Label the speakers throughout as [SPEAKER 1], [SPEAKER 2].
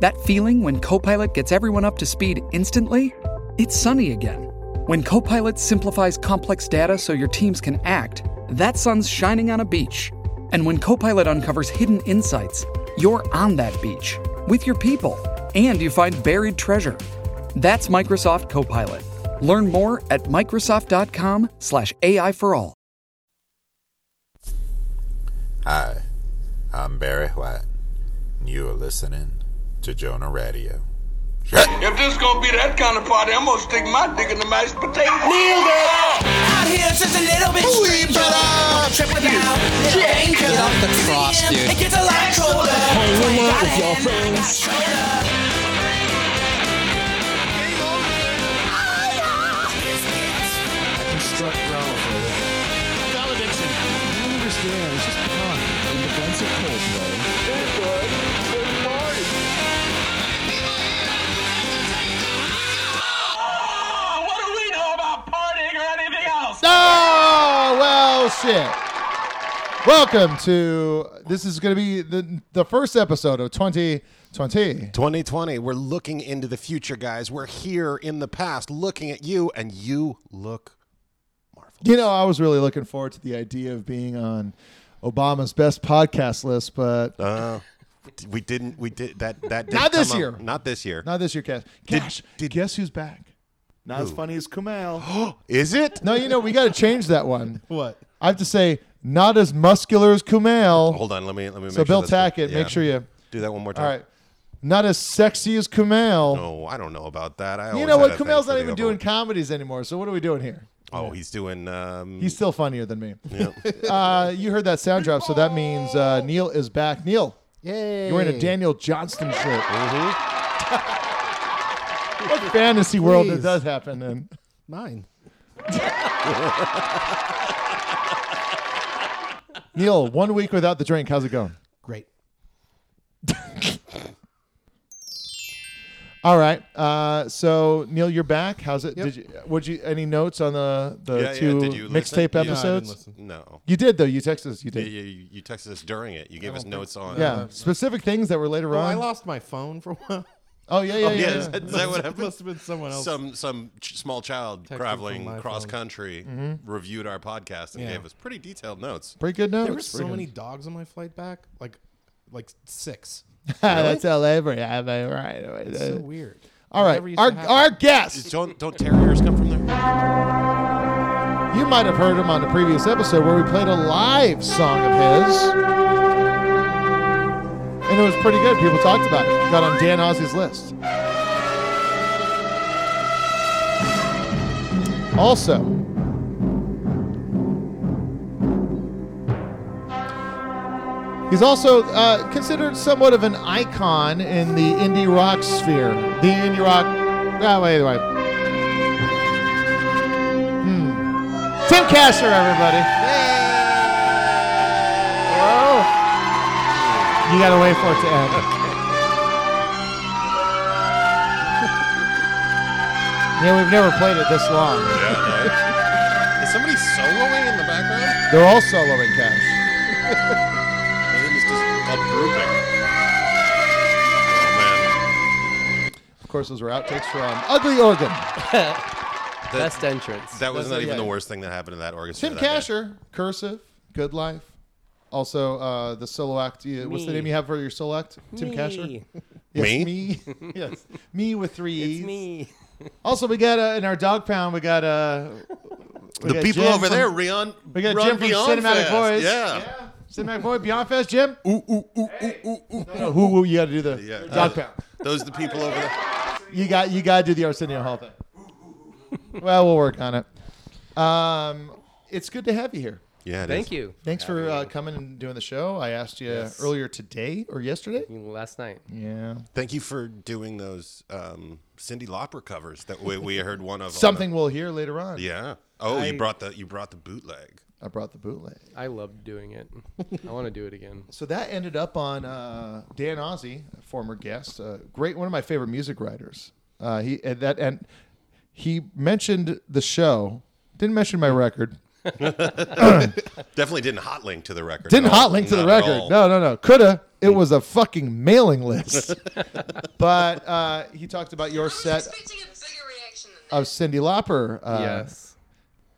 [SPEAKER 1] That feeling when Copilot gets everyone up to speed instantly? It's sunny again. When Copilot simplifies complex data so your teams can act, that sun's shining on a beach. And when Copilot uncovers hidden insights, you're on that beach with your people and you find buried treasure. That's Microsoft Copilot. Learn more at Microsoft.com/slash AI for all.
[SPEAKER 2] Hi, I'm Barry White, and you are listening to Jonah Radio.
[SPEAKER 3] If this gonna be that kind of party, I'm gonna stick my dick in the mashed potato. Kneel
[SPEAKER 4] Out here, it's just a little bit strange. Wanna trip it down? Little angel. It gets a lot colder.
[SPEAKER 5] Valediction. I don't understand. It's just fun. In defense of Coldplay.
[SPEAKER 3] Oh, what do we know about partying or anything else?
[SPEAKER 6] Oh well, shit. Welcome to this is going to be the the first episode of 2020.
[SPEAKER 7] 2020. We're looking into the future, guys. We're here in the past looking at you, and you look marvelous.
[SPEAKER 6] You know, I was really looking forward to the idea of being on Obama's best podcast list, but
[SPEAKER 7] Uh, we didn't, we did that, that did
[SPEAKER 6] Not this
[SPEAKER 7] come
[SPEAKER 6] year.
[SPEAKER 7] Up, not this year.
[SPEAKER 6] not this year, Cash.
[SPEAKER 7] Did-
[SPEAKER 6] Cash,
[SPEAKER 7] did-
[SPEAKER 6] guess who's back? Not as funny as Kumail.
[SPEAKER 7] Is it?
[SPEAKER 6] no, you know, we got to change that one. what? I have to say, not as muscular as Kumail.
[SPEAKER 7] Hold on. Let me, let me make
[SPEAKER 6] so
[SPEAKER 7] sure
[SPEAKER 6] Bill
[SPEAKER 7] that's good.
[SPEAKER 6] Tackett,
[SPEAKER 7] Yeah.
[SPEAKER 6] make sure you.
[SPEAKER 7] do that one more time.
[SPEAKER 6] All right. Not as sexy as Kumail.
[SPEAKER 7] No, I don't know about that. I
[SPEAKER 6] You
[SPEAKER 7] always
[SPEAKER 6] know
[SPEAKER 7] had
[SPEAKER 6] what?
[SPEAKER 7] a thing
[SPEAKER 6] Kumail's
[SPEAKER 7] for
[SPEAKER 6] not
[SPEAKER 7] the
[SPEAKER 6] even
[SPEAKER 7] over-
[SPEAKER 6] doing comedies anymore. So what are we doing here?
[SPEAKER 7] Oh, he's doing, um,
[SPEAKER 6] He's still funnier than me. uh, you heard that sound drop, so that means uh, Neil is back. Neil,
[SPEAKER 8] Yay.
[SPEAKER 6] you're wearing a Daniel Johnston shirt.
[SPEAKER 7] Mm-hmm.
[SPEAKER 6] what fantasy world
[SPEAKER 8] Please.
[SPEAKER 6] it does happen in?
[SPEAKER 8] Mine.
[SPEAKER 6] Neil, one week without the drink. How's it going?
[SPEAKER 8] Great.
[SPEAKER 6] All right. Uh, so Neil, you're back. How's it? Did you? Would you? Any notes on the the
[SPEAKER 7] Yeah, yeah,
[SPEAKER 6] two
[SPEAKER 7] did you listen?
[SPEAKER 6] mixtape
[SPEAKER 7] Yeah, I
[SPEAKER 6] episodes?
[SPEAKER 7] no.
[SPEAKER 6] You did though. You texted us. You
[SPEAKER 7] You,
[SPEAKER 6] did. Yeah.
[SPEAKER 7] you, you texted us during it. You gave us notes on.
[SPEAKER 6] Specific things that were later
[SPEAKER 8] Well,
[SPEAKER 6] on.
[SPEAKER 8] Oh, I lost my phone for a while.
[SPEAKER 6] oh yeah, yeah, yeah.
[SPEAKER 7] Yeah,
[SPEAKER 6] yeah.
[SPEAKER 7] is that, is that what happened?
[SPEAKER 8] Must have been someone else.
[SPEAKER 7] some some ch- small child
[SPEAKER 8] Texted from my
[SPEAKER 7] traveling cross
[SPEAKER 8] phone.
[SPEAKER 7] country reviewed our podcast and
[SPEAKER 8] Yeah.
[SPEAKER 7] gave us pretty detailed notes.
[SPEAKER 6] Mm-hmm. Pretty good notes.
[SPEAKER 8] there were so
[SPEAKER 6] Pretty good.
[SPEAKER 8] many dogs on my flight back. Like, like six.
[SPEAKER 6] That's LA, right? Yeah, man, right, right.
[SPEAKER 8] It's so weird.
[SPEAKER 6] All right,
[SPEAKER 8] Never used to
[SPEAKER 6] our,
[SPEAKER 8] happen.
[SPEAKER 6] our guest.
[SPEAKER 7] Don't don't terriers come from there?
[SPEAKER 6] You might have heard him on the previous episode where we played a live song of his, and it was pretty good. People talked about it. Got on Dan Ozzy's list. Also, he's also uh, considered somewhat of an icon in the indie rock sphere. The indie rock. Ah, wait, wait. Hmm. Tim Casser, everybody. Whoa. Oh. You gotta wait for it to end. yeah, we've never played it this long.
[SPEAKER 7] Is somebody soloing in the background?
[SPEAKER 6] They're all soloing cash.
[SPEAKER 7] I think it's just a grouping. Oh,
[SPEAKER 6] Of course, those were outtakes from Ugly Organ.
[SPEAKER 7] man. That,
[SPEAKER 9] Best entrance.
[SPEAKER 7] that was
[SPEAKER 6] That's
[SPEAKER 7] not
[SPEAKER 6] a-
[SPEAKER 7] even the
[SPEAKER 6] yeah.
[SPEAKER 7] worst thing that happened to that orchestra.
[SPEAKER 6] Tim
[SPEAKER 7] that day.
[SPEAKER 6] Casher, Cursive, Good Life. Also, uh, the solo act. you- What's the
[SPEAKER 9] Me.
[SPEAKER 6] name you have for your solo act? Tim Casher?
[SPEAKER 9] Me.
[SPEAKER 6] Yes,
[SPEAKER 7] Me?
[SPEAKER 6] Me. yes. Me with three E's.
[SPEAKER 9] It's me.
[SPEAKER 6] Also, we got uh, in our dog pound, we got. Uh, we
[SPEAKER 7] The
[SPEAKER 6] got
[SPEAKER 7] people
[SPEAKER 6] Jen
[SPEAKER 7] over
[SPEAKER 6] from-
[SPEAKER 7] there, Rion.
[SPEAKER 6] We got
[SPEAKER 7] Run
[SPEAKER 6] Jim from
[SPEAKER 7] Beyond
[SPEAKER 6] Cinematic
[SPEAKER 7] Fest.
[SPEAKER 6] Voice.
[SPEAKER 7] Yeah.
[SPEAKER 6] Cinematic Voice, Beyond Fest, Jim. Ooh, ooh, ooh, ooh, ooh, ooh. Who, who, you got to do the
[SPEAKER 7] Yeah.
[SPEAKER 6] dog pound.
[SPEAKER 7] Those the people over there.
[SPEAKER 6] You got, you got to do the Arsenio Hall thing. well, we'll work on it. Um, it's good to have you here.
[SPEAKER 7] Yeah. it
[SPEAKER 9] Thank
[SPEAKER 7] is.
[SPEAKER 9] you.
[SPEAKER 6] Thanks for uh, coming and doing the show. I asked you earlier today or yesterday.
[SPEAKER 9] Last night.
[SPEAKER 6] Yeah.
[SPEAKER 7] Thank you for doing those um, Cindy Lauper covers that we, we heard one of. on
[SPEAKER 6] Something we'll hear later on.
[SPEAKER 7] the- yeah. Oh,
[SPEAKER 9] I-
[SPEAKER 7] you brought the you brought the bootleg.
[SPEAKER 6] I brought the bootleg.
[SPEAKER 9] I loved doing it. I want to do it again.
[SPEAKER 6] So that ended up on uh, Dan Ozzie, a former guest, uh, great one of my favorite music writers. Uh, he and that and he mentioned the show, didn't mention my record,
[SPEAKER 7] Definitely didn't hot link to the record.
[SPEAKER 6] didn't
[SPEAKER 7] at all.
[SPEAKER 6] hot link to the
[SPEAKER 7] Not at
[SPEAKER 6] record.
[SPEAKER 7] all.
[SPEAKER 6] No, no, no, coulda. It was a fucking mailing list. but uh, he talked about your set of Cindy Lauper. Uh,
[SPEAKER 9] yes.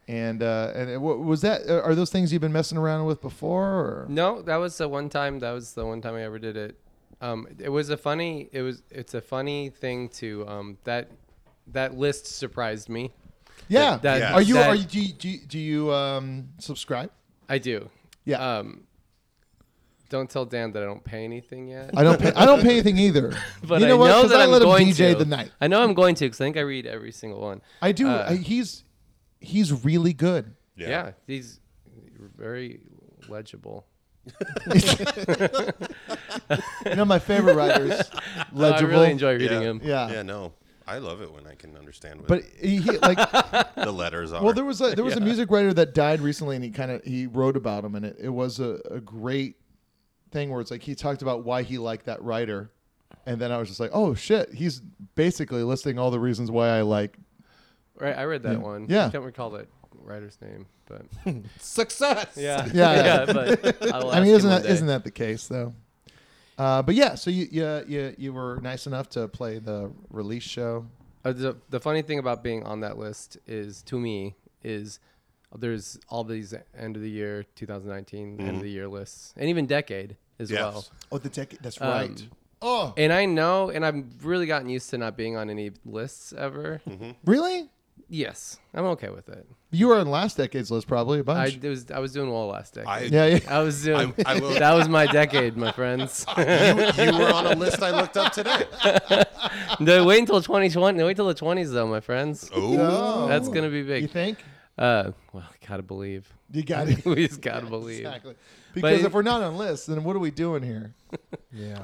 [SPEAKER 6] And uh, and it- wa- was that uh, are those things you've been messing around with before? Or?
[SPEAKER 9] No, that was the one time. That was the one time I ever did it. Um, it was a funny. It was. It's a funny thing to um, that. That list surprised me.
[SPEAKER 6] Yeah.
[SPEAKER 9] That- that-
[SPEAKER 6] Are you
[SPEAKER 9] that-
[SPEAKER 6] are you do you, do you, do you um, subscribe?
[SPEAKER 9] I do.
[SPEAKER 6] Yeah.
[SPEAKER 9] Um, don't tell Dan that I don't pay anything yet.
[SPEAKER 6] I don't. Pay, I don't pay anything either.
[SPEAKER 9] but
[SPEAKER 6] you know
[SPEAKER 9] I
[SPEAKER 6] what?
[SPEAKER 9] know
[SPEAKER 6] 'Cause
[SPEAKER 9] that
[SPEAKER 6] I
[SPEAKER 9] am
[SPEAKER 6] let
[SPEAKER 9] going
[SPEAKER 6] him DJ
[SPEAKER 9] to.
[SPEAKER 6] the night.
[SPEAKER 9] I know I'm going to because I think I read every single one.
[SPEAKER 6] I do.
[SPEAKER 9] Uh,
[SPEAKER 6] I- he's he's really good.
[SPEAKER 9] yeah. he's very legible.
[SPEAKER 6] You know, my favorite writers,
[SPEAKER 9] No, I
[SPEAKER 6] legible.
[SPEAKER 9] really enjoy reading
[SPEAKER 7] Yeah.
[SPEAKER 9] him.
[SPEAKER 6] yeah.
[SPEAKER 7] Yeah, no. I love it when I can understand what
[SPEAKER 6] But he, he like
[SPEAKER 7] the letters are.
[SPEAKER 6] well, there was a there was a music writer that died recently, and he kind of he wrote about him, and it, it was a, a great thing where it's like he talked about why he liked that writer, and then I was just like, oh shit, he's basically listing all the reasons why I like.
[SPEAKER 9] Right, I read that one.
[SPEAKER 6] Mm. Yeah.
[SPEAKER 9] I can't recall that writer's name, but
[SPEAKER 8] Success.
[SPEAKER 9] yeah,
[SPEAKER 6] Yeah, yeah.
[SPEAKER 9] but I'll
[SPEAKER 6] I mean,
[SPEAKER 9] ask
[SPEAKER 6] isn't
[SPEAKER 9] him one
[SPEAKER 6] that
[SPEAKER 9] day.
[SPEAKER 6] isn't that the case though? Uh, but yeah, so you, you you you were nice enough to play the release show.
[SPEAKER 9] Uh, the, the funny thing about being on that list is, to me, is there's all these end of the year, 2019 end of the year lists, and even decade as
[SPEAKER 7] Mm-hmm. Yes.
[SPEAKER 9] well.
[SPEAKER 6] Oh, the tech. That's
[SPEAKER 9] right. And I know, and I've really gotten used to not being on any lists ever.
[SPEAKER 7] Mm-hmm.
[SPEAKER 6] Really?
[SPEAKER 9] Yes, I'm okay with it.
[SPEAKER 6] You were on last decade's list probably a
[SPEAKER 9] I
[SPEAKER 6] bunch.
[SPEAKER 9] it was I was doing well last decade.
[SPEAKER 7] I,
[SPEAKER 9] I,
[SPEAKER 6] yeah, yeah.
[SPEAKER 9] was doing.
[SPEAKER 7] I- I will-
[SPEAKER 9] that was my decade, my friends.
[SPEAKER 7] you, you were on a list I looked up today.
[SPEAKER 9] no, wait until 2020. No, wait till the 20s though, my friends.
[SPEAKER 7] Oh,
[SPEAKER 9] That's gonna be
[SPEAKER 6] You
[SPEAKER 9] big.
[SPEAKER 6] think?
[SPEAKER 9] Uh, well, gotta believe.
[SPEAKER 6] You got it.
[SPEAKER 9] we just gotta believe.
[SPEAKER 6] exactly. Because
[SPEAKER 9] it-
[SPEAKER 6] if we're not on lists, then what are we doing here?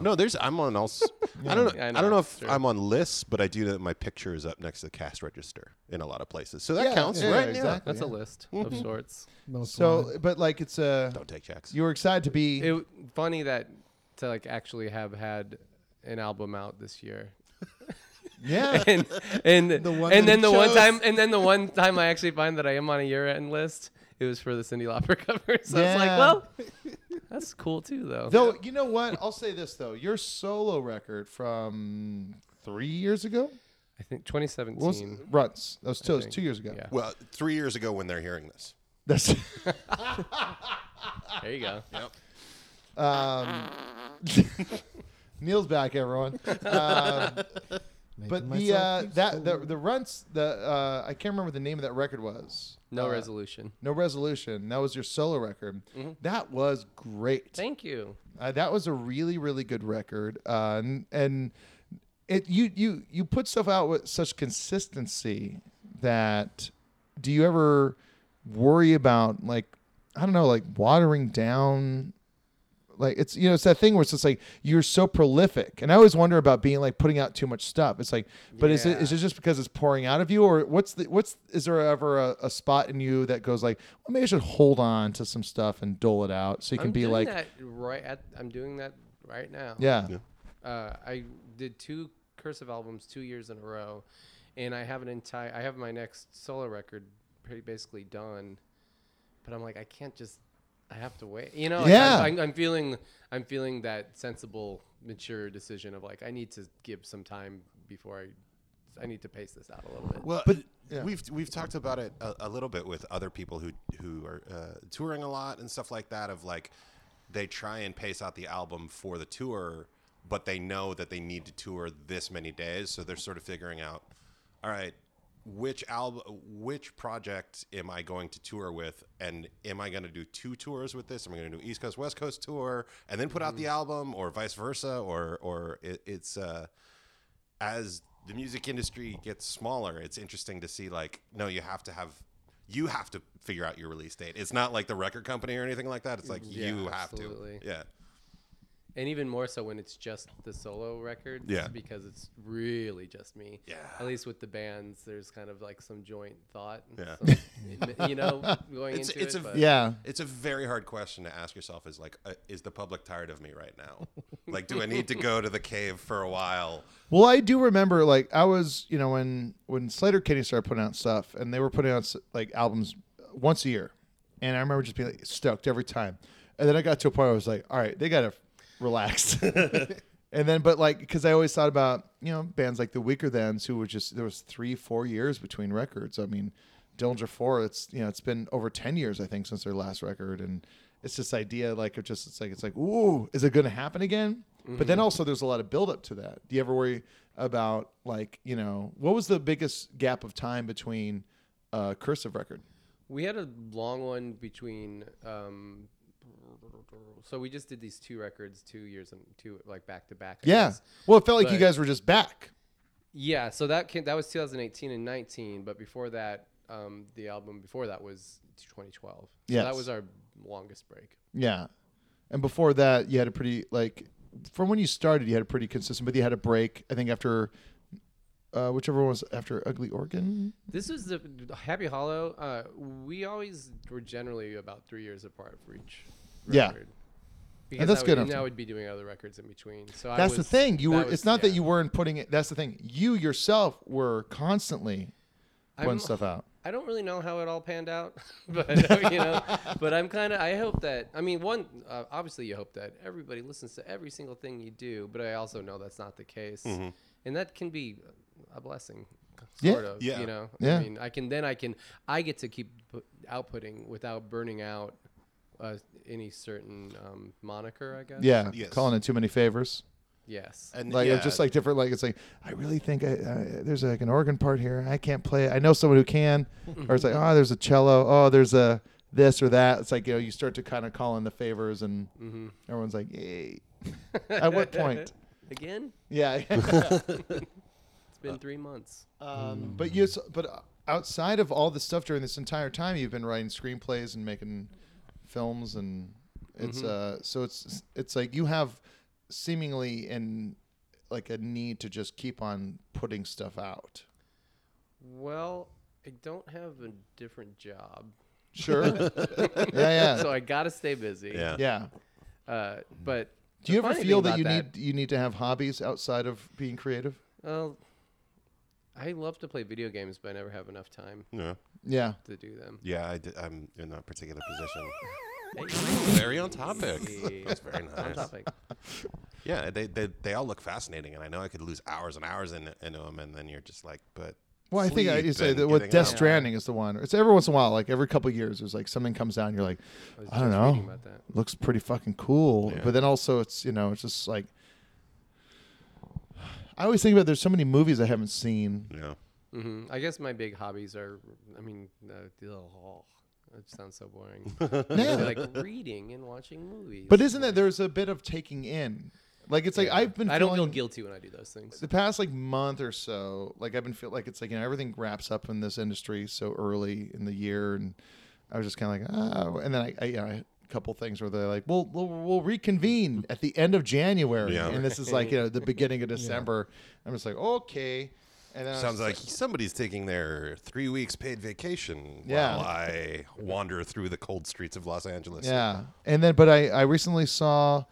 [SPEAKER 7] no, there's. I'm on all. s- I don't know.
[SPEAKER 9] Yeah, I
[SPEAKER 7] I,
[SPEAKER 9] know,
[SPEAKER 7] don't know
[SPEAKER 9] it's
[SPEAKER 7] if
[SPEAKER 9] true.
[SPEAKER 7] I'm on lists, but I do know that my picture is up next to the cast register in a lot of places, so that
[SPEAKER 6] Yeah,
[SPEAKER 7] counts,
[SPEAKER 6] yeah,
[SPEAKER 7] right?
[SPEAKER 6] yeah, Mm-hmm.
[SPEAKER 7] Yeah.
[SPEAKER 6] exactly.
[SPEAKER 9] That's a list of sorts.
[SPEAKER 6] So, but like it's a.
[SPEAKER 7] Don't take checks.
[SPEAKER 6] You were excited to be.
[SPEAKER 9] It funny that to like actually have had an album out this year.
[SPEAKER 6] yeah.
[SPEAKER 9] And and
[SPEAKER 8] one that
[SPEAKER 9] and then the one
[SPEAKER 8] chose.
[SPEAKER 9] time and then the one time I actually find that I am on a year end list, it was for the Cindy Lauper cover. So I was
[SPEAKER 6] Yeah.
[SPEAKER 9] like, well, that's cool too though.
[SPEAKER 6] Though you know what, I'll say this though: your solo record from three years ago,
[SPEAKER 9] I think
[SPEAKER 6] what was
[SPEAKER 9] 2017.
[SPEAKER 6] Runs. That was two, it was two years ago.
[SPEAKER 9] Yeah.
[SPEAKER 7] Well, three years ago when they're hearing this.
[SPEAKER 6] That's
[SPEAKER 9] There you go.
[SPEAKER 6] Neil's back, everyone. Um, But the uh, that the the runts the uh, I can't remember what the name of that record was.
[SPEAKER 9] No
[SPEAKER 6] Uh,
[SPEAKER 9] resolution.
[SPEAKER 6] No resolution. That was your solo record. That was great.
[SPEAKER 9] Mm-hmm. Thank you.
[SPEAKER 6] Uh, that was a really really good record. Uh, and, and it you you you put stuff out with such consistency that do you ever worry about like I don't know like watering down like it's you know it's that thing where it's just like you're so prolific and i always wonder about being like putting out too much stuff it's like but is it
[SPEAKER 9] Yeah.
[SPEAKER 6] is it just because it's pouring out of you or what's the what's is there ever a, a spot in you that goes like well maybe i should hold on to some stuff and dole it out so you can
[SPEAKER 9] I'm
[SPEAKER 6] be
[SPEAKER 9] doing
[SPEAKER 6] like
[SPEAKER 9] that right at I'm doing that right now.
[SPEAKER 6] yeah
[SPEAKER 9] uh, I did two cursive albums two years in a row, and I have an entire. I have my next solo record pretty basically done, but I'm like, I can't just. I have to wait. You know, like,
[SPEAKER 6] Yeah.
[SPEAKER 9] I'm, I'm, I'm feeling. I'm feeling that sensible, mature decision of like, I need to give some time before I. I need to pace this out a little bit.
[SPEAKER 7] Well, we've we've talked about it a, a little bit with other people who who are uh, touring a lot and stuff like that. Of like, they try and pace out the album for the tour, but they know that they need to tour this many days, so they're sort of figuring out, all right, which album, which project am I going to tour with, and am I going to do two tours with this? Am I going to do East Coast West Coast tour and then put out the album, or vice versa, or or it, it's. Uh, as the music industry gets smaller, it's interesting to see like no, you have to have you have to figure out your release date. It's not like the record company or anything like that. It's like
[SPEAKER 9] Yeah,
[SPEAKER 7] you have
[SPEAKER 9] absolutely.
[SPEAKER 7] to. Yeah.
[SPEAKER 9] and even more so when it's just the solo record
[SPEAKER 7] Yeah.
[SPEAKER 9] because it's really just me
[SPEAKER 7] Yeah.
[SPEAKER 9] at least with the bands there's kind of like some joint thought
[SPEAKER 7] Yeah.
[SPEAKER 9] some- you know going
[SPEAKER 7] it's,
[SPEAKER 9] into
[SPEAKER 7] it's
[SPEAKER 9] it
[SPEAKER 7] a,
[SPEAKER 9] but-
[SPEAKER 7] It's a very hard question to ask yourself is like, uh, is the public tired of me right now? like, do I need to go to the cave for a while?
[SPEAKER 6] Well, I do remember, like I was, you know, when when Slater Kenny started putting out stuff, and they were putting out like albums uh, once a year, and I remember just being like, stoked every time. And then I got to a point where I was like, all right, they gotta relax. and then, but like, because I always thought about you know bands like the Weaker Thans, who were just there was three, four years between records. I mean, Dillinger Four, it's you know it's been over ten years I think since their last record, and it's this idea like of just it's like it's like ooh, is it going to happen again? But then
[SPEAKER 9] Mm-hmm.
[SPEAKER 10] Mhm.
[SPEAKER 6] also also there's a lot of buildup to that. Do you ever worry about like you know what was the biggest gap of time between uh, cursive record?
[SPEAKER 9] We had a long one between. Um, so we just did these two records, two years and two like back to back. I
[SPEAKER 6] Yeah.
[SPEAKER 9] guess.
[SPEAKER 6] Well, it felt like you
[SPEAKER 9] But-
[SPEAKER 6] guys were just back.
[SPEAKER 9] Yeah, so that came, that was 2018 and 19, but before that, um, the album before that was 2012. So
[SPEAKER 6] Yes.
[SPEAKER 9] that was our longest break.
[SPEAKER 6] Yeah. And before that, you had a pretty like from when you started, you had a pretty consistent, but you had a break. I think after uh, whichever one was after Ugly Organ.
[SPEAKER 9] This is the Happy Hollow. Uh, we always were generally about three years apart for each.
[SPEAKER 6] Yeah.
[SPEAKER 9] Record.
[SPEAKER 6] And
[SPEAKER 9] Because
[SPEAKER 6] that's
[SPEAKER 9] I would,
[SPEAKER 6] good
[SPEAKER 9] And
[SPEAKER 6] enough.
[SPEAKER 9] I would be doing other records in between. So I
[SPEAKER 6] that's the
[SPEAKER 9] was-
[SPEAKER 6] thing. You
[SPEAKER 9] that
[SPEAKER 6] were.
[SPEAKER 9] was-
[SPEAKER 6] it's not
[SPEAKER 9] yeah.
[SPEAKER 6] that you weren't putting it. That's the thing. You yourself were constantly putting
[SPEAKER 9] I'm-
[SPEAKER 6] stuff out.
[SPEAKER 9] I don't really know how it all panned out, but uh, you know, but I'm kind of. I hope that. I mean, one uh, obviously you hope that everybody listens to every single thing you do, but I also know that's not the case,
[SPEAKER 7] Mhm.
[SPEAKER 9] and that can be a blessing,
[SPEAKER 7] Yeah.
[SPEAKER 9] sort of.
[SPEAKER 7] Yeah.
[SPEAKER 9] You know,
[SPEAKER 6] Yeah.
[SPEAKER 9] I mean, I can then I can I get to keep pu- outputting without burning out uh, any certain um, moniker, I guess.
[SPEAKER 6] Yeah, calling it too many favors.
[SPEAKER 9] Yes.
[SPEAKER 7] And
[SPEAKER 6] like
[SPEAKER 7] yeah,
[SPEAKER 6] it's just like different. Like it's like I really think I, uh, there's like an organ part here. I can't play. it. I know someone who can. or it's like oh, there's a cello. Oh, there's a this or that. It's like you know you start to kind of call in the favors, and
[SPEAKER 9] Mhm.
[SPEAKER 6] everyone's like, yay. At what point?
[SPEAKER 9] Again?
[SPEAKER 6] Yeah.
[SPEAKER 9] it's been three months.
[SPEAKER 6] Um, but you. s- But outside of all the stuff during this entire time, you've been writing screenplays and making films, and it's
[SPEAKER 9] Mhm.
[SPEAKER 6] uh. So it's it's like you have seemingly in like a need to just keep on putting stuff out.
[SPEAKER 9] Well, I don't have a different job.
[SPEAKER 6] Sure. Yeah, yeah.
[SPEAKER 9] So I gotta stay busy.
[SPEAKER 6] Yeah. Yeah.
[SPEAKER 9] Uh, but
[SPEAKER 6] Mm-hmm. Do you
[SPEAKER 9] the
[SPEAKER 6] ever
[SPEAKER 9] funny
[SPEAKER 6] feel
[SPEAKER 9] thing
[SPEAKER 6] that you
[SPEAKER 9] about
[SPEAKER 6] need you need to have hobbies outside of being creative?
[SPEAKER 9] Well, I love to play video games, but I never have enough time.
[SPEAKER 7] Yeah.
[SPEAKER 6] Yeah.
[SPEAKER 9] To do them.
[SPEAKER 7] Yeah, I did, I'm in that particular position. very on topic.
[SPEAKER 9] Hey.
[SPEAKER 7] That's very nice.
[SPEAKER 9] On topic.
[SPEAKER 7] Yeah, they, they they all look fascinating, and I know I could lose hours and hours in, into them, and then you're just like, but.
[SPEAKER 6] Well, I think I
[SPEAKER 7] sleep
[SPEAKER 6] you say
[SPEAKER 7] and
[SPEAKER 6] that with
[SPEAKER 7] getting
[SPEAKER 6] Death
[SPEAKER 7] up.
[SPEAKER 6] Stranding is the one. It's every once in a while, like every couple of years, there's like something comes out and you're like,
[SPEAKER 9] I was
[SPEAKER 6] I, don't
[SPEAKER 9] just
[SPEAKER 6] know,
[SPEAKER 9] reading about that.
[SPEAKER 6] looks pretty fucking cool. But then also, it's you know, it's just like I always think about. There's so many movies I haven't seen.
[SPEAKER 7] Yeah.
[SPEAKER 9] hmm I guess my big hobbies are, I mean, uh, oh, that sounds so boring.
[SPEAKER 6] Yeah.
[SPEAKER 9] like reading and watching movies.
[SPEAKER 6] But isn't that there's a bit of taking in? Like it's like
[SPEAKER 9] Yeah.
[SPEAKER 6] I've been.
[SPEAKER 9] I don't feel
[SPEAKER 6] feeling-
[SPEAKER 9] guilty when I do those things.
[SPEAKER 6] The past like month or so, like I've been feel like it's like you know everything wraps up in this industry so early in the year, and I was just kind of like oh, and then I, I you know I had a couple things where they're like we'll we'll, we'll reconvene at the end of January,
[SPEAKER 7] Yeah.
[SPEAKER 6] and this is like you know the beginning of
[SPEAKER 7] Yeah.
[SPEAKER 6] December. I'm just like okay, and then I was
[SPEAKER 7] Sounds
[SPEAKER 6] just
[SPEAKER 7] like somebody's taking their three weeks paid vacation
[SPEAKER 6] Yeah.
[SPEAKER 7] while I wander through the cold streets of Los Angeles.
[SPEAKER 6] Yeah, and then but I I recently saw,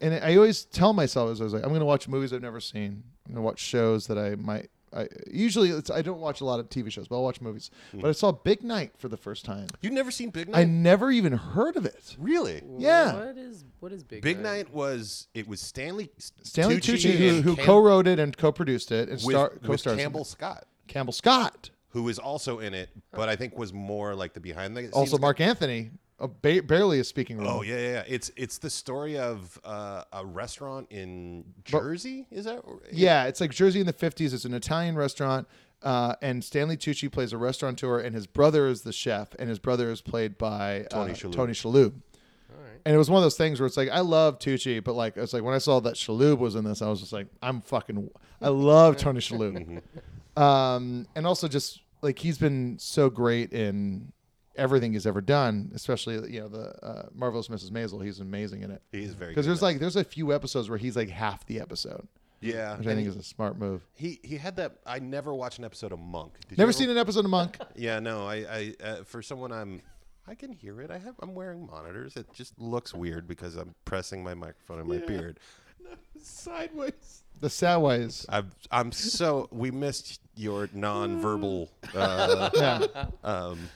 [SPEAKER 6] and I always tell myself as I was like I'm gonna watch movies I've never seen. I'm gonna watch shows that I might. I usually it's I don't watch a lot of TV shows, but I'll watch movies. But I saw Big Night for the first time.
[SPEAKER 7] You've never seen Hmm. Big
[SPEAKER 6] I
[SPEAKER 7] Night?
[SPEAKER 6] never even heard of it.
[SPEAKER 7] Really?
[SPEAKER 6] Yeah.
[SPEAKER 9] What is what is big?
[SPEAKER 7] Big Night was it was Stanley
[SPEAKER 6] Stanley Tucci,
[SPEAKER 7] and
[SPEAKER 6] who, who
[SPEAKER 7] Cam-
[SPEAKER 6] co-wrote it and co-produced it, and
[SPEAKER 7] with,
[SPEAKER 6] star,
[SPEAKER 7] with
[SPEAKER 6] co-stars in it.
[SPEAKER 7] Campbell Scott,
[SPEAKER 6] Campbell Scott,
[SPEAKER 7] who is also in it, but I think was more like the behind the
[SPEAKER 6] also
[SPEAKER 7] scenes
[SPEAKER 6] Mark Anthony, uh, ba- barely a speaking role.
[SPEAKER 7] Oh yeah, yeah, yeah. It's it's the story of uh, a restaurant in
[SPEAKER 6] But-
[SPEAKER 7] Jersey. is that?
[SPEAKER 6] Yeah, it's like Jersey in the 50s. It's an Italian restaurant. Uh, and Stanley Tucci plays a restaurateur, and his brother is the chef, and his brother is played by uh,
[SPEAKER 7] Tony Shalhoub.
[SPEAKER 6] Tony Shalhoub. And it was one of those things where it's like I love Tucci, but like it's like when I saw that Shalhoub was in this, I was just like, I'm fucking, I love
[SPEAKER 7] Mm-hmm.
[SPEAKER 6] Tony Shalhoub, um, and also just like he's been so great in everything he's ever done, especially you know the uh, marvelous Mrs. Maisel. He's amazing in it.
[SPEAKER 7] He is very
[SPEAKER 6] because
[SPEAKER 7] good
[SPEAKER 6] there's
[SPEAKER 7] in it.
[SPEAKER 6] like there's a few episodes where he's like half the episode.
[SPEAKER 7] Yeah,
[SPEAKER 6] which I
[SPEAKER 7] and
[SPEAKER 6] think
[SPEAKER 7] he-
[SPEAKER 6] is a smart move.
[SPEAKER 7] He he had that. I never watched an episode of Monk. Did you
[SPEAKER 6] Never
[SPEAKER 7] ever-
[SPEAKER 6] seen an episode of Monk.
[SPEAKER 7] Yeah, no. I, I uh, for someone I'm, I can hear it. I have. I'm wearing monitors. It just looks weird because I'm pressing my microphone in my
[SPEAKER 8] Yeah.
[SPEAKER 7] beard.
[SPEAKER 8] Sideways.
[SPEAKER 6] The Sawise.
[SPEAKER 7] I'm I'm so we missed your non-verbal uh,
[SPEAKER 6] Yeah.
[SPEAKER 7] um,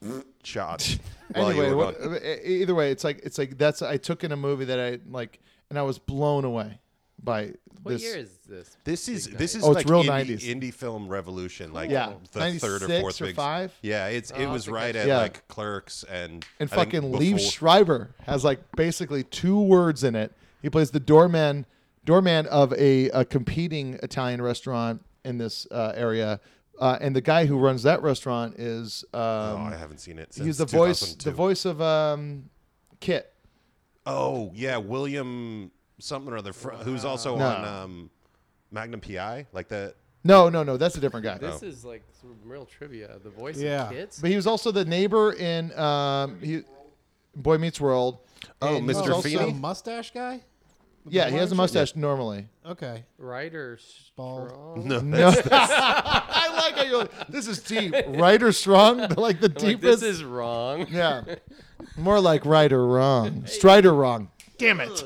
[SPEAKER 7] shot. while you
[SPEAKER 6] Anyway,
[SPEAKER 7] were
[SPEAKER 6] what,
[SPEAKER 7] gone.
[SPEAKER 6] e- e- either way, it's like it's like that's I took in a movie that I like, and I was blown away by
[SPEAKER 9] What
[SPEAKER 6] this.
[SPEAKER 9] year is this?
[SPEAKER 7] This is
[SPEAKER 9] Big
[SPEAKER 7] this
[SPEAKER 9] Night?
[SPEAKER 7] is
[SPEAKER 6] Oh, it's
[SPEAKER 7] like
[SPEAKER 6] real
[SPEAKER 7] indie,
[SPEAKER 6] 90s.
[SPEAKER 7] indie film revolution, like
[SPEAKER 6] Yeah.
[SPEAKER 7] the third or
[SPEAKER 6] 96
[SPEAKER 7] fourth
[SPEAKER 6] or
[SPEAKER 7] big
[SPEAKER 6] five?
[SPEAKER 7] Yeah, it's it
[SPEAKER 9] Oh, I
[SPEAKER 7] was
[SPEAKER 9] think
[SPEAKER 7] right
[SPEAKER 9] that's-
[SPEAKER 7] at
[SPEAKER 6] Yeah.
[SPEAKER 7] like Clerks and
[SPEAKER 6] and
[SPEAKER 7] I think
[SPEAKER 6] fucking Lee
[SPEAKER 7] before-
[SPEAKER 6] Schreiber has like basically two words in it. He plays the doorman, doorman of a, a competing Italian restaurant in this uh, area, uh, and the guy who runs that restaurant is um,
[SPEAKER 7] oh, I haven't seen it. Since
[SPEAKER 6] he's the voice,
[SPEAKER 7] 2002.
[SPEAKER 6] the voice of um, Kit.
[SPEAKER 7] Oh yeah, William something or other, fr- who's also
[SPEAKER 6] No.
[SPEAKER 7] on um, Magnum PI, like the
[SPEAKER 6] No, no, no, that's a different
[SPEAKER 7] Oh,
[SPEAKER 6] guy.
[SPEAKER 9] This is like some real trivia. The voice
[SPEAKER 8] Yeah.
[SPEAKER 9] of kids.
[SPEAKER 6] But he was also the neighbor in um, he, Boy Meets World.
[SPEAKER 7] Oh,
[SPEAKER 6] And he's
[SPEAKER 7] Mr.
[SPEAKER 6] also-
[SPEAKER 7] Feeny?
[SPEAKER 8] The mustache guy?
[SPEAKER 6] Yeah, he has a mustache normally.
[SPEAKER 8] Okay.
[SPEAKER 9] Writer
[SPEAKER 8] Bald.
[SPEAKER 9] strong.
[SPEAKER 7] no,
[SPEAKER 6] No. I like how you're like, this is deep. Right or strong? like the
[SPEAKER 9] Like,
[SPEAKER 6] deepest.
[SPEAKER 9] this is wrong.
[SPEAKER 6] Yeah. More like right or wrong. Strider wrong. Damn it.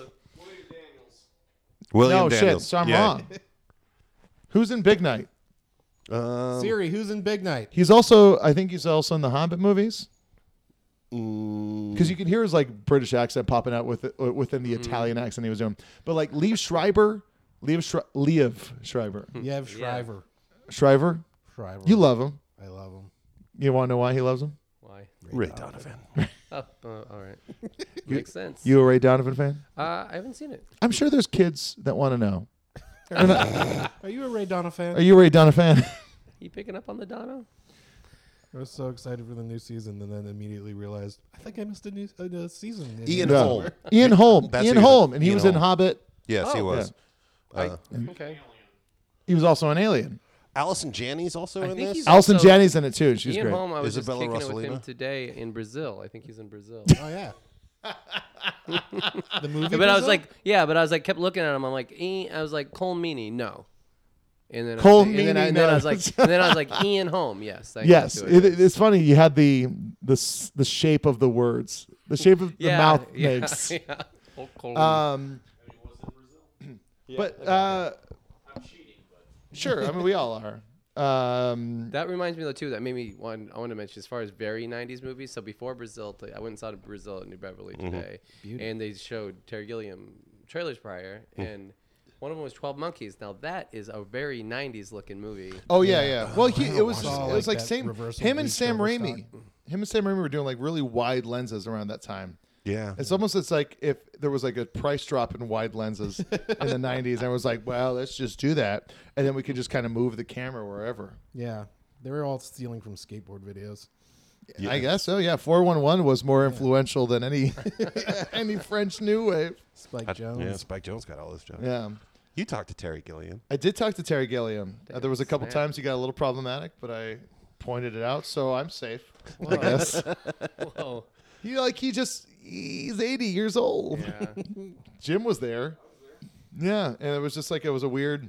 [SPEAKER 7] William
[SPEAKER 6] no shit.
[SPEAKER 7] Daniels.
[SPEAKER 6] So I'm
[SPEAKER 7] Yeah.
[SPEAKER 6] wrong. Who's in Big Night?
[SPEAKER 7] Um,
[SPEAKER 8] Siri, who's in Big Night?
[SPEAKER 6] He's also, I think he's also in the Hobbit movies.
[SPEAKER 7] Mm.
[SPEAKER 6] Because you can hear his like British accent popping out with uh, within
[SPEAKER 8] Mm.
[SPEAKER 6] the Italian accent he was doing. But like Liev Schreiber, Liev, Schre- Liev Schreiber,
[SPEAKER 8] You have Shriver.
[SPEAKER 6] Shriver,
[SPEAKER 8] Shriver.
[SPEAKER 6] you love him.
[SPEAKER 8] I love him.
[SPEAKER 6] You want to know why he loves him?
[SPEAKER 9] Why?
[SPEAKER 7] Ray Donovan.
[SPEAKER 9] Oh, uh, all right. Makes sense.
[SPEAKER 6] You a Ray Donovan fan?
[SPEAKER 9] uh, I haven't seen it.
[SPEAKER 6] I'm sure there's kids that want to know.
[SPEAKER 8] Are you a Ray Donovan fan?
[SPEAKER 6] Are you a Ray Donovan fan?
[SPEAKER 9] You picking up on the Dono?
[SPEAKER 8] I was so excited for the new season and then immediately realized I think I missed a new uh, a season.
[SPEAKER 7] Ian
[SPEAKER 6] No.
[SPEAKER 7] Holm.
[SPEAKER 6] Ian Holm.
[SPEAKER 7] That's
[SPEAKER 6] Ian
[SPEAKER 7] who he is.
[SPEAKER 6] Holm. And he
[SPEAKER 7] Ian
[SPEAKER 6] was in
[SPEAKER 7] Holm.
[SPEAKER 6] Hobbit.
[SPEAKER 7] Yes,
[SPEAKER 6] Oh,
[SPEAKER 7] he was. Uh,
[SPEAKER 9] Okay.
[SPEAKER 6] He was also an alien.
[SPEAKER 7] Allison Janney's also in
[SPEAKER 9] think
[SPEAKER 7] this.
[SPEAKER 9] he's-
[SPEAKER 6] Allison
[SPEAKER 9] Also,
[SPEAKER 6] Janney's in it too. and She's
[SPEAKER 9] Ian
[SPEAKER 6] great.
[SPEAKER 9] Holm, I was just
[SPEAKER 7] Isabella
[SPEAKER 9] kicking it with him
[SPEAKER 7] Rossellini?
[SPEAKER 9] today in Brazil. I think he's in Brazil.
[SPEAKER 8] Oh yeah. the movie.
[SPEAKER 9] but I was
[SPEAKER 8] Brazil?
[SPEAKER 9] like, yeah, but I was like, kept looking at him. I'm like, eh. I was like, Cole Meany, no. And then,
[SPEAKER 6] Cole
[SPEAKER 9] I was like, and then, I,
[SPEAKER 6] Meaney,
[SPEAKER 9] and then I
[SPEAKER 6] no.
[SPEAKER 9] was like, and then I was like, Ian Holm, yes, thank you
[SPEAKER 6] Yes,
[SPEAKER 9] to
[SPEAKER 6] it, it's funny. You had the the s- the shape of the words, the shape of the
[SPEAKER 9] yeah,
[SPEAKER 6] mouth
[SPEAKER 9] yeah,
[SPEAKER 6] makes.
[SPEAKER 9] Yeah. Oh, Cole
[SPEAKER 6] Um, but uh, sure. I mean, we all are. Um,
[SPEAKER 9] That reminds me though too. That made me one. I want to mention as far as very '90s movies. So before Brazil, t- I went and saw Brazil at New Beverly
[SPEAKER 6] Mm-hmm.
[SPEAKER 9] today, and they showed Terry Gilliam trailers prior,
[SPEAKER 6] Hmm.
[SPEAKER 9] and one of them was 12 Monkeys. Now that is a very '90s looking movie.
[SPEAKER 6] oh yeah, yeah. Well, he, it was it
[SPEAKER 8] watch that.
[SPEAKER 6] was like
[SPEAKER 8] Like that
[SPEAKER 6] same
[SPEAKER 8] reversal
[SPEAKER 6] him and
[SPEAKER 8] bleach
[SPEAKER 6] Sam
[SPEAKER 8] over
[SPEAKER 6] Raimi. Him and Sam Raimi were doing like really wide lenses around that time.
[SPEAKER 7] yeah.
[SPEAKER 6] It's almost it's like if there was like a price drop in wide lenses in the '90s, and was like, well, let's just do that, and then we could just kind of move the camera wherever.
[SPEAKER 8] yeah, they were all stealing from skateboard videos.
[SPEAKER 6] I guess so. Yeah, four one one was more influential than any any French new wave.
[SPEAKER 8] Spike Jones.
[SPEAKER 7] Yeah, Spike Jones got all this jokes.
[SPEAKER 6] Yeah,
[SPEAKER 7] You talked to Terry Gilliam.
[SPEAKER 6] I did talk to Terry Gilliam. Uh, there was a couple
[SPEAKER 9] Damn, snap.
[SPEAKER 6] times he got a little problematic, but I pointed it out, so I'm safe. I guess
[SPEAKER 9] Whoa.
[SPEAKER 6] Oh. he like he just he's 80 years old.
[SPEAKER 9] Yeah.
[SPEAKER 6] Jim was there. Yeah, and it was just like it was a weird.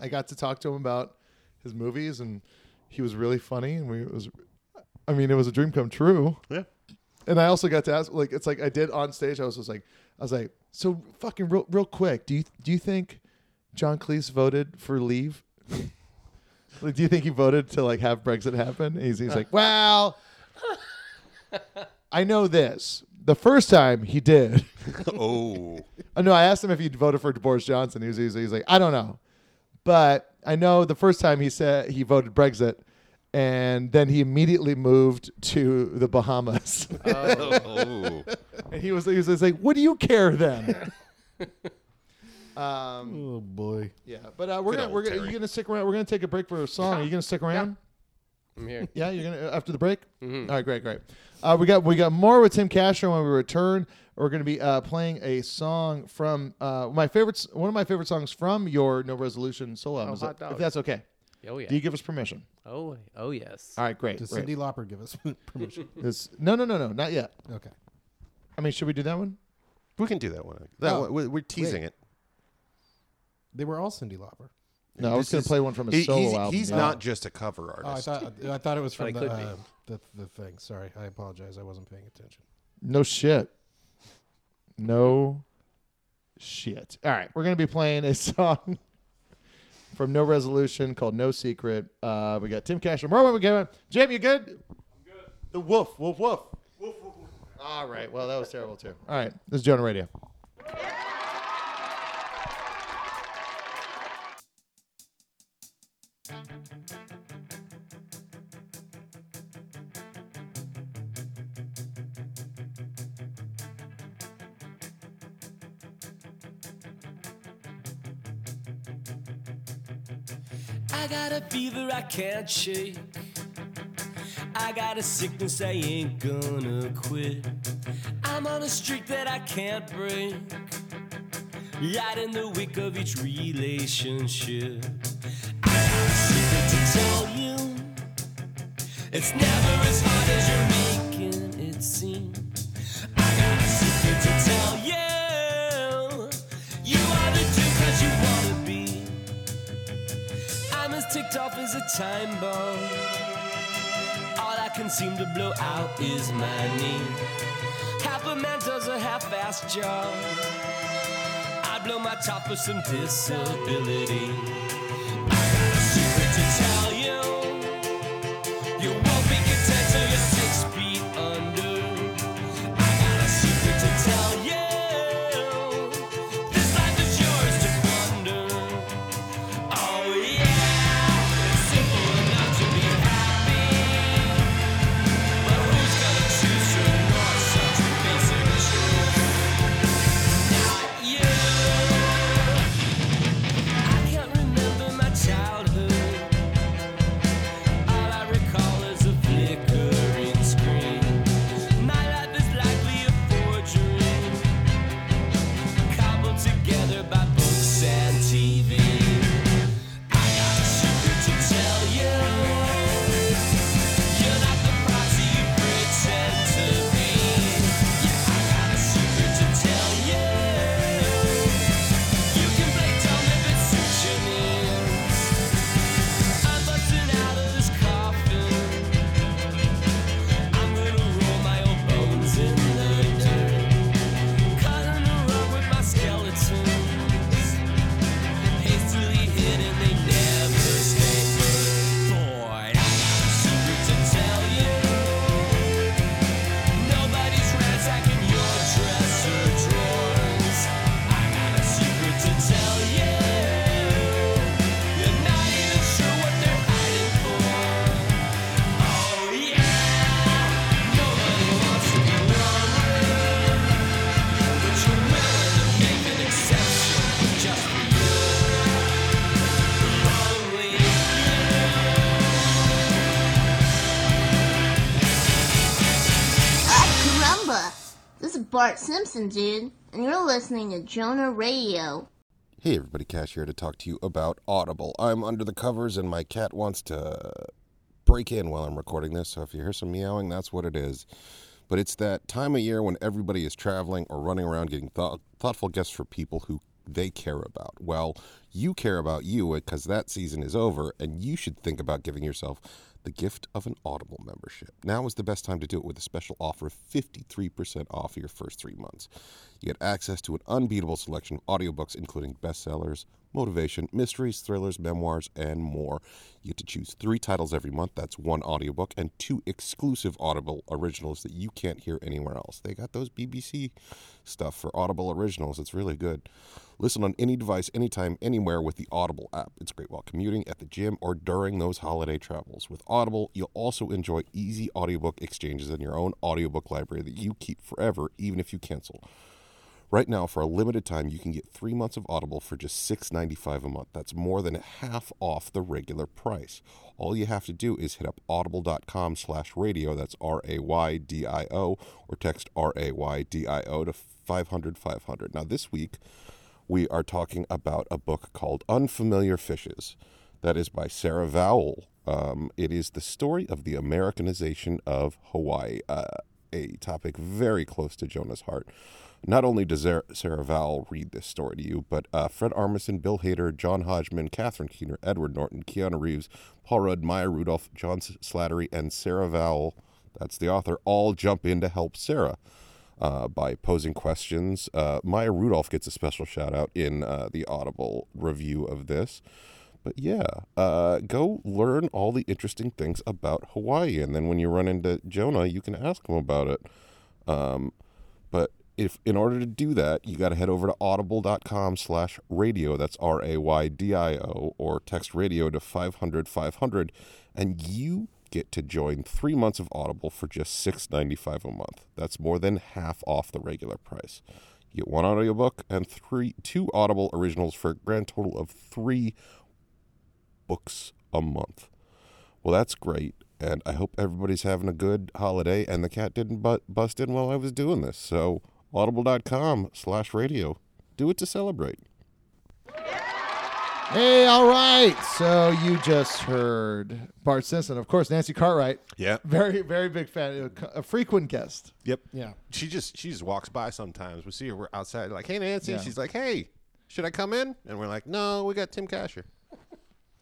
[SPEAKER 6] I got to talk to him about his movies, and he was really funny, and we it was. I mean, it was a dream come true.
[SPEAKER 7] Yeah.
[SPEAKER 6] And I also got to ask, like, it's like I did on stage. I was just like, I was like, so fucking real, real quick. Do you do you think John Cleese voted for leave? like, do you think he voted to like have Brexit happen? And he's, he's like, well, I know this. The first time he did.
[SPEAKER 7] oh.
[SPEAKER 6] Uh, no, I asked him if he voted for Boris Johnson. He was, he was, he was like, I don't know. But I know the first time he said he voted Brexit, and then he immediately moved to the Bahamas.
[SPEAKER 7] Uh-huh. oh.
[SPEAKER 6] and he was, he was just like, What do you care then? um,
[SPEAKER 8] Oh boy.
[SPEAKER 6] yeah, but uh, we're
[SPEAKER 7] Good
[SPEAKER 6] gonna
[SPEAKER 7] old
[SPEAKER 6] we're gonna,
[SPEAKER 7] Terry.
[SPEAKER 6] you gonna stick around. We're gonna take a break for a song. Are you gonna stick around?
[SPEAKER 9] I'm here.
[SPEAKER 6] Yeah, you're gonna uh, after the break.
[SPEAKER 9] Mm-hmm.
[SPEAKER 6] All right, great, great. Uh, we got we got more with Tim Castro when we return. We're gonna be uh, playing a song from uh, my favorite, one of my favorite songs from your No Resolution solo album. Is
[SPEAKER 9] Oh, hot
[SPEAKER 6] that-
[SPEAKER 9] dog.
[SPEAKER 6] If that's okay.
[SPEAKER 9] Oh, yeah.
[SPEAKER 6] Do you give us permission?
[SPEAKER 9] Oh, oh yes.
[SPEAKER 6] All right, great.
[SPEAKER 8] Does
[SPEAKER 6] great.
[SPEAKER 8] Cindy Lauper give us permission?
[SPEAKER 6] This- no, no, no, no, not yet.
[SPEAKER 8] Okay.
[SPEAKER 6] I mean, should we do that one?
[SPEAKER 7] We can do that one. That
[SPEAKER 8] Oh,
[SPEAKER 7] one- we- we're teasing it.
[SPEAKER 8] They were all Cindy Lauper.
[SPEAKER 6] No, I was
[SPEAKER 7] This
[SPEAKER 6] going
[SPEAKER 7] is-
[SPEAKER 6] to play one from his
[SPEAKER 7] he-
[SPEAKER 6] solo
[SPEAKER 7] he's,
[SPEAKER 6] album.
[SPEAKER 7] He's
[SPEAKER 6] yeah.
[SPEAKER 7] not just a cover
[SPEAKER 8] Oh, I
[SPEAKER 7] artist.
[SPEAKER 8] thought I thought it was
[SPEAKER 9] But
[SPEAKER 8] from the,
[SPEAKER 9] it could be.
[SPEAKER 8] uh, the the thing. Sorry, I apologize. I wasn't paying attention.
[SPEAKER 6] No shit. No shit. All right, we're going to be playing a song from No Resolution called No Secret. Uh, we got Tim Cash from Merwin. We got Jim. You good? I'm good. The woof, woof, woof. All right. Well, that was terrible too. All right. This is Jonah Radio.
[SPEAKER 10] I got a fever I can't shake. I got a sickness I ain't gonna quit. I'm on a streak that I can't break. Right in the wick of each relationship. I got a secret to tell you. It's never as hard as you're making it seem. I got a secret to tell you. You are the dude 'cause you wanna be. I'm as ticked off as a time bomb. All I can seem to blow out is my knee. Half a man does a half-assed job. I blow my top for some disability. I got a secret to tell you. You won't be content till you're six feet under. I got a secret to tell you. This life is yours to wonder. Oh yeah, it's simple enough to be happy. But who's gonna choose to ignore such basic truth? Not you. I can't remember my childhood. All I recall is a flickering screen. My life is likely a forgery cobbled together by books and TV. I got a secret to tell you. You're not the proxy you pretend to be. Yeah, I got a secret to tell you. You can play dumb if it suits your needs. I'm busting out of this coffin. I'm gonna roll my old bones in the dirt. Cutting the rug with my skeletons. Hastily hidden, they never stay put. Boy, I got a secret to tell you. Nobody's ransacking your dresser drawers. I got a secret to tell you. You're not even sure what they're hiding for. Oh yeah, nobody wants to be lonely. But you're willing to make an exception just for you. Only
[SPEAKER 11] Caramba! Uh, This is Bart Simpson, dude, and you're listening to Jonah Radio.
[SPEAKER 7] Hey, everybody, Cash here to talk to you about Audible. I'm under the covers and my cat wants to break in while I'm recording this, so if you hear some meowing, that's what it is. But it's that time of year when everybody is traveling or running around getting thought- thoughtful gifts for people who they care about. Well, you care about you because that season is over and you should think about giving yourself the gift of an Audible membership. Now is the best time to do it with a special offer of 53% off your first three months. You get access to an unbeatable selection of audiobooks, including bestsellers, motivation, mysteries, thrillers, memoirs, and more. You get to choose three titles every month. That's one audiobook and two exclusive Audible originals that you can't hear anywhere else. They got those BBC stuff for Audible originals. It's really good. Listen on any device, anytime, anywhere with the Audible app. It's great while commuting, at the gym, or during those holiday travels. With Audible, you'll also enjoy easy audiobook exchanges in your own audiobook library that you keep forever, even if you cancel. Right now, for a limited time, you can get three months of Audible for just $6.95 a month. That's more than half off the regular price. All you have to do is hit up audible.com slash radio, that's R-A-Y-D-I-O, or text R-A-Y-D-I-O to 500 500. Now, this week, we are talking about a book called Unfamiliar Fishes. That is by Sarah Vowell. Um, it is the story of the Americanization of Hawaii, uh, a topic very close to Jonah's heart. Not only does Sarah, Sarah Vowell read this story to you, but uh, Fred Armisen, Bill Hader, John Hodgman, Catherine Keener, Edward Norton, Keanu Reeves, Paul Rudd, Maya Rudolph, John Slattery, and Sarah Vowell, that's the author, all jump in to help Sarah uh, by posing questions. Uh, Maya Rudolph gets a special shout out in uh, the Audible review of this. But yeah, uh, go learn all the interesting things about Hawaii. And then when you run into Jonah, you can ask him about it. Um, but if in order to do that, you got to head over to audible.com slash radio. That's R A Y D I O, or text radio to 500 500, and you get to join three months of Audible for just $6.95 a month. That's more than half off the regular price. You get one audiobook and three two Audible originals for a grand total of three books a month. Well, that's great. And I hope everybody's having a good holiday. And the cat didn't bu- bust in while I was doing this. So, audible.com slash radio. Do it to celebrate.
[SPEAKER 6] Hey, all right. So you just heard Bart Simpson, of course, Nancy Cartwright.
[SPEAKER 7] Yeah.
[SPEAKER 6] Very, very big fan, a- a frequent guest.
[SPEAKER 7] Yep.
[SPEAKER 6] Yeah.
[SPEAKER 7] She just she just walks by sometimes. We see her. We're outside. Like, hey Nancy.
[SPEAKER 6] Yeah.
[SPEAKER 7] She's like, hey, should I come in? And we're like, no, we got Tim Casher.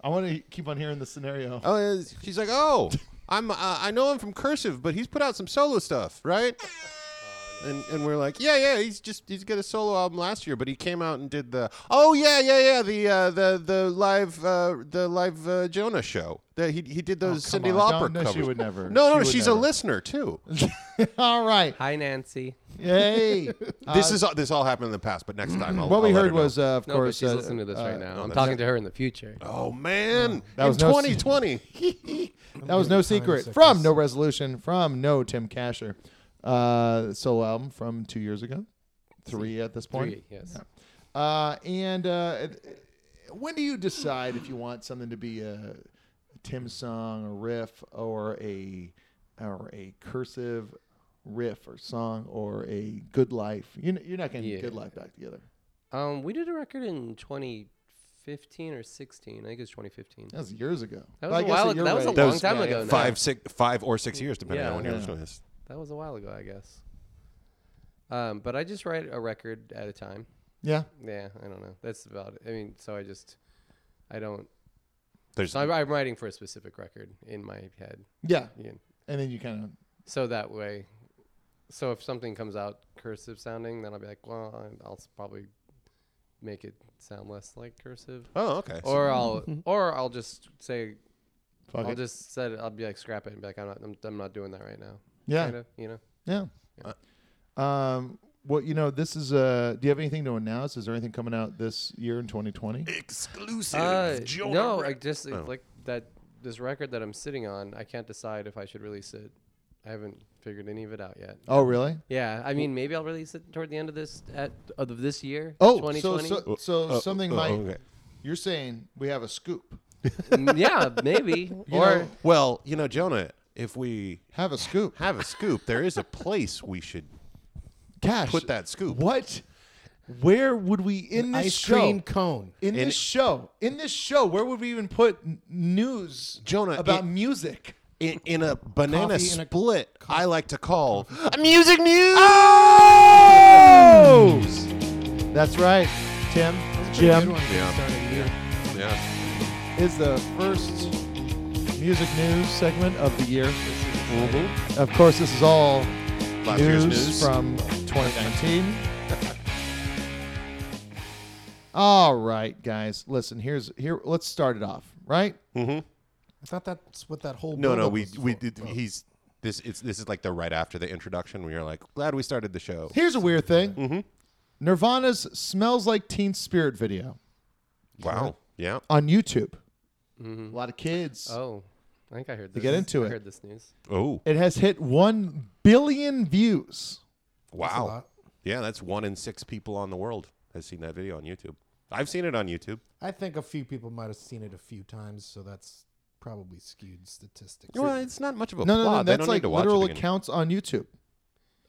[SPEAKER 6] I want to keep on hearing the scenario.
[SPEAKER 7] Oh, yeah, she's like, oh, I'm uh, I know him from Cursive, but he's put out some solo stuff, right? And and we're like, yeah, yeah, he's just he's got a solo album last year, but he came out and did the oh yeah yeah yeah the uh, the the live uh, the live uh, Jonah show. The, he he did those Cindy
[SPEAKER 6] Oh, on,
[SPEAKER 7] Lauper
[SPEAKER 6] don't- no, she
[SPEAKER 7] covers.
[SPEAKER 6] would never.
[SPEAKER 7] No,
[SPEAKER 6] She
[SPEAKER 7] no,
[SPEAKER 6] would
[SPEAKER 7] she's a
[SPEAKER 6] never.
[SPEAKER 7] listener too.
[SPEAKER 6] All right.
[SPEAKER 9] Hi, Nancy.
[SPEAKER 6] Hey.
[SPEAKER 7] this
[SPEAKER 6] Uh,
[SPEAKER 7] is all, this all happened in the past, but next time I'll,
[SPEAKER 6] What we
[SPEAKER 7] I'll let
[SPEAKER 6] heard
[SPEAKER 7] her know.
[SPEAKER 6] was, uh, of
[SPEAKER 9] no, but
[SPEAKER 6] course,
[SPEAKER 9] she's
[SPEAKER 6] uh,
[SPEAKER 9] listening to this
[SPEAKER 6] uh,
[SPEAKER 9] right now.
[SPEAKER 6] no,
[SPEAKER 9] I'm
[SPEAKER 6] that's- Uh,
[SPEAKER 9] talking to her in the future.
[SPEAKER 7] Oh man,
[SPEAKER 6] That
[SPEAKER 7] in
[SPEAKER 6] was no-
[SPEAKER 7] 2020.
[SPEAKER 6] That was no secret from No Resolution, from No Tim Casher, uh, solo album from two years ago, three at this point.
[SPEAKER 9] Three, yes.
[SPEAKER 6] Yeah. Uh, and uh, it- when do you decide if you want something to be a Tim song, a riff, or a or a cursive riff or song, or a Good Life? You kn- you're not going to
[SPEAKER 9] Yeah.
[SPEAKER 6] get Good Life back together.
[SPEAKER 9] Um, we did a record in 2015 or 16. I think it was 2015.
[SPEAKER 6] That was years ago. But
[SPEAKER 9] That was
[SPEAKER 6] I
[SPEAKER 9] a
[SPEAKER 6] guess
[SPEAKER 9] while.
[SPEAKER 6] you're
[SPEAKER 9] That was a
[SPEAKER 6] right.
[SPEAKER 9] long
[SPEAKER 7] was-
[SPEAKER 9] time
[SPEAKER 6] yeah,
[SPEAKER 9] ago.
[SPEAKER 6] yeah.
[SPEAKER 9] now.
[SPEAKER 7] five six five or six years depending on when you're
[SPEAKER 9] Yeah.
[SPEAKER 7] listening to this.
[SPEAKER 9] That was a while ago, I guess. Um, but I just write a record at a time.
[SPEAKER 6] Yeah.
[SPEAKER 9] Yeah, I don't know. That's about it. I mean, so I just, I don't.
[SPEAKER 7] There's-
[SPEAKER 9] so I'm, I'm writing for a specific record in my head.
[SPEAKER 6] Yeah.
[SPEAKER 9] You know,
[SPEAKER 6] And then you kind of
[SPEAKER 9] So that way, so if something comes out cursive sounding, then I'll be like, well, I- I'll s- probably make it sound less like cursive.
[SPEAKER 7] Oh, okay.
[SPEAKER 9] Or
[SPEAKER 7] So-
[SPEAKER 9] I'll, or I'll just say,
[SPEAKER 6] Fuck
[SPEAKER 9] I'll
[SPEAKER 6] it.
[SPEAKER 9] just set it. I'll be like, scrap it, and be like, I'm not, I'm, I'm not doing that right now.
[SPEAKER 6] Yeah.
[SPEAKER 9] Kinda, you know.
[SPEAKER 6] Yeah. Um, well, you know, this is. Uh, do you have anything to announce? Is there anything coming out this year in 2020?
[SPEAKER 7] Exclusive.
[SPEAKER 9] Uh, no, I just
[SPEAKER 6] Oh.
[SPEAKER 9] like that. This record that I'm sitting on, I can't decide if I should release it. I haven't figured any of it out yet.
[SPEAKER 6] Oh,
[SPEAKER 7] uh,
[SPEAKER 6] really?
[SPEAKER 9] Yeah, I mean, maybe I'll release it toward the end of this at of this year.
[SPEAKER 6] Oh, so
[SPEAKER 9] 2020.
[SPEAKER 6] so, so
[SPEAKER 7] Uh,
[SPEAKER 6] something
[SPEAKER 7] uh,
[SPEAKER 6] might.
[SPEAKER 7] okay.
[SPEAKER 6] You're saying we have a scoop.
[SPEAKER 9] Mm, yeah, maybe.
[SPEAKER 6] You
[SPEAKER 9] or
[SPEAKER 6] know-
[SPEAKER 7] Well, you know, Jonah, if we
[SPEAKER 6] have a scoop,
[SPEAKER 7] have a scoop, there is a place we should
[SPEAKER 6] Cash.
[SPEAKER 7] put that scoop.
[SPEAKER 6] What? Where would we in this
[SPEAKER 8] Ice
[SPEAKER 6] show?
[SPEAKER 8] cream cone.
[SPEAKER 6] In
[SPEAKER 7] In-
[SPEAKER 6] this show, in this show, where would we even put n- news
[SPEAKER 7] Jonah,
[SPEAKER 6] about
[SPEAKER 7] it-
[SPEAKER 6] music?
[SPEAKER 7] In, in a banana
[SPEAKER 8] Coffee in a-
[SPEAKER 7] split, I like to call
[SPEAKER 6] Music news. Oh! That's right, Tim. Jim
[SPEAKER 7] yeah.
[SPEAKER 6] is the first music news segment of the year. Of course, this is all
[SPEAKER 7] Last Mm-hmm. year's
[SPEAKER 6] news,
[SPEAKER 7] news.
[SPEAKER 6] from 2019. all right, guys. Listen, here's here. Let's start it off. Right?
[SPEAKER 8] I thought that's what that whole.
[SPEAKER 7] Mm-hmm. No, no,
[SPEAKER 8] buildup
[SPEAKER 7] we
[SPEAKER 8] was
[SPEAKER 7] we
[SPEAKER 8] for.
[SPEAKER 7] did. He's this. It's this is like the right after the introduction. We are like glad we started the show.
[SPEAKER 6] Here's a weird thing.
[SPEAKER 7] Mm-hmm.
[SPEAKER 6] Nirvana's "Smells Like Teen Spirit" video
[SPEAKER 7] Wow. Yeah.
[SPEAKER 6] on YouTube. A lot of kids.
[SPEAKER 9] Mm-hmm. oh, I think I
[SPEAKER 6] To
[SPEAKER 9] heard. This.
[SPEAKER 6] get into
[SPEAKER 9] I
[SPEAKER 6] it.
[SPEAKER 9] heard this news.
[SPEAKER 7] Oh.
[SPEAKER 6] It has hit one billion views.
[SPEAKER 7] Wow. Yeah, that's one in six people on the world has seen that video on YouTube. I've seen it on YouTube.
[SPEAKER 8] I think a few people might have seen it a few times, so that's probably skewed statistics.
[SPEAKER 7] Well, it's not much of a
[SPEAKER 9] Oh,
[SPEAKER 6] No,
[SPEAKER 7] plot.
[SPEAKER 6] no, no.
[SPEAKER 7] they
[SPEAKER 6] That's
[SPEAKER 7] don't
[SPEAKER 6] like
[SPEAKER 7] need to watch
[SPEAKER 6] literal
[SPEAKER 7] it again.
[SPEAKER 6] accounts on YouTube.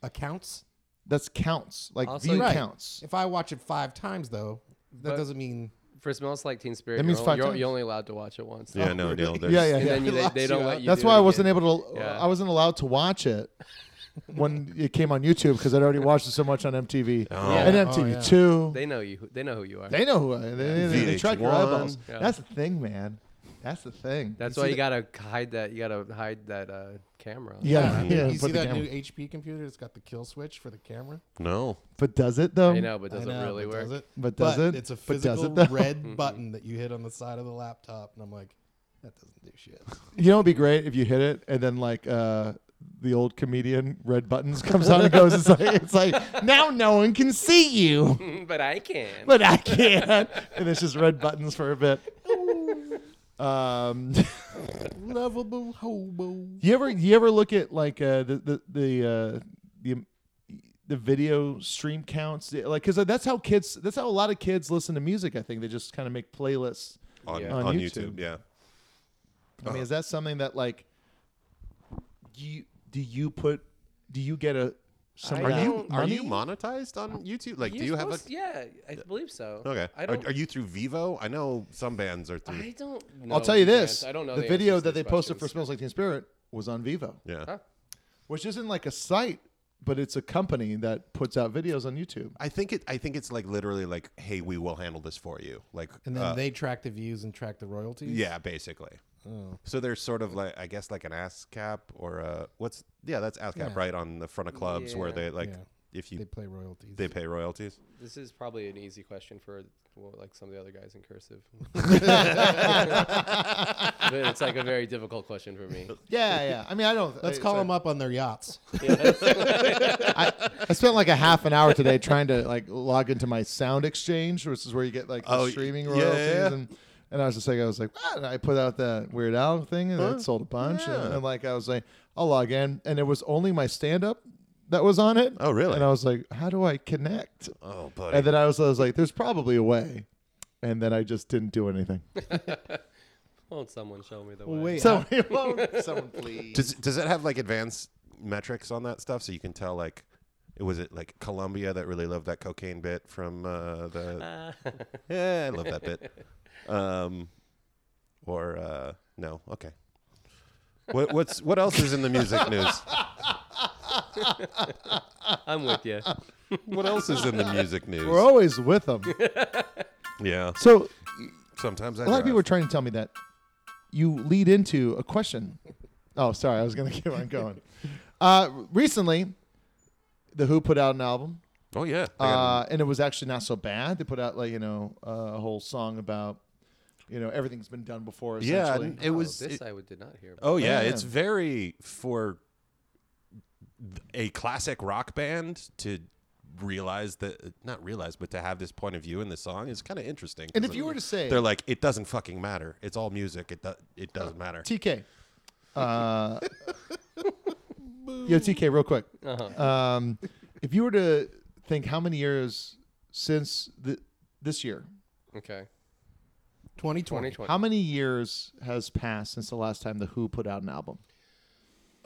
[SPEAKER 8] Accounts.
[SPEAKER 6] That's counts, like
[SPEAKER 9] Also-
[SPEAKER 6] view
[SPEAKER 9] Right.
[SPEAKER 6] counts.
[SPEAKER 8] If I watch it five times, though, that
[SPEAKER 9] But-
[SPEAKER 8] doesn't mean
[SPEAKER 9] for smells like Teen Spirit,
[SPEAKER 6] That
[SPEAKER 9] you're,
[SPEAKER 6] means
[SPEAKER 9] only-
[SPEAKER 6] five
[SPEAKER 9] you're,
[SPEAKER 6] times.
[SPEAKER 9] you're only allowed to watch it once.
[SPEAKER 7] Yeah, no deal.
[SPEAKER 6] yeah, yeah, yeah.
[SPEAKER 9] And then you, they, they don't let you.
[SPEAKER 6] That's
[SPEAKER 9] do
[SPEAKER 6] why
[SPEAKER 9] it
[SPEAKER 6] I wasn't
[SPEAKER 9] again.
[SPEAKER 6] able to.
[SPEAKER 9] Yeah.
[SPEAKER 6] I wasn't allowed to watch it when it came on YouTube because I'd already watched it so much on MTV and
[SPEAKER 8] Oh,
[SPEAKER 9] Yeah.
[SPEAKER 6] MTV Two.
[SPEAKER 9] They know you. They know who you are.
[SPEAKER 6] They know who I. They, they, they, track your
[SPEAKER 7] VH1.
[SPEAKER 6] eyeballs.
[SPEAKER 9] Yeah.
[SPEAKER 6] That's the thing, man. That's the thing.
[SPEAKER 9] That's
[SPEAKER 6] see
[SPEAKER 9] why you
[SPEAKER 6] the-
[SPEAKER 9] gotta hide that. You gotta hide that uh, camera.
[SPEAKER 6] Yeah, yeah.
[SPEAKER 8] you
[SPEAKER 6] put
[SPEAKER 8] see
[SPEAKER 6] the
[SPEAKER 8] that
[SPEAKER 6] camera-
[SPEAKER 8] new HP computer that's got the kill switch for the camera?
[SPEAKER 7] No.
[SPEAKER 6] But does it though?
[SPEAKER 9] I know, but does it
[SPEAKER 8] I know,
[SPEAKER 9] really
[SPEAKER 8] but
[SPEAKER 9] work?
[SPEAKER 8] Does it?
[SPEAKER 6] But does it?
[SPEAKER 8] It's a
[SPEAKER 6] But does
[SPEAKER 8] physical
[SPEAKER 6] it, though?
[SPEAKER 8] red button that you hit on the side of the laptop, and I'm like, that doesn't do shit.
[SPEAKER 6] You know, it'd be great if you hit it and then like uh, the old comedian Red Buttons comes on and goes. It's like it's like now no one can see you,
[SPEAKER 9] but I can.
[SPEAKER 6] but I can. and it's just Red Buttons for a bit. Um,
[SPEAKER 8] Lovable hobo.
[SPEAKER 6] you ever you ever look at like uh, the the the uh, the the video stream counts like because that's how kids that's how a lot of kids listen to music. I think they just kind of make playlists
[SPEAKER 7] on,
[SPEAKER 6] on,
[SPEAKER 7] on
[SPEAKER 6] YouTube.
[SPEAKER 7] YouTube. Yeah.
[SPEAKER 6] I mean, is that something that like you do you put do you get a some
[SPEAKER 7] Are
[SPEAKER 6] amount
[SPEAKER 7] you
[SPEAKER 6] of
[SPEAKER 7] are you
[SPEAKER 6] money?
[SPEAKER 7] monetized on YouTube? Like, do
[SPEAKER 9] You're
[SPEAKER 7] you have a?
[SPEAKER 9] supposed- Yeah, I believe so.
[SPEAKER 7] Okay.
[SPEAKER 9] I
[SPEAKER 7] Are-
[SPEAKER 9] don't.
[SPEAKER 7] Are, you through Vivo? I know some bands are through.
[SPEAKER 9] I don't. Know
[SPEAKER 6] I'll tell you
[SPEAKER 9] the
[SPEAKER 6] this:
[SPEAKER 9] answer. I don't know
[SPEAKER 6] the,
[SPEAKER 9] the
[SPEAKER 6] video
[SPEAKER 9] answers to
[SPEAKER 6] that they
[SPEAKER 9] these
[SPEAKER 6] posted for
[SPEAKER 9] questions.
[SPEAKER 6] "Smells Like Teen Spirit" was on Vivo,
[SPEAKER 7] Yeah.
[SPEAKER 6] which isn't like a site, but it's a company that puts out videos on YouTube.
[SPEAKER 7] I think it. I think it's like literally like, hey, we will handle this for you. Like,
[SPEAKER 8] And then
[SPEAKER 7] uh,
[SPEAKER 8] they track the views and track the royalties.
[SPEAKER 7] Yeah, basically.
[SPEAKER 8] Oh.
[SPEAKER 7] So there's sort of like I guess like an ASCAP or a, what's yeah that's ASCAP
[SPEAKER 8] Yeah.
[SPEAKER 7] right on the front of clubs where
[SPEAKER 9] Yeah.
[SPEAKER 7] they like
[SPEAKER 8] Yeah.
[SPEAKER 7] if you
[SPEAKER 8] They play royalties.
[SPEAKER 7] they pay royalties.
[SPEAKER 9] This is probably an easy question for well, like some of the other guys in cursive. but it's like a very difficult question for me.
[SPEAKER 6] Yeah, yeah. I mean, I don't.
[SPEAKER 8] Let's
[SPEAKER 6] I-
[SPEAKER 8] call
[SPEAKER 6] so-
[SPEAKER 8] them up on their yachts.
[SPEAKER 6] I, I spent like a half an hour today trying to like log into my Sound Exchange, which is where you get like the
[SPEAKER 7] Oh,
[SPEAKER 6] streaming
[SPEAKER 7] yeah,
[SPEAKER 6] royalties,
[SPEAKER 7] yeah.
[SPEAKER 6] and and I was just like, I was like, what? And I put out that Weird Al thing, and it sold a bunch, and,
[SPEAKER 7] yeah.
[SPEAKER 6] and, like I was like, I'll log in, and it was only my stand up that was on it.
[SPEAKER 7] Oh, really?
[SPEAKER 6] And I was like, how do I connect?
[SPEAKER 7] Oh, buddy.
[SPEAKER 6] And then I was, I was like, there's probably a way, and then I just didn't do anything.
[SPEAKER 9] Won't someone show me the
[SPEAKER 8] Well,
[SPEAKER 9] way?
[SPEAKER 8] wait,
[SPEAKER 6] So
[SPEAKER 8] how-
[SPEAKER 6] someone please.
[SPEAKER 7] Does does it have like advanced metrics on that stuff so you can tell like was it like Columbia that really loved that cocaine bit from uh, the yeah I love that bit um or uh no okay what what's what else is in the music news
[SPEAKER 9] I'm with you.
[SPEAKER 7] what else is in the music news
[SPEAKER 6] We're always with them.
[SPEAKER 7] yeah
[SPEAKER 6] So
[SPEAKER 7] sometimes I
[SPEAKER 6] A lot of people were
[SPEAKER 7] drive.
[SPEAKER 6] trying to tell me that you lead into a question. Oh, sorry, I was going to keep on going. Uh, recently, the Who put out an album,
[SPEAKER 7] oh yeah They got-
[SPEAKER 6] uh, and it was actually not so bad. They put out like you know a whole song about you know everything's been done before.
[SPEAKER 7] yeah
[SPEAKER 6] Essentially.
[SPEAKER 7] it was
[SPEAKER 9] this
[SPEAKER 7] it-
[SPEAKER 9] I would, did not hear. about.
[SPEAKER 7] Oh yeah,
[SPEAKER 6] Yeah.
[SPEAKER 7] it's very for a classic rock band to realize that not realize but to have this point of view in the song is kind of interesting.
[SPEAKER 6] And
[SPEAKER 7] 'cause
[SPEAKER 6] if you were to say-
[SPEAKER 7] they're like it doesn't fucking matter. It's all music. It do- it doesn't matter.
[SPEAKER 6] TK. Uh, yo, TK, real quick.
[SPEAKER 9] Uh-huh.
[SPEAKER 6] Um, if you were to think how many years since the, this year,
[SPEAKER 9] Okay.
[SPEAKER 8] 2020.
[SPEAKER 9] 2020.
[SPEAKER 6] Oh. how many years has passed since the last time the Who put out an album?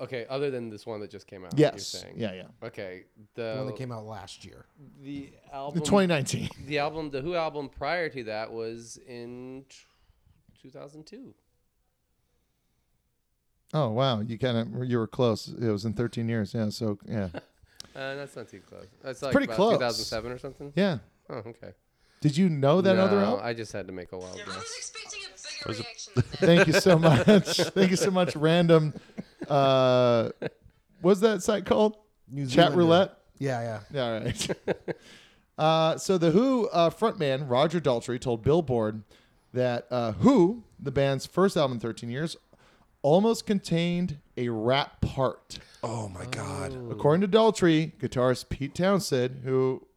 [SPEAKER 9] okay, other than this one that just came out.
[SPEAKER 6] Yes.
[SPEAKER 9] Oh, You're saying.
[SPEAKER 6] Yeah, yeah.
[SPEAKER 9] Okay.
[SPEAKER 8] The
[SPEAKER 9] The
[SPEAKER 8] one that came out last year.
[SPEAKER 9] the album
[SPEAKER 6] 2019.
[SPEAKER 9] The album, the Who album prior to that was in t- 2002.
[SPEAKER 6] Oh wow, you kind of you were close. It was in 13 years. Yeah, so yeah,
[SPEAKER 9] Uh, that's not too close. That's like
[SPEAKER 6] pretty
[SPEAKER 9] about
[SPEAKER 6] close.
[SPEAKER 9] 2007 or something.
[SPEAKER 6] yeah.
[SPEAKER 9] Oh, okay.
[SPEAKER 6] Did you know that other
[SPEAKER 9] No,
[SPEAKER 6] album?
[SPEAKER 9] I just had to make a wild guess.
[SPEAKER 6] Thank you so much. Thank you so much. Random. Uh, what's that site called?
[SPEAKER 8] New
[SPEAKER 6] Chat
[SPEAKER 8] Zealander.
[SPEAKER 6] roulette.
[SPEAKER 8] Yeah, yeah.
[SPEAKER 6] Yeah, all right. uh, so the Who uh, frontman Roger Daltrey told Billboard that uh, Who, the band's first album in 13 years, almost contained a rap part.
[SPEAKER 7] Oh my god.
[SPEAKER 6] According to Daltrey, guitarist Pete Townsend, who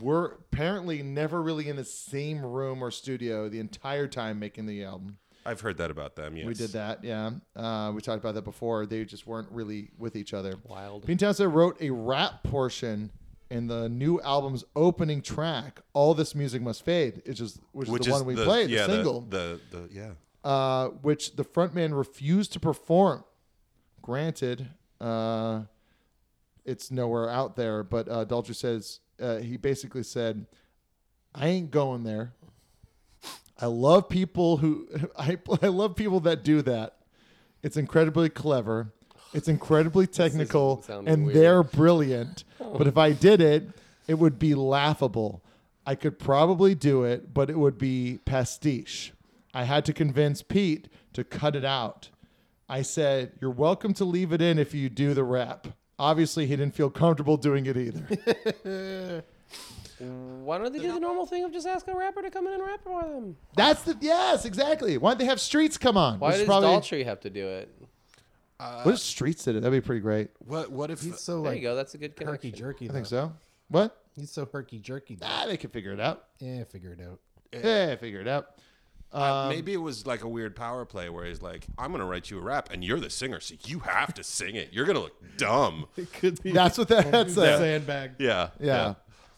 [SPEAKER 6] were apparently never really in the same room or studio the entire time making the album.
[SPEAKER 7] I've heard that about them. Yes.
[SPEAKER 6] We did that, yeah. Uh, we talked about that before. They just weren't really with each other.
[SPEAKER 9] Wild.
[SPEAKER 6] Pete Townsend wrote a rap portion in the new album's opening track, "All This Music Must Fade," which is which,
[SPEAKER 7] Which
[SPEAKER 6] is the
[SPEAKER 7] is
[SPEAKER 6] one we played,
[SPEAKER 7] yeah,
[SPEAKER 6] the single,
[SPEAKER 7] The, the yeah.
[SPEAKER 6] uh, which the frontman refused to perform. Granted, uh, it's nowhere out there, but uh, Daltrey says uh, he basically said, "I ain't going there." I love people who I, I love people that do that. It's incredibly clever. It's incredibly technical
[SPEAKER 9] sounding
[SPEAKER 6] and
[SPEAKER 9] weird.
[SPEAKER 6] they're brilliant. But if I did it, it would be laughable. I could probably do it, but it would be pastiche. I had to convince Pete to cut it out. I said, "You're welcome to leave it in if you do the rap." Obviously, he didn't feel comfortable doing it either.
[SPEAKER 9] Why don't they do the normal thing of just asking a rapper to come in and rap for them?
[SPEAKER 6] That's the yes, exactly. Why don't they have streets come on?
[SPEAKER 9] Why
[SPEAKER 6] Which
[SPEAKER 9] does
[SPEAKER 6] is probably-
[SPEAKER 9] Daltrey have to do it?
[SPEAKER 6] What if Streets did it? That'd be pretty great.
[SPEAKER 7] What? What if
[SPEAKER 8] he's so
[SPEAKER 9] There you
[SPEAKER 8] like?
[SPEAKER 9] go, that's a good
[SPEAKER 8] herky
[SPEAKER 9] connection.
[SPEAKER 8] jerky.
[SPEAKER 6] I think
[SPEAKER 8] though.
[SPEAKER 6] so. What?
[SPEAKER 8] He's so herky jerky.
[SPEAKER 6] Ah, they could figure it out.
[SPEAKER 8] Yeah, figure it out.
[SPEAKER 6] Yeah, figure it out.
[SPEAKER 7] Uh,
[SPEAKER 6] Um,
[SPEAKER 7] maybe it was like a weird power play where he's like, "I'm gonna write you a rap, and you're the singer, so you have to sing it. You're gonna look dumb."
[SPEAKER 8] It could be.
[SPEAKER 6] That's what that- that's a-
[SPEAKER 8] sandbag.
[SPEAKER 7] Yeah,
[SPEAKER 6] yeah.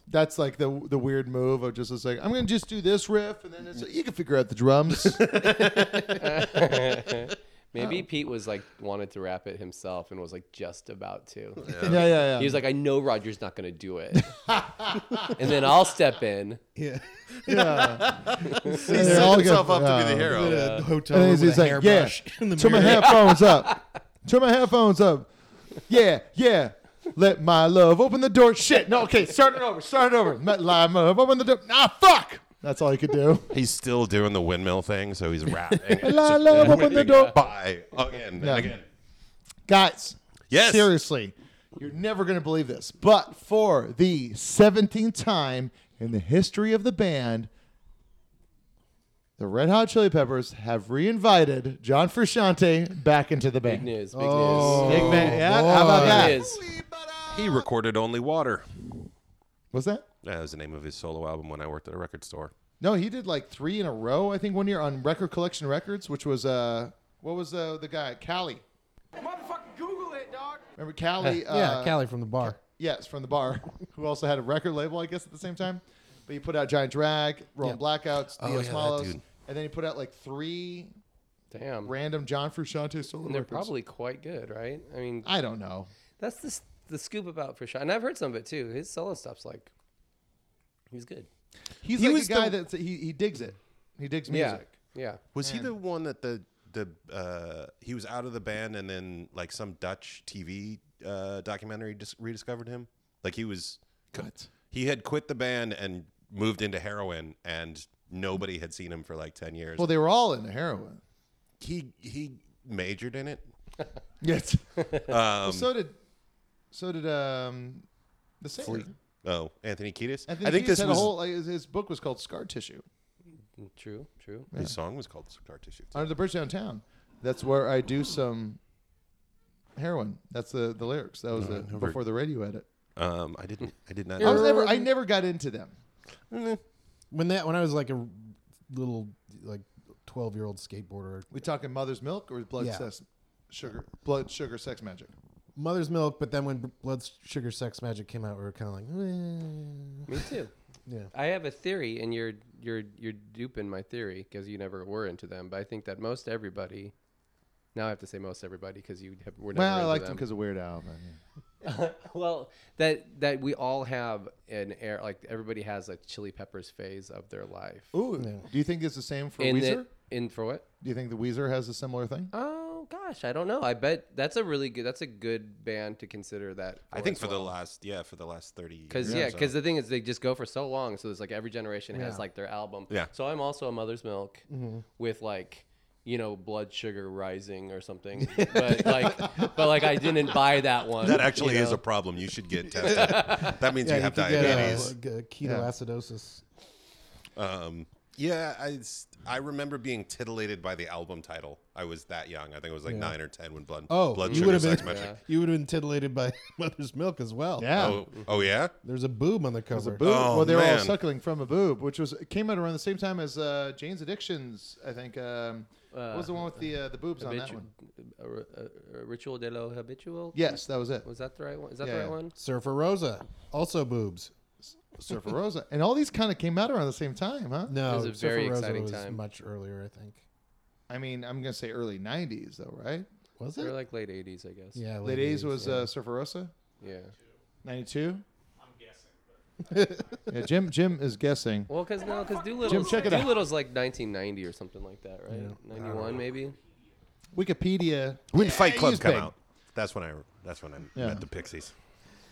[SPEAKER 6] That's like the the weird move of just like I'm gonna just do this riff and then it's you can figure out the drums.
[SPEAKER 9] Maybe Pete was like wanted to rap it himself and was like just about to.
[SPEAKER 6] Yeah, yeah, yeah.
[SPEAKER 9] He was like, I know Roger's not going to do it, and then I'll step in.
[SPEAKER 8] Yeah.
[SPEAKER 6] yeah.
[SPEAKER 8] He
[SPEAKER 6] And they're
[SPEAKER 8] set
[SPEAKER 6] all
[SPEAKER 8] himself
[SPEAKER 6] gonna-
[SPEAKER 8] up to be the
[SPEAKER 6] yeah.
[SPEAKER 8] hero. In a hotel
[SPEAKER 6] And
[SPEAKER 8] room
[SPEAKER 6] he's,
[SPEAKER 8] with
[SPEAKER 6] he's
[SPEAKER 8] a
[SPEAKER 6] like, yeah,
[SPEAKER 8] hairbrush in the
[SPEAKER 6] turn my
[SPEAKER 8] mirror."
[SPEAKER 6] headphones up. Turn my headphones up. Yeah, yeah. Let my love open the door. Shit. No, okay. Start it over. Start it over. Let my love open the door. Ah, fuck. That's all he could do.
[SPEAKER 7] He's still doing the windmill thing, so he's rapping. It's
[SPEAKER 6] La,
[SPEAKER 7] just
[SPEAKER 6] la, open the
[SPEAKER 7] winning
[SPEAKER 6] door.
[SPEAKER 7] By again,
[SPEAKER 6] Yeah.
[SPEAKER 7] again.
[SPEAKER 6] Guys.
[SPEAKER 7] Yes.
[SPEAKER 6] Seriously. You're never going to believe this. But for the 17th time in the history of the band, the Red Hot Chili Peppers have reinvited John Frusciante back into the band.
[SPEAKER 9] Big news. Oh, Big
[SPEAKER 6] Oh,
[SPEAKER 9] news.
[SPEAKER 6] Big man- yeah, how about
[SPEAKER 9] Big
[SPEAKER 6] that?
[SPEAKER 9] news.
[SPEAKER 7] He recorded "Only Water."
[SPEAKER 6] What's that?
[SPEAKER 7] That was the name of his solo album when I worked at a record store.
[SPEAKER 6] No, he did like three in a row. I think one year on Record Collection Records, which was uh, what was uh, the guy Cali? Remember Cali? Uh,
[SPEAKER 8] yeah, Callie from the bar.
[SPEAKER 6] Yes, from the bar, who also had a record label, I guess, at the same time. But he put out Giant Drag, Rolling Blackouts,
[SPEAKER 7] Oh,
[SPEAKER 6] Neo
[SPEAKER 7] yeah, that
[SPEAKER 6] Smallows,
[SPEAKER 7] dude.
[SPEAKER 6] and then he put out like three
[SPEAKER 9] Damn.
[SPEAKER 6] random John Frusciante solo
[SPEAKER 9] And they're
[SPEAKER 6] records.
[SPEAKER 9] probably quite good, right? I mean,
[SPEAKER 6] I don't know.
[SPEAKER 9] that's the s- the scoop about for And I've heard some of it too. His solo stuff's like, he's good.
[SPEAKER 6] He's
[SPEAKER 7] He
[SPEAKER 6] like
[SPEAKER 7] was
[SPEAKER 6] a guy
[SPEAKER 7] the-
[SPEAKER 6] that's he, he digs it. He digs
[SPEAKER 9] Yeah.
[SPEAKER 6] music.
[SPEAKER 9] Yeah.
[SPEAKER 7] Was he the one that the the uh, he was out of the band and then like some Dutch TV uh, documentary dis- rediscovered him? Like he was
[SPEAKER 6] What?
[SPEAKER 7] he had quit the band and moved into heroin and nobody had seen him for like 10 years.
[SPEAKER 6] Well, they were all into heroin.
[SPEAKER 7] he he majored in it.
[SPEAKER 6] Yes.
[SPEAKER 7] Um,
[SPEAKER 6] so did so did um the singer.
[SPEAKER 7] oh, Anthony Kiedis.
[SPEAKER 6] Anthony
[SPEAKER 7] I think
[SPEAKER 6] Kiedis
[SPEAKER 7] this
[SPEAKER 6] had
[SPEAKER 7] was
[SPEAKER 6] a whole like, his, his book was called Scar Tissue.
[SPEAKER 9] Mm, True. True.
[SPEAKER 7] his song was called Scar Tissue.
[SPEAKER 6] Under the bridge downtown. That's where I do some heroin. That's the, the lyrics. That was the,
[SPEAKER 7] never-
[SPEAKER 6] before the radio edit.
[SPEAKER 7] Um, I didn't I did not
[SPEAKER 6] I was
[SPEAKER 7] know.
[SPEAKER 6] never I never got into them.
[SPEAKER 8] When that when I was like a little like twelve year old skateboarder,
[SPEAKER 6] We talking mother's milk or blood
[SPEAKER 8] Yeah.
[SPEAKER 6] sex sugar blood sugar sex magic.
[SPEAKER 8] Mother's Milk. But then when Blood Sugar Sex Magic came out, we were kind of like, "Eh."
[SPEAKER 9] Me too.
[SPEAKER 8] Yeah.
[SPEAKER 9] I have a theory, and you're you're you're duping my theory because you never were into them. But I think that most everybody, now I have to say most everybody because you have, were never
[SPEAKER 6] well, I
[SPEAKER 9] into
[SPEAKER 6] liked them
[SPEAKER 9] them.
[SPEAKER 6] because of Weird Al. But,
[SPEAKER 9] well, that that we all have an air like everybody has a Chili Peppers phase of their life.
[SPEAKER 6] yeah. Ooh, do you think it's the same for
[SPEAKER 9] And
[SPEAKER 6] Weezer?
[SPEAKER 9] that- and for what?
[SPEAKER 6] do you think the Weezer has a similar thing?
[SPEAKER 9] Oh gosh, I don't know. I bet that's a really good. That's a good band to consider that.
[SPEAKER 7] I think for the last yeah, for the last 30 years.
[SPEAKER 9] Because
[SPEAKER 7] or
[SPEAKER 9] yeah,
[SPEAKER 7] so.
[SPEAKER 9] because the thing is, they just go for so long. So it's like every generation has
[SPEAKER 8] Yeah.
[SPEAKER 9] like their album.
[SPEAKER 7] Yeah.
[SPEAKER 9] So I'm also a mother's milk with like, you know, blood sugar rising or something. but like, but like I didn't buy that one.
[SPEAKER 7] uh, That actually
[SPEAKER 9] you
[SPEAKER 7] is
[SPEAKER 9] know?
[SPEAKER 7] a problem. You should get tested. that means
[SPEAKER 8] yeah,
[SPEAKER 7] you have
[SPEAKER 8] could get, uh,
[SPEAKER 7] diabetes.
[SPEAKER 8] like, uh, ketoacidosis.
[SPEAKER 7] um, yeah, I, s- I remember being titillated by the album title. I was that young. I think I was like nine or ten when Blood
[SPEAKER 8] Oh,
[SPEAKER 7] Blood
[SPEAKER 8] you
[SPEAKER 7] Sugar
[SPEAKER 8] would have
[SPEAKER 7] Sex
[SPEAKER 8] been
[SPEAKER 7] Magic.
[SPEAKER 8] you would have been titillated by Mother's Milk as well.
[SPEAKER 6] Yeah.
[SPEAKER 7] Oh, oh yeah.
[SPEAKER 8] There's a boob on the cover.
[SPEAKER 6] There's a boob.
[SPEAKER 7] Oh,
[SPEAKER 6] well, they were all
[SPEAKER 7] man.
[SPEAKER 6] suckling from a boob, which was it came out around the same time as uh, Jane's Addictions. I think. Um, what was the one with the uh, the boobs on that
[SPEAKER 9] Habitu-
[SPEAKER 6] one?
[SPEAKER 9] a ri- a- a Ritual de lo habitual.
[SPEAKER 6] Yes, that was it.
[SPEAKER 9] Was that the right one? Is that
[SPEAKER 6] Yeah,
[SPEAKER 9] the
[SPEAKER 6] yeah.
[SPEAKER 9] right one?
[SPEAKER 8] Surfer Rosa, also boobs.
[SPEAKER 6] Surfer Rosa, and all these kind of came out around the same time, huh?
[SPEAKER 8] No,
[SPEAKER 9] It was a
[SPEAKER 8] Surfer
[SPEAKER 9] very
[SPEAKER 8] Rosa
[SPEAKER 9] exciting
[SPEAKER 8] was
[SPEAKER 9] time.
[SPEAKER 8] much earlier, I think.
[SPEAKER 6] I mean, I'm gonna say early '90s though, right?
[SPEAKER 8] Was
[SPEAKER 9] They're
[SPEAKER 8] it?
[SPEAKER 9] like late '80s, I guess.
[SPEAKER 8] Yeah,
[SPEAKER 6] Late
[SPEAKER 8] late
[SPEAKER 6] '80s
[SPEAKER 8] 80s,
[SPEAKER 6] was
[SPEAKER 8] yeah.
[SPEAKER 6] uh, Surfer Rosa,
[SPEAKER 9] Yeah.
[SPEAKER 6] '92. yeah, Jim. Jim is guessing.
[SPEAKER 9] Well, because no, because Doolittle's,
[SPEAKER 6] Jim, check it out.
[SPEAKER 9] Doolittle's like 1990 or something like that, right?
[SPEAKER 6] Yeah.
[SPEAKER 9] 91 maybe.
[SPEAKER 6] Wikipedia.
[SPEAKER 7] When Fight
[SPEAKER 6] Yeah,
[SPEAKER 7] Club
[SPEAKER 6] he's
[SPEAKER 7] come
[SPEAKER 6] big.
[SPEAKER 7] out, that's when I that's when I
[SPEAKER 6] Yeah.
[SPEAKER 7] met the Pixies.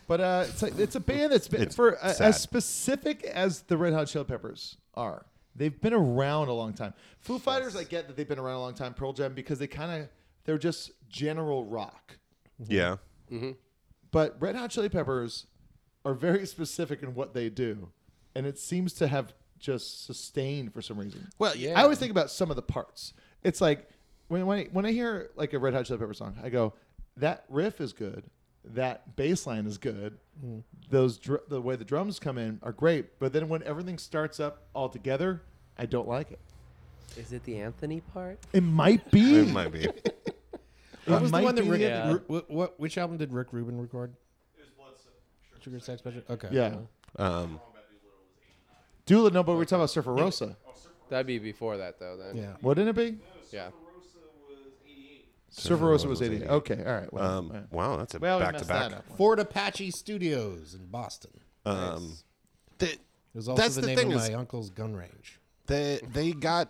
[SPEAKER 6] But uh, it's, like, it's a band that's been
[SPEAKER 7] It's
[SPEAKER 6] for uh,
[SPEAKER 7] sad.
[SPEAKER 6] as specific as the Red Hot Chili Peppers are. They've been around a long time. Foo Fighters, I get that they've been around a long time. Pearl Jam because they kind of they're just general rock.
[SPEAKER 7] Yeah.
[SPEAKER 6] But Red Hot Chili Peppers are very specific in what they do, and it seems to have just sustained for some reason.
[SPEAKER 7] Well, yeah.
[SPEAKER 6] I always think about some of the parts. It's like when when I, when I hear like a Red Hot Chili Pepper song, I go, "That riff is good. That bass line is good.
[SPEAKER 8] Mm.
[SPEAKER 6] Those dr- the way the drums come in are great." But then when everything starts up all together, I don't like it.
[SPEAKER 9] Is it the Anthony part?
[SPEAKER 6] It might be.
[SPEAKER 7] It might be.
[SPEAKER 8] What was the
[SPEAKER 6] might
[SPEAKER 8] one that
[SPEAKER 6] be
[SPEAKER 8] Rick?
[SPEAKER 6] it.
[SPEAKER 8] Ru- what, what? Which album did Rick Rubin record? It was Blood Sugar Sex Magic. Okay.
[SPEAKER 6] Yeah.
[SPEAKER 7] Um,
[SPEAKER 6] Doolittle, no, but we're talking about Surfer Rosa.
[SPEAKER 9] That'd be before that though. Then.
[SPEAKER 6] Yeah. Wouldn't it be?
[SPEAKER 9] Yeah.
[SPEAKER 6] Surfer Rosa was 88. Okay, all right. Well,
[SPEAKER 7] Um, Wow, that's a
[SPEAKER 6] Well, we
[SPEAKER 7] back to
[SPEAKER 6] messed
[SPEAKER 7] back.
[SPEAKER 6] that up.
[SPEAKER 8] Ford Apache Studios in Boston.
[SPEAKER 7] Um, the-
[SPEAKER 8] It was also
[SPEAKER 7] that's
[SPEAKER 8] the,
[SPEAKER 7] the
[SPEAKER 8] name
[SPEAKER 7] thing
[SPEAKER 8] of
[SPEAKER 7] is-
[SPEAKER 8] my uncle's gun range.
[SPEAKER 7] they they got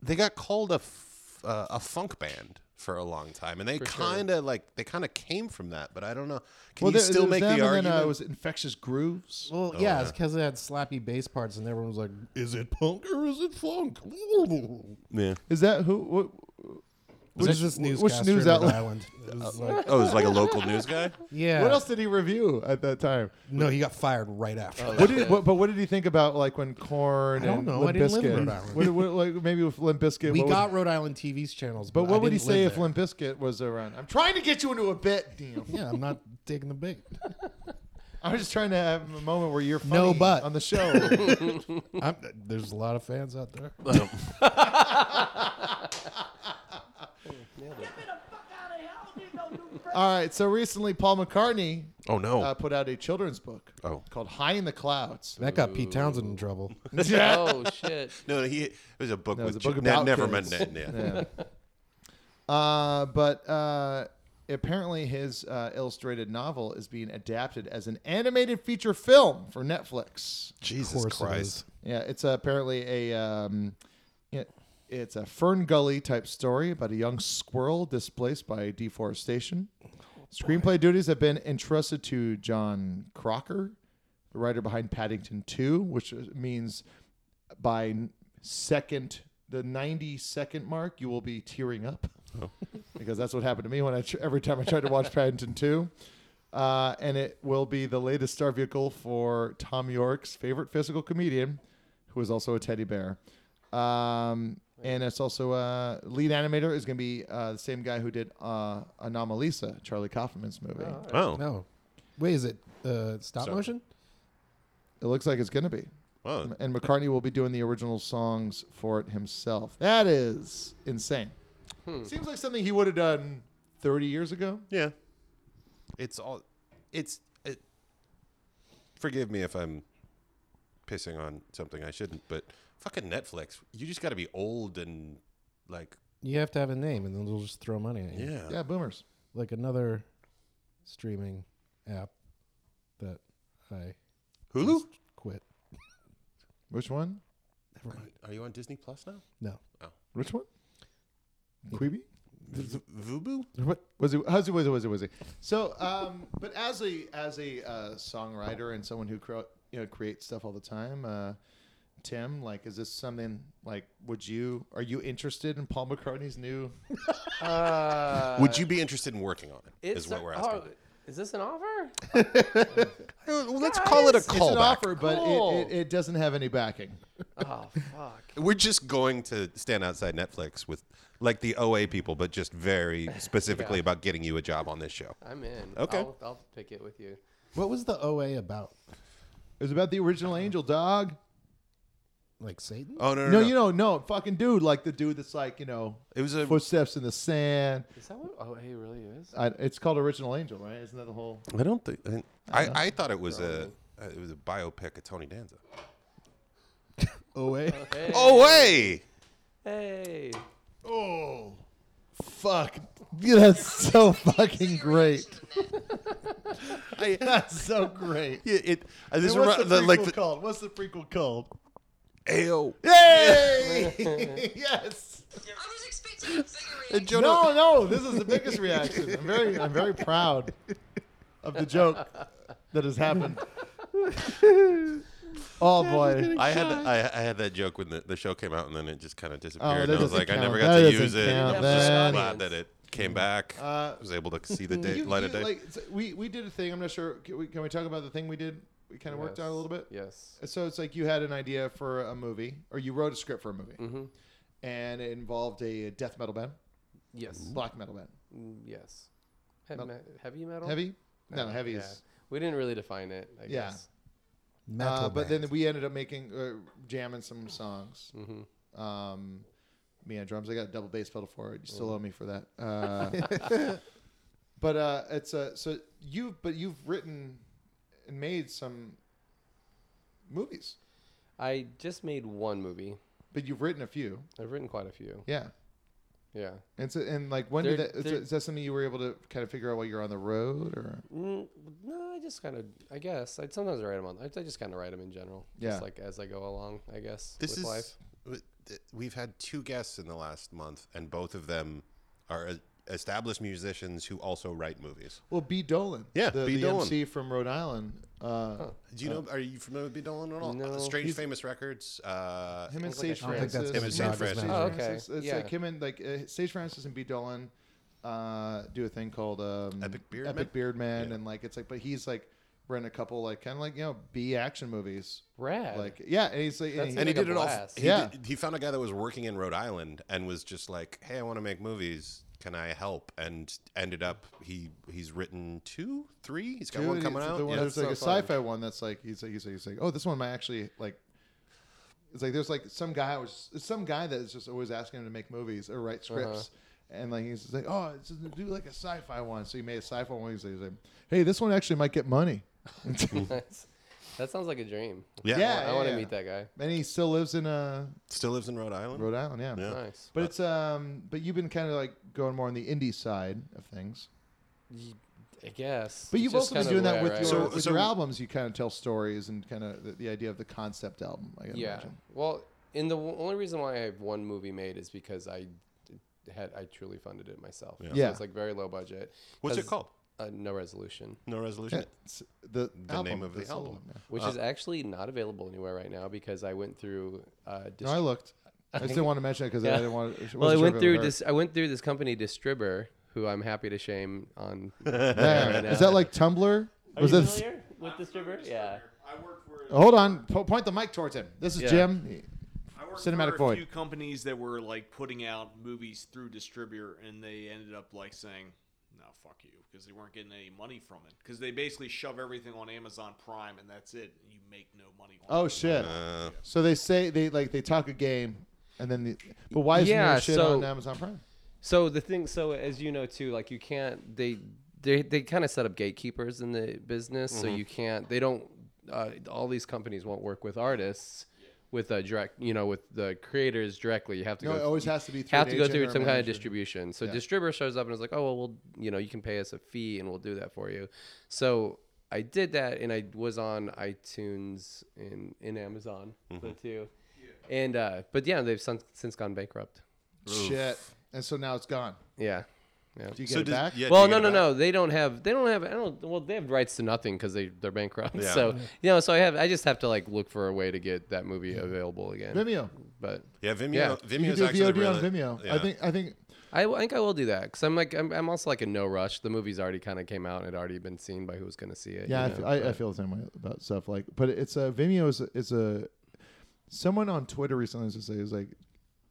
[SPEAKER 7] they got called a f- uh, a funk band for a long time, and they kind of like they kind of came from that. But I don't know. Can you
[SPEAKER 6] there-
[SPEAKER 7] still
[SPEAKER 6] there's
[SPEAKER 7] make
[SPEAKER 6] them
[SPEAKER 7] the
[SPEAKER 6] and
[SPEAKER 7] argument?
[SPEAKER 6] Then, uh, was it infectious grooves.
[SPEAKER 8] Well,
[SPEAKER 7] Oh,
[SPEAKER 8] yeah,
[SPEAKER 7] yeah.
[SPEAKER 8] it's because it had slappy bass parts, and everyone was like, "Is it punk or is it funk?"
[SPEAKER 7] yeah.
[SPEAKER 6] Is that who? What,
[SPEAKER 8] This
[SPEAKER 6] which-
[SPEAKER 8] is this
[SPEAKER 6] which
[SPEAKER 8] newscaster
[SPEAKER 6] news
[SPEAKER 8] in Rhode
[SPEAKER 6] outlet?
[SPEAKER 8] Island. It was like-
[SPEAKER 7] Oh, it was like a local news guy.
[SPEAKER 8] Yeah.
[SPEAKER 6] What else did he review at that time?
[SPEAKER 8] No, he got fired right after.
[SPEAKER 6] What did, what, but what did he think about like when corn
[SPEAKER 8] Oh, I don't
[SPEAKER 6] and
[SPEAKER 8] know.
[SPEAKER 6] Limp
[SPEAKER 8] I didn't live in
[SPEAKER 6] Bizkit-
[SPEAKER 8] Rhode Island.
[SPEAKER 6] What, what, like maybe with Limp Bizkit,
[SPEAKER 8] we
[SPEAKER 6] what would-
[SPEAKER 8] got Rhode Island TV's channels,
[SPEAKER 6] but
[SPEAKER 8] but,
[SPEAKER 6] what
[SPEAKER 8] I
[SPEAKER 6] would he
[SPEAKER 8] didn't
[SPEAKER 6] say
[SPEAKER 8] live
[SPEAKER 6] if Limp Bizkit was around? I'm trying to get you into a bit, damn.
[SPEAKER 8] there. Yeah, I'm not taking the bait.
[SPEAKER 6] I'm just trying to have a moment where you're funny
[SPEAKER 8] No, but
[SPEAKER 6] on the show.
[SPEAKER 8] I'm, there's a lot of fans out there.
[SPEAKER 6] All right, so recently Paul McCartney
[SPEAKER 7] Oh no.
[SPEAKER 6] uh, put out a children's book
[SPEAKER 7] Oh.
[SPEAKER 6] called High in the Clouds.
[SPEAKER 8] that got Pete Townsend in trouble.
[SPEAKER 9] Oh shit.
[SPEAKER 7] No, he it was a book
[SPEAKER 6] No,
[SPEAKER 7] with
[SPEAKER 6] it's a book
[SPEAKER 7] chi- ne-
[SPEAKER 6] about
[SPEAKER 7] never
[SPEAKER 6] kids.
[SPEAKER 7] mind that. Yeah. Oh.
[SPEAKER 6] Uh, but uh, apparently, his uh, illustrated novel is being adapted as an animated feature film for Netflix.
[SPEAKER 7] Jesus
[SPEAKER 8] course it
[SPEAKER 7] Christ.
[SPEAKER 6] Yeah, it's uh, apparently a um, it, it's a Fern Gully type story about a young squirrel displaced by deforestation. Screenplay duties have been entrusted to John Crocker, the writer behind Paddington 2, which means by second the 92nd mark you will be tearing up because that's what happened to me when I tr- every time I tried to watch Paddington 2. Uh, and it will be the latest star vehicle for Tom York's favorite physical comedian, who is also a teddy bear. Um, and it's also uh, lead animator is going to be uh, the same guy who did uh, Anomalisa, Charlie Kaufman's movie.
[SPEAKER 7] Oh.
[SPEAKER 8] No, wait, is it uh, stop
[SPEAKER 7] So-
[SPEAKER 8] motion?
[SPEAKER 6] It looks like it's going to be.
[SPEAKER 7] Well,
[SPEAKER 6] And McCartney will be doing the original songs for it himself. That is insane. Seems like something he would have done 30 years ago.
[SPEAKER 7] yeah. It's all. It's. It, forgive me if I'm pissing on something I shouldn't, but fucking Netflix. You just got to be old and like.
[SPEAKER 8] You have to have a name, and then they'll just throw money at you.
[SPEAKER 7] Yeah.
[SPEAKER 6] Yeah, boomers.
[SPEAKER 8] Like another streaming app that I
[SPEAKER 7] Hulu.
[SPEAKER 8] just quit.
[SPEAKER 6] Which one?
[SPEAKER 8] Never mind.
[SPEAKER 7] Are you on Disney Plus now?
[SPEAKER 8] No.
[SPEAKER 6] Which one? Queeby?
[SPEAKER 7] Vubu.
[SPEAKER 8] What?
[SPEAKER 6] Was it? How's it? Was it? Was it? Was it? So, um, but as a as a uh, songwriter and someone who cro- you know creates stuff all the time, uh, Tim, like, is this something like? Would you? Are you interested in Paul McCartney's new?
[SPEAKER 9] Uh,
[SPEAKER 7] Would you be interested in working on it? Is
[SPEAKER 9] it's
[SPEAKER 7] what
[SPEAKER 9] a-
[SPEAKER 7] we're asking.
[SPEAKER 9] oh, is this an offer?
[SPEAKER 7] Well, let's call it a
[SPEAKER 6] It's an
[SPEAKER 7] callback.
[SPEAKER 6] offer, but
[SPEAKER 9] Cool.
[SPEAKER 6] it, it, it doesn't have any backing.
[SPEAKER 9] Oh fuck.
[SPEAKER 7] We're just going to stand outside Netflix with like the OA people, but just very specifically about getting you a job on this show.
[SPEAKER 9] I'm in.
[SPEAKER 7] Okay.
[SPEAKER 9] I'll, I'll pick it with you.
[SPEAKER 8] What was the OA about?
[SPEAKER 6] It was about the original angel, dog.
[SPEAKER 8] Like Satan?
[SPEAKER 7] Oh no, no,
[SPEAKER 6] No,
[SPEAKER 7] no!
[SPEAKER 6] you know, no, fucking dude, like the dude that's like, you know,
[SPEAKER 7] it was a
[SPEAKER 6] footsteps in the sand.
[SPEAKER 9] Is that what OA really is?
[SPEAKER 6] I, it's called Original Angel, right? Isn't that the whole?
[SPEAKER 7] I don't think. I,
[SPEAKER 6] Uh-huh.
[SPEAKER 7] I, I thought it was a uh, it was a biopic of Tony Danza.
[SPEAKER 6] OA.
[SPEAKER 9] Hey.
[SPEAKER 7] Oh way!
[SPEAKER 9] Hey.
[SPEAKER 6] Oh, fuck. That's so fucking great.
[SPEAKER 7] I,
[SPEAKER 6] That's so great.
[SPEAKER 7] Yeah, it- uh, this
[SPEAKER 6] And what's
[SPEAKER 7] remi-
[SPEAKER 6] the
[SPEAKER 7] the- like
[SPEAKER 6] prequel
[SPEAKER 7] the-
[SPEAKER 6] called? What's the prequel called?
[SPEAKER 7] Ayo.
[SPEAKER 6] Yay! yes.
[SPEAKER 7] And Jonah-
[SPEAKER 6] No, no, this is the biggest reaction. I'm very, I'm very proud of the joke that has happened. Oh boy!
[SPEAKER 7] I had I, I had that joke when the, the show came out, and then it just kind of
[SPEAKER 6] Oh, that
[SPEAKER 7] disappeared. and I was
[SPEAKER 6] doesn't
[SPEAKER 7] like, I never
[SPEAKER 6] count.
[SPEAKER 7] got
[SPEAKER 6] That
[SPEAKER 7] to use
[SPEAKER 6] doesn't
[SPEAKER 7] it.
[SPEAKER 6] count.
[SPEAKER 7] I'm just
[SPEAKER 6] That-
[SPEAKER 7] glad that it came back.
[SPEAKER 6] Uh,
[SPEAKER 7] was able to see the day,
[SPEAKER 6] You-
[SPEAKER 7] light
[SPEAKER 6] you-
[SPEAKER 7] of day.
[SPEAKER 6] like, so we we did a thing. I'm not sure. Can we, can we talk about the thing we did? We kind of worked
[SPEAKER 9] Yes.
[SPEAKER 6] on a little bit. Uh,
[SPEAKER 9] Yes.
[SPEAKER 6] So it's like you had an idea for a movie, or you wrote a script for a movie,
[SPEAKER 9] Mm-hmm.
[SPEAKER 6] and it involved a death metal band.
[SPEAKER 9] Yes.
[SPEAKER 6] Black metal band.
[SPEAKER 9] Mm, Yes. He-
[SPEAKER 6] Mel-
[SPEAKER 9] me- heavy metal.
[SPEAKER 6] Heavy? No, heavy
[SPEAKER 9] yeah.
[SPEAKER 6] is-
[SPEAKER 9] We didn't really define it. I
[SPEAKER 6] Yeah.
[SPEAKER 9] Guess.
[SPEAKER 6] Uh,
[SPEAKER 9] Metal
[SPEAKER 6] but then we ended up making uh, jamming some songs. Um, me on drums. I got a double bass pedal for it. You still
[SPEAKER 12] Mm.
[SPEAKER 6] owe me for that. Uh, but uh, it's uh, so you but you've written and made some movies,
[SPEAKER 9] I just made one movie.
[SPEAKER 6] but you've written a few.
[SPEAKER 9] I've written quite a few.
[SPEAKER 6] Yeah.
[SPEAKER 9] Yeah.
[SPEAKER 6] And so, and like when
[SPEAKER 9] They're-
[SPEAKER 6] did that? Is,
[SPEAKER 9] they're-
[SPEAKER 6] is that something you were able to kind of figure out while you're on the road, or
[SPEAKER 9] Mm, no, I just kind of, I guess. I sometimes write them on. I, I just kind of write them in general.
[SPEAKER 6] Yeah.
[SPEAKER 9] Just like as I go along, I guess.
[SPEAKER 7] This
[SPEAKER 9] with
[SPEAKER 7] is
[SPEAKER 9] life.
[SPEAKER 7] w- th- we've had two guests in the last month, and both of them are uh, established musicians who also write movies.
[SPEAKER 6] well, B Dolan,
[SPEAKER 7] Yeah,
[SPEAKER 6] the,
[SPEAKER 7] B.
[SPEAKER 6] the
[SPEAKER 7] Dolan.
[SPEAKER 6] MC from Rhode Island. Uh,
[SPEAKER 7] Do you know? Are you familiar with B. Dolan at all?
[SPEAKER 6] No.
[SPEAKER 7] Uh, Strange
[SPEAKER 6] He's-
[SPEAKER 7] Famous Records. Uh,
[SPEAKER 6] him and
[SPEAKER 7] sounds like
[SPEAKER 6] Sage
[SPEAKER 7] a- I don't think
[SPEAKER 6] Francis.
[SPEAKER 7] that's him and
[SPEAKER 6] Sage
[SPEAKER 7] Sage
[SPEAKER 6] Francis.
[SPEAKER 7] Francis.
[SPEAKER 6] It's like him and like uh, Sage Francis and B Dolan uh, do a thing called um, Epic
[SPEAKER 7] Beard
[SPEAKER 6] Epic
[SPEAKER 7] Man?
[SPEAKER 6] Beard Man, and like it's like, but he's like we're in a couple like kind of like you know B action movies.
[SPEAKER 9] Rad.
[SPEAKER 6] Like yeah, and he's like,
[SPEAKER 7] and
[SPEAKER 6] he's
[SPEAKER 7] he
[SPEAKER 6] like
[SPEAKER 7] did
[SPEAKER 6] a
[SPEAKER 7] it all.
[SPEAKER 6] blast.
[SPEAKER 7] He,
[SPEAKER 6] yeah,
[SPEAKER 7] did- he found a guy that was working in Rhode Island and was just like, "Hey, I want to make movies. Can I help?" And ended up he he's written two, three. He's got
[SPEAKER 6] Dude,
[SPEAKER 7] one
[SPEAKER 6] and
[SPEAKER 7] coming
[SPEAKER 6] it's
[SPEAKER 7] out.
[SPEAKER 6] The one,
[SPEAKER 7] Yeah.
[SPEAKER 6] there's like a sci-fi one that's like he's like he's like, he's like oh this one might actually like. It's like there's like some guy was it's some guy that is just always asking him to make movies or write
[SPEAKER 7] Uh-huh.
[SPEAKER 6] scripts, and like he's just like oh it's just, do like a sci-fi one. So he made a sci-fi one. He's like, he's like, hey this one actually might get money.
[SPEAKER 9] That's- that sounds like a dream.
[SPEAKER 6] Yeah.
[SPEAKER 9] I
[SPEAKER 6] Yeah,
[SPEAKER 9] wa- I,
[SPEAKER 6] yeah,
[SPEAKER 9] want to
[SPEAKER 6] yeah.
[SPEAKER 9] meet that guy.
[SPEAKER 6] And he still lives in uh
[SPEAKER 7] still lives in Rhode Island.
[SPEAKER 6] Rhode Island, yeah.
[SPEAKER 7] Yeah.
[SPEAKER 9] Nice.
[SPEAKER 6] But it's um but you've been kind of like going more on the indie side of things.
[SPEAKER 9] Y- I guess.
[SPEAKER 6] But
[SPEAKER 9] It's
[SPEAKER 6] you've also
[SPEAKER 9] just
[SPEAKER 6] been doing
[SPEAKER 9] kinda
[SPEAKER 6] that
[SPEAKER 9] where
[SPEAKER 6] with
[SPEAKER 9] I
[SPEAKER 6] your
[SPEAKER 9] am.
[SPEAKER 6] with your albums. You kind of tell stories and kind of the, the idea of the concept album. I gotta
[SPEAKER 9] yeah.
[SPEAKER 6] imagine.
[SPEAKER 9] Well, and the w- only reason why I have one movie made is because I d- had I truly funded it myself.
[SPEAKER 6] Yeah.
[SPEAKER 9] So
[SPEAKER 6] Yeah.
[SPEAKER 9] it's like very low budget.
[SPEAKER 7] What's it
[SPEAKER 9] 'Cause,
[SPEAKER 7] called?
[SPEAKER 9] Uh, no resolution.
[SPEAKER 7] No resolution.
[SPEAKER 6] It's the
[SPEAKER 7] The
[SPEAKER 6] album,
[SPEAKER 7] name of the
[SPEAKER 6] that's all.
[SPEAKER 7] album,
[SPEAKER 9] which
[SPEAKER 7] Uh,
[SPEAKER 9] is actually not available anywhere right now because I went through. Uh,
[SPEAKER 6] No, I looked. I just didn't want to mention it 'cause I didn't want- I wasn't
[SPEAKER 9] well, I
[SPEAKER 6] sure if
[SPEAKER 9] went
[SPEAKER 6] it
[SPEAKER 9] through
[SPEAKER 6] would
[SPEAKER 9] this. I went through this company Distributor, who I'm happy to shame on.
[SPEAKER 6] Yeah. Is that like Tumblr?
[SPEAKER 9] Are
[SPEAKER 6] Was
[SPEAKER 9] you
[SPEAKER 6] this?
[SPEAKER 9] familiar with Distributor? Yeah.
[SPEAKER 6] Hold on. Po- point the mic towards him. This is
[SPEAKER 9] Yeah.
[SPEAKER 6] Jim.
[SPEAKER 13] I worked
[SPEAKER 6] Cinematic
[SPEAKER 13] for a
[SPEAKER 6] Void.
[SPEAKER 13] few companies that were like putting out movies through distributor, and they ended up like saying, "No, fuck you," because they weren't getting any money from it. Because they basically shove everything on Amazon Prime, and that's it. You make no money. on
[SPEAKER 6] Oh
[SPEAKER 13] it.
[SPEAKER 6] shit. so they say they like they talk a game, and then the, but why isn't
[SPEAKER 9] Yeah,
[SPEAKER 6] there shit
[SPEAKER 9] so-
[SPEAKER 6] on Amazon Prime?
[SPEAKER 9] So the thing, so as you know too, like you can't they they they kind of set up gatekeepers in the business, so
[SPEAKER 14] Mhm.
[SPEAKER 9] you can't they don't uh, all these companies won't work with artists. With a direct, you know, with the creators directly, you have to
[SPEAKER 6] No,
[SPEAKER 9] go.
[SPEAKER 6] it always has to be through
[SPEAKER 9] have
[SPEAKER 6] an
[SPEAKER 9] to go
[SPEAKER 6] agent or
[SPEAKER 9] through
[SPEAKER 6] a
[SPEAKER 9] some kind of
[SPEAKER 6] manager.
[SPEAKER 9] distribution. So
[SPEAKER 6] Yeah.
[SPEAKER 9] distributor shows up and is like, "Oh well, we'll, you know, you can pay us a fee and we'll do that for you." So I did that, and I was on iTunes and in Amazon the two, and uh, but yeah, they've since since gone bankrupt.
[SPEAKER 6] Shit. And so now it's gone.
[SPEAKER 9] Yeah. Yeah.
[SPEAKER 6] Do you get So it does- back? yeah, do
[SPEAKER 9] well,
[SPEAKER 6] you
[SPEAKER 9] no,
[SPEAKER 6] get
[SPEAKER 9] no,
[SPEAKER 6] it
[SPEAKER 9] no. They don't have. They don't have. I don't. Well, they have rights to nothing because they they're bankrupt.
[SPEAKER 6] Yeah.
[SPEAKER 9] So you know. So I have. I just have to like look for a way to get that movie available again.
[SPEAKER 6] Vimeo.
[SPEAKER 9] But
[SPEAKER 7] Yeah, Vimeo-
[SPEAKER 6] You can do VOD on Vimeo. I think I think
[SPEAKER 9] I, I think I will do that because I'm like I'm, I'm also like in no rush. The movie's already kind of came out and it already been seen by who was going to see it.
[SPEAKER 6] Yeah, I
[SPEAKER 9] you
[SPEAKER 6] f
[SPEAKER 9] know,
[SPEAKER 6] I I I,
[SPEAKER 9] but-
[SPEAKER 6] feel the same way about stuff like. But it's a Vimeo is a, is a someone on Twitter recently was just like, was like,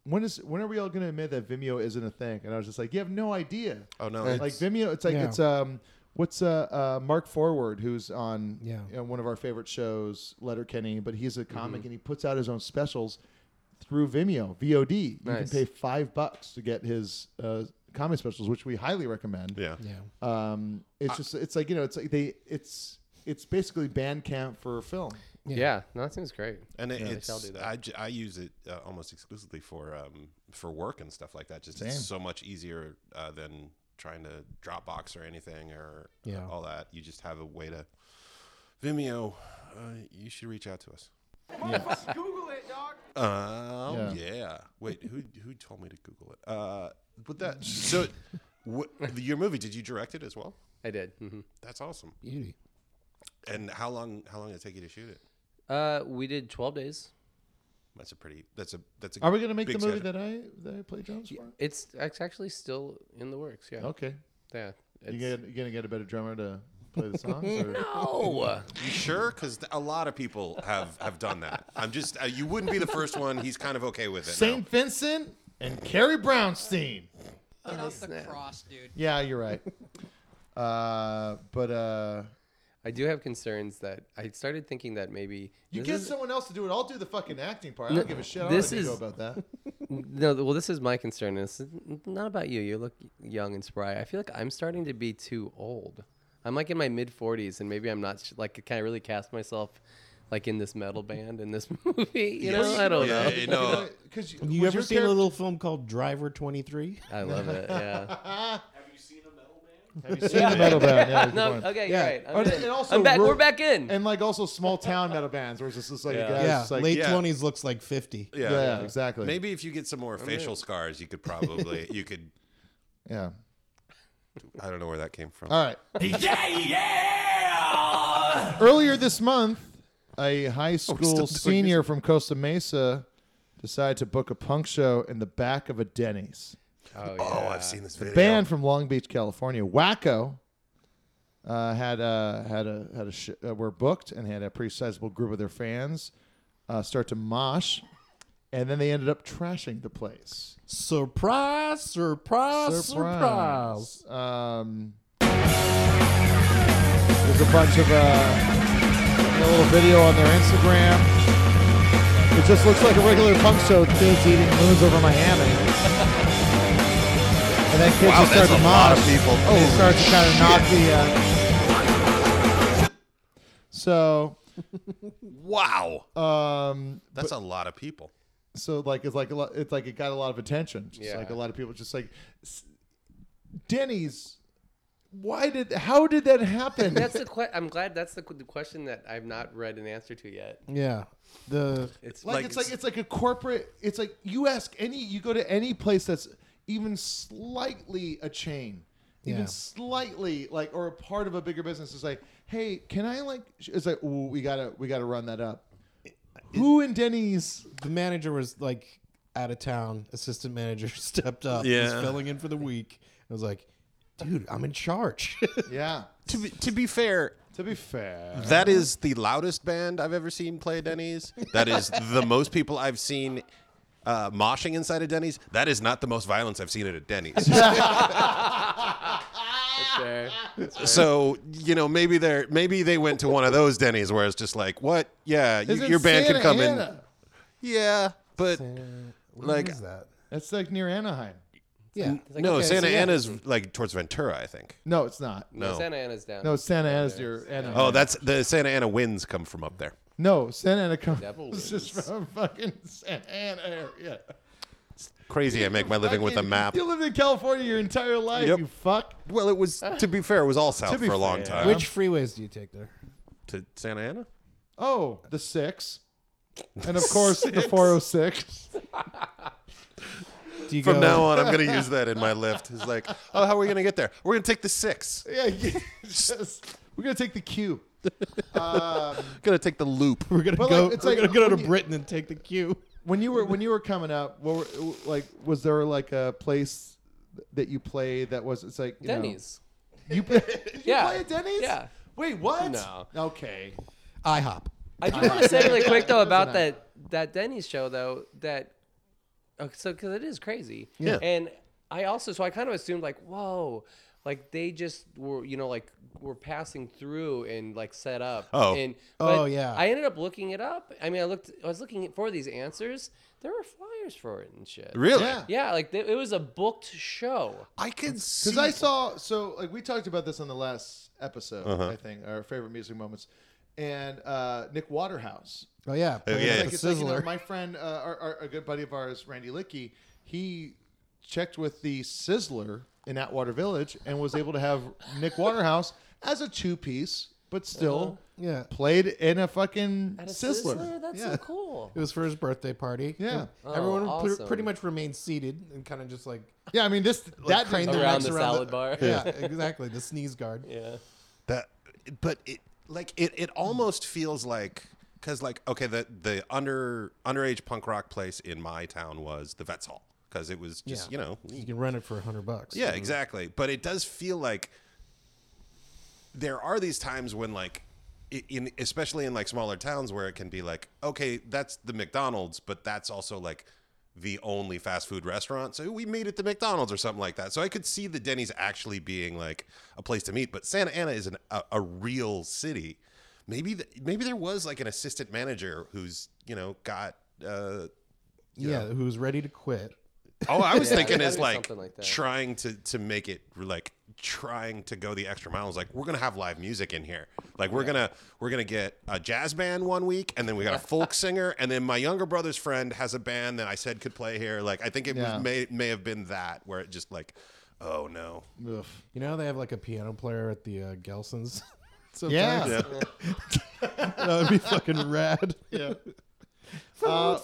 [SPEAKER 6] when is when are we all going to admit that Vimeo isn't a thing? And I was just like, you have no idea.
[SPEAKER 7] Oh no,
[SPEAKER 6] like
[SPEAKER 7] it's-
[SPEAKER 6] Vimeo, it's like
[SPEAKER 7] Yeah.
[SPEAKER 6] it's um. What's uh, uh Mark Forward, who's on
[SPEAKER 15] Yeah.
[SPEAKER 6] you know, one of our favorite shows, Letterkenny, but he's a comic
[SPEAKER 15] Mhm.
[SPEAKER 6] and he puts out his own specials through Vimeo VOD. You can
[SPEAKER 15] Nice.
[SPEAKER 6] pay five bucks to get his uh, comedy specials, which we highly recommend.
[SPEAKER 7] Yeah,
[SPEAKER 6] yeah. Um, it's just it's like you know it's like they it's it's basically Bandcamp for film.
[SPEAKER 9] Yeah. no, that seems great.
[SPEAKER 7] And it,
[SPEAKER 9] Yeah, they
[SPEAKER 7] it's
[SPEAKER 9] shall do that.
[SPEAKER 7] I, j- I use it uh, almost exclusively for um, for work and stuff like that. Just
[SPEAKER 6] Same.
[SPEAKER 7] it's so much easier uh, than trying to Dropbox or anything or uh,
[SPEAKER 10] Yeah.
[SPEAKER 7] all that. You just have a way to Vimeo. Uh, you should reach out to us.
[SPEAKER 13] Google it, dog.
[SPEAKER 7] Um,
[SPEAKER 13] Yeah.
[SPEAKER 7] yeah. Wait, who who told me to Google it? Uh, but that so wh- your movie? Did you direct it as well?
[SPEAKER 9] I did. Mm-hmm.
[SPEAKER 7] That's awesome.
[SPEAKER 10] Beauty.
[SPEAKER 7] And how long how long did it take you to shoot it?
[SPEAKER 9] Uh, we did 12 days.
[SPEAKER 7] That's a pretty. That's a that's a.
[SPEAKER 6] Are we gonna make the
[SPEAKER 7] big
[SPEAKER 6] movie
[SPEAKER 7] schedule.
[SPEAKER 6] that I that I play drums for?
[SPEAKER 9] It's it's actually still in the works. Yeah.
[SPEAKER 6] Okay.
[SPEAKER 9] Yeah.
[SPEAKER 6] You get you gonna get a better drummer to play the songs? Or?
[SPEAKER 9] No.
[SPEAKER 7] You sure? Because a lot of people have have done that. I'm just uh, you wouldn't be the first one. He's kind of okay with it. now.
[SPEAKER 6] Saint Vincent and Carrie Brownstein.
[SPEAKER 16] Get off the cross, dude.
[SPEAKER 6] Yeah, you're right. Uh, but uh,
[SPEAKER 9] I do have concerns that I started thinking that maybe
[SPEAKER 6] You
[SPEAKER 9] this
[SPEAKER 6] get
[SPEAKER 9] is-
[SPEAKER 6] someone else to do it. I'll do the fucking acting part. I
[SPEAKER 9] No,
[SPEAKER 6] don't give a shit. I don't
[SPEAKER 9] this
[SPEAKER 6] really
[SPEAKER 9] is-
[SPEAKER 6] know about that.
[SPEAKER 9] no, well, this is my concern. This is not about you. You look young and spry. I feel like I'm starting to be too old. I'm like in my mid 40s, and maybe I'm not sh- like. Can I really cast myself like in this metal band in this movie? You know, I don't know.
[SPEAKER 6] Because
[SPEAKER 10] Have you ever seen a little film called Driver 23?
[SPEAKER 9] I love it. Yeah.
[SPEAKER 6] Have
[SPEAKER 17] you seen a metal
[SPEAKER 6] Have
[SPEAKER 10] Yeah.
[SPEAKER 6] you seen the metal band? Yeah, that's a
[SPEAKER 9] No,
[SPEAKER 6] good point.
[SPEAKER 9] okay, you're Yeah. right. I'm
[SPEAKER 6] Or-
[SPEAKER 9] in. I'm back- we're back in.
[SPEAKER 6] And like also small town metal bands, where it's just it's like
[SPEAKER 7] Yeah.
[SPEAKER 6] a guy
[SPEAKER 7] Yeah,
[SPEAKER 6] just like
[SPEAKER 10] Late 20s looks like 50.
[SPEAKER 7] Yeah.
[SPEAKER 6] Yeah, exactly.
[SPEAKER 7] Maybe if you get some more facial scars, you could probably you could.
[SPEAKER 6] Yeah.
[SPEAKER 7] I don't know where that came from.
[SPEAKER 6] All right.
[SPEAKER 13] Yeah, yeah.
[SPEAKER 6] Earlier this month, a high
[SPEAKER 13] still doing
[SPEAKER 6] school senior from Costa Mesa decided to book a punk show in the back of a Denny's.
[SPEAKER 9] Oh,
[SPEAKER 7] I've seen this
[SPEAKER 6] The
[SPEAKER 7] video.
[SPEAKER 6] band from Long Beach, California, Wacko, uh, had a had a had a sh- uh, were booked and had a pretty sizable group of their fans uh, start to mosh, and then they ended up trashing the place.
[SPEAKER 10] Surprise, surprise, surprise.
[SPEAKER 6] Surprise. Um, there's a bunch of uh, a little video on their Instagram. It just looks like a regular punk show. Kids eating moons over Miami. And then kids
[SPEAKER 13] Wow,
[SPEAKER 6] just start
[SPEAKER 13] that's a
[SPEAKER 6] to
[SPEAKER 13] lot
[SPEAKER 6] mosh.
[SPEAKER 13] of people.
[SPEAKER 6] And they
[SPEAKER 13] Holy
[SPEAKER 6] start to kind of knock the. Uh, so.
[SPEAKER 7] Wow.
[SPEAKER 6] Um,
[SPEAKER 7] That's
[SPEAKER 6] but-
[SPEAKER 7] a lot of people.
[SPEAKER 6] so like it's like a lot it's like it got a lot of attention just
[SPEAKER 7] Yeah.
[SPEAKER 6] like a lot of people just like s- denny's why did how did that happen
[SPEAKER 9] That's the que- I'm glad that's the, qu- the question that I've not read an answer to yet.
[SPEAKER 10] Yeah. The
[SPEAKER 9] It's
[SPEAKER 6] like, it's like it's like a corporate it's like you ask any you go to any place that's even slightly a chain even
[SPEAKER 10] Yeah.
[SPEAKER 6] slightly like or a part of a bigger business is like hey can i like sh-" it's like ooh, we gotta we gotta run that up Who in Denny's?
[SPEAKER 10] The manager was like out of town. Assistant manager stepped up.
[SPEAKER 7] Yeah.
[SPEAKER 10] was filling in for the week. I was like, dude, I'm in charge.
[SPEAKER 6] yeah.
[SPEAKER 7] To be, to be fair.
[SPEAKER 6] To be fair.
[SPEAKER 7] That is the loudest band I've ever seen play Denny's. That is the most people I've seen uh, moshing inside of Denny's. That is not the most violence I've seen at a Denny's. so you know maybe they're maybe they went to one of those Denny's where it's just like what yeah you,
[SPEAKER 6] Isn't
[SPEAKER 7] your band
[SPEAKER 6] Santa
[SPEAKER 7] can come in.
[SPEAKER 6] Ana-
[SPEAKER 7] Yeah, but like
[SPEAKER 10] that?
[SPEAKER 6] that's like near anaheim
[SPEAKER 10] Yeah.
[SPEAKER 7] no, Santa
[SPEAKER 6] Ana's.
[SPEAKER 7] Ana's like towards Ventura, I think.
[SPEAKER 6] No, it's not.
[SPEAKER 7] No.
[SPEAKER 9] Santa Ana's down.
[SPEAKER 6] No, Santa Ana's your Ana.
[SPEAKER 7] Oh, that's the Santa Ana winds come from up there.
[SPEAKER 6] No, Santa Ana comes.
[SPEAKER 9] Devil
[SPEAKER 6] It's just
[SPEAKER 9] wins.
[SPEAKER 6] from fucking Santa Ana area.
[SPEAKER 7] Crazy, I make my living with a
[SPEAKER 6] Fucking-
[SPEAKER 7] map.
[SPEAKER 6] You lived in California your entire life,
[SPEAKER 7] Yep.
[SPEAKER 6] you fuck.
[SPEAKER 7] Well, it was To be fair, it was all south
[SPEAKER 6] be
[SPEAKER 7] for a long
[SPEAKER 6] fair.
[SPEAKER 7] time.
[SPEAKER 10] Which freeways do you take there?
[SPEAKER 7] to Santa Ana?
[SPEAKER 6] Oh, the six. And of course, the 406.
[SPEAKER 10] Do you
[SPEAKER 7] From
[SPEAKER 10] go-
[SPEAKER 7] now on, I'm going to use that in my lift. It's like, oh, how are we going to get there? We're going to take the six.
[SPEAKER 6] Yeah, yeah, yes. we're gonna take the cue. Um,
[SPEAKER 7] going to take the loop.
[SPEAKER 10] We're going
[SPEAKER 6] But, like, it's like when you-
[SPEAKER 10] Britain and take the cue.
[SPEAKER 6] when you were when you were coming up, what were, like was there like a place that you played that was it's like you know-
[SPEAKER 9] Denny's.
[SPEAKER 6] you play, did you
[SPEAKER 9] Yeah.
[SPEAKER 6] play at Denny's?
[SPEAKER 9] Yeah.
[SPEAKER 6] Wait, what?
[SPEAKER 9] No.
[SPEAKER 6] Okay.
[SPEAKER 10] IHOP.
[SPEAKER 9] I do want to say really quick though about that that Denny's show though that oh, so because it is crazy.
[SPEAKER 10] Yeah.
[SPEAKER 9] And I also so I kind of assumed like whoa, like they just were you know like were passing through and like set up.
[SPEAKER 10] Oh.
[SPEAKER 9] And
[SPEAKER 10] Oh,
[SPEAKER 9] but
[SPEAKER 10] yeah.
[SPEAKER 9] I ended up looking it up. I mean I looked I was looking for these answers. There were flyers for it and shit.
[SPEAKER 7] Really?
[SPEAKER 9] Yeah.
[SPEAKER 7] Yeah.
[SPEAKER 9] like they, it was a booked show.
[SPEAKER 7] I could
[SPEAKER 6] Because I saw, so like we talked about this on the last episode,
[SPEAKER 7] Uh-huh.
[SPEAKER 6] I think, our favorite music moments, and uh, Nick Waterhouse.
[SPEAKER 10] Oh, yeah.
[SPEAKER 7] Oh,
[SPEAKER 10] playing
[SPEAKER 7] yeah.
[SPEAKER 10] at
[SPEAKER 6] Like,
[SPEAKER 10] the
[SPEAKER 6] it's like, you know,
[SPEAKER 10] Sizzler.
[SPEAKER 6] my friend, uh, our, our, a good buddy of ours, Randy Licky, he checked with the Sizzler in Atwater Village and was able to have Nick Waterhouse as a two piece, but still
[SPEAKER 9] Uh-huh. Yeah.
[SPEAKER 6] played in a fucking
[SPEAKER 9] At a
[SPEAKER 6] sizzler.
[SPEAKER 9] Sizzler? That's
[SPEAKER 6] yeah.
[SPEAKER 9] so cool. It was for his birthday party.
[SPEAKER 6] Yeah.
[SPEAKER 9] And everyone
[SPEAKER 6] Oh,
[SPEAKER 9] pre-
[SPEAKER 6] awesome.
[SPEAKER 9] pretty much remained seated and kind of just like
[SPEAKER 6] Yeah, I mean this
[SPEAKER 9] like
[SPEAKER 6] that
[SPEAKER 9] craned
[SPEAKER 6] didn't-
[SPEAKER 9] their necks Yeah, exactly. The sneeze guard.
[SPEAKER 18] Yeah.
[SPEAKER 7] That, but it like it, it almost feels like because like okay the the under underage punk rock place in my town was the Vets Hall because it was just you know
[SPEAKER 9] you can rent it for a hundred bucks.
[SPEAKER 7] Yeah, exactly. But it does feel like there are these times when like i- in especially in like smaller towns where it can be like, okay, that's the McDonald's, but that's also like the only fast food restaurant. So we meet at the McDonald's or something like that. So I could see the Denny's actually being like a place to meet, but Santa Ana is an, a, a real city. Maybe th- maybe there was like an assistant manager who's, you know, got uh you
[SPEAKER 9] Yeah,
[SPEAKER 7] know,
[SPEAKER 9] who's ready to quit?
[SPEAKER 7] Oh, I was
[SPEAKER 9] Yeah,
[SPEAKER 7] thinking
[SPEAKER 9] gotta
[SPEAKER 7] is
[SPEAKER 9] be
[SPEAKER 7] like,
[SPEAKER 9] something like that.
[SPEAKER 7] trying to to make it like trying to go the extra mile. It's like we're gonna have live music in here. Like we're gonna we're gonna get a jazz band one week, and then we got a folk singer, and then my younger brother's friend has a band that I said could play here. Like I think it
[SPEAKER 9] Yeah.
[SPEAKER 7] was, may may have been that where it just like, oh no,
[SPEAKER 9] You know they have like a piano player at the uh, Gelson's.
[SPEAKER 7] Yeah.
[SPEAKER 9] sometimes? that would be fucking rad.
[SPEAKER 6] Yeah.
[SPEAKER 9] Uh,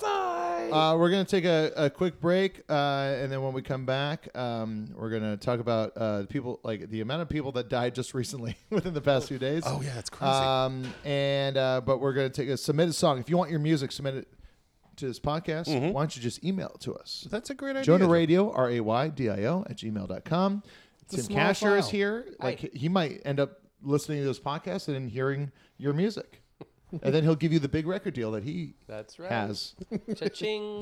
[SPEAKER 6] Uh, we're going to take a, a quick break, uh, and then when we come back, um, we're going to talk about uh, people like the amount of people that died just recently within the past few days.
[SPEAKER 7] Oh, yeah, it's crazy.
[SPEAKER 6] Um, and uh, but we're going to take a submit a song. If you want your music submitted to this podcast,
[SPEAKER 7] Mm-hmm.
[SPEAKER 6] why don't you just email it to us?
[SPEAKER 7] That's a great idea.
[SPEAKER 6] Jonah Radio R A Y D I O at gmail.com.
[SPEAKER 19] It's a
[SPEAKER 6] Tim
[SPEAKER 19] small
[SPEAKER 6] Casher is
[SPEAKER 19] file.
[SPEAKER 6] here. Like he might end up listening to this podcast and then hearing your music. and then he'll give you the big record deal that he
[SPEAKER 18] That's right.
[SPEAKER 6] has.
[SPEAKER 18] Cha-ching.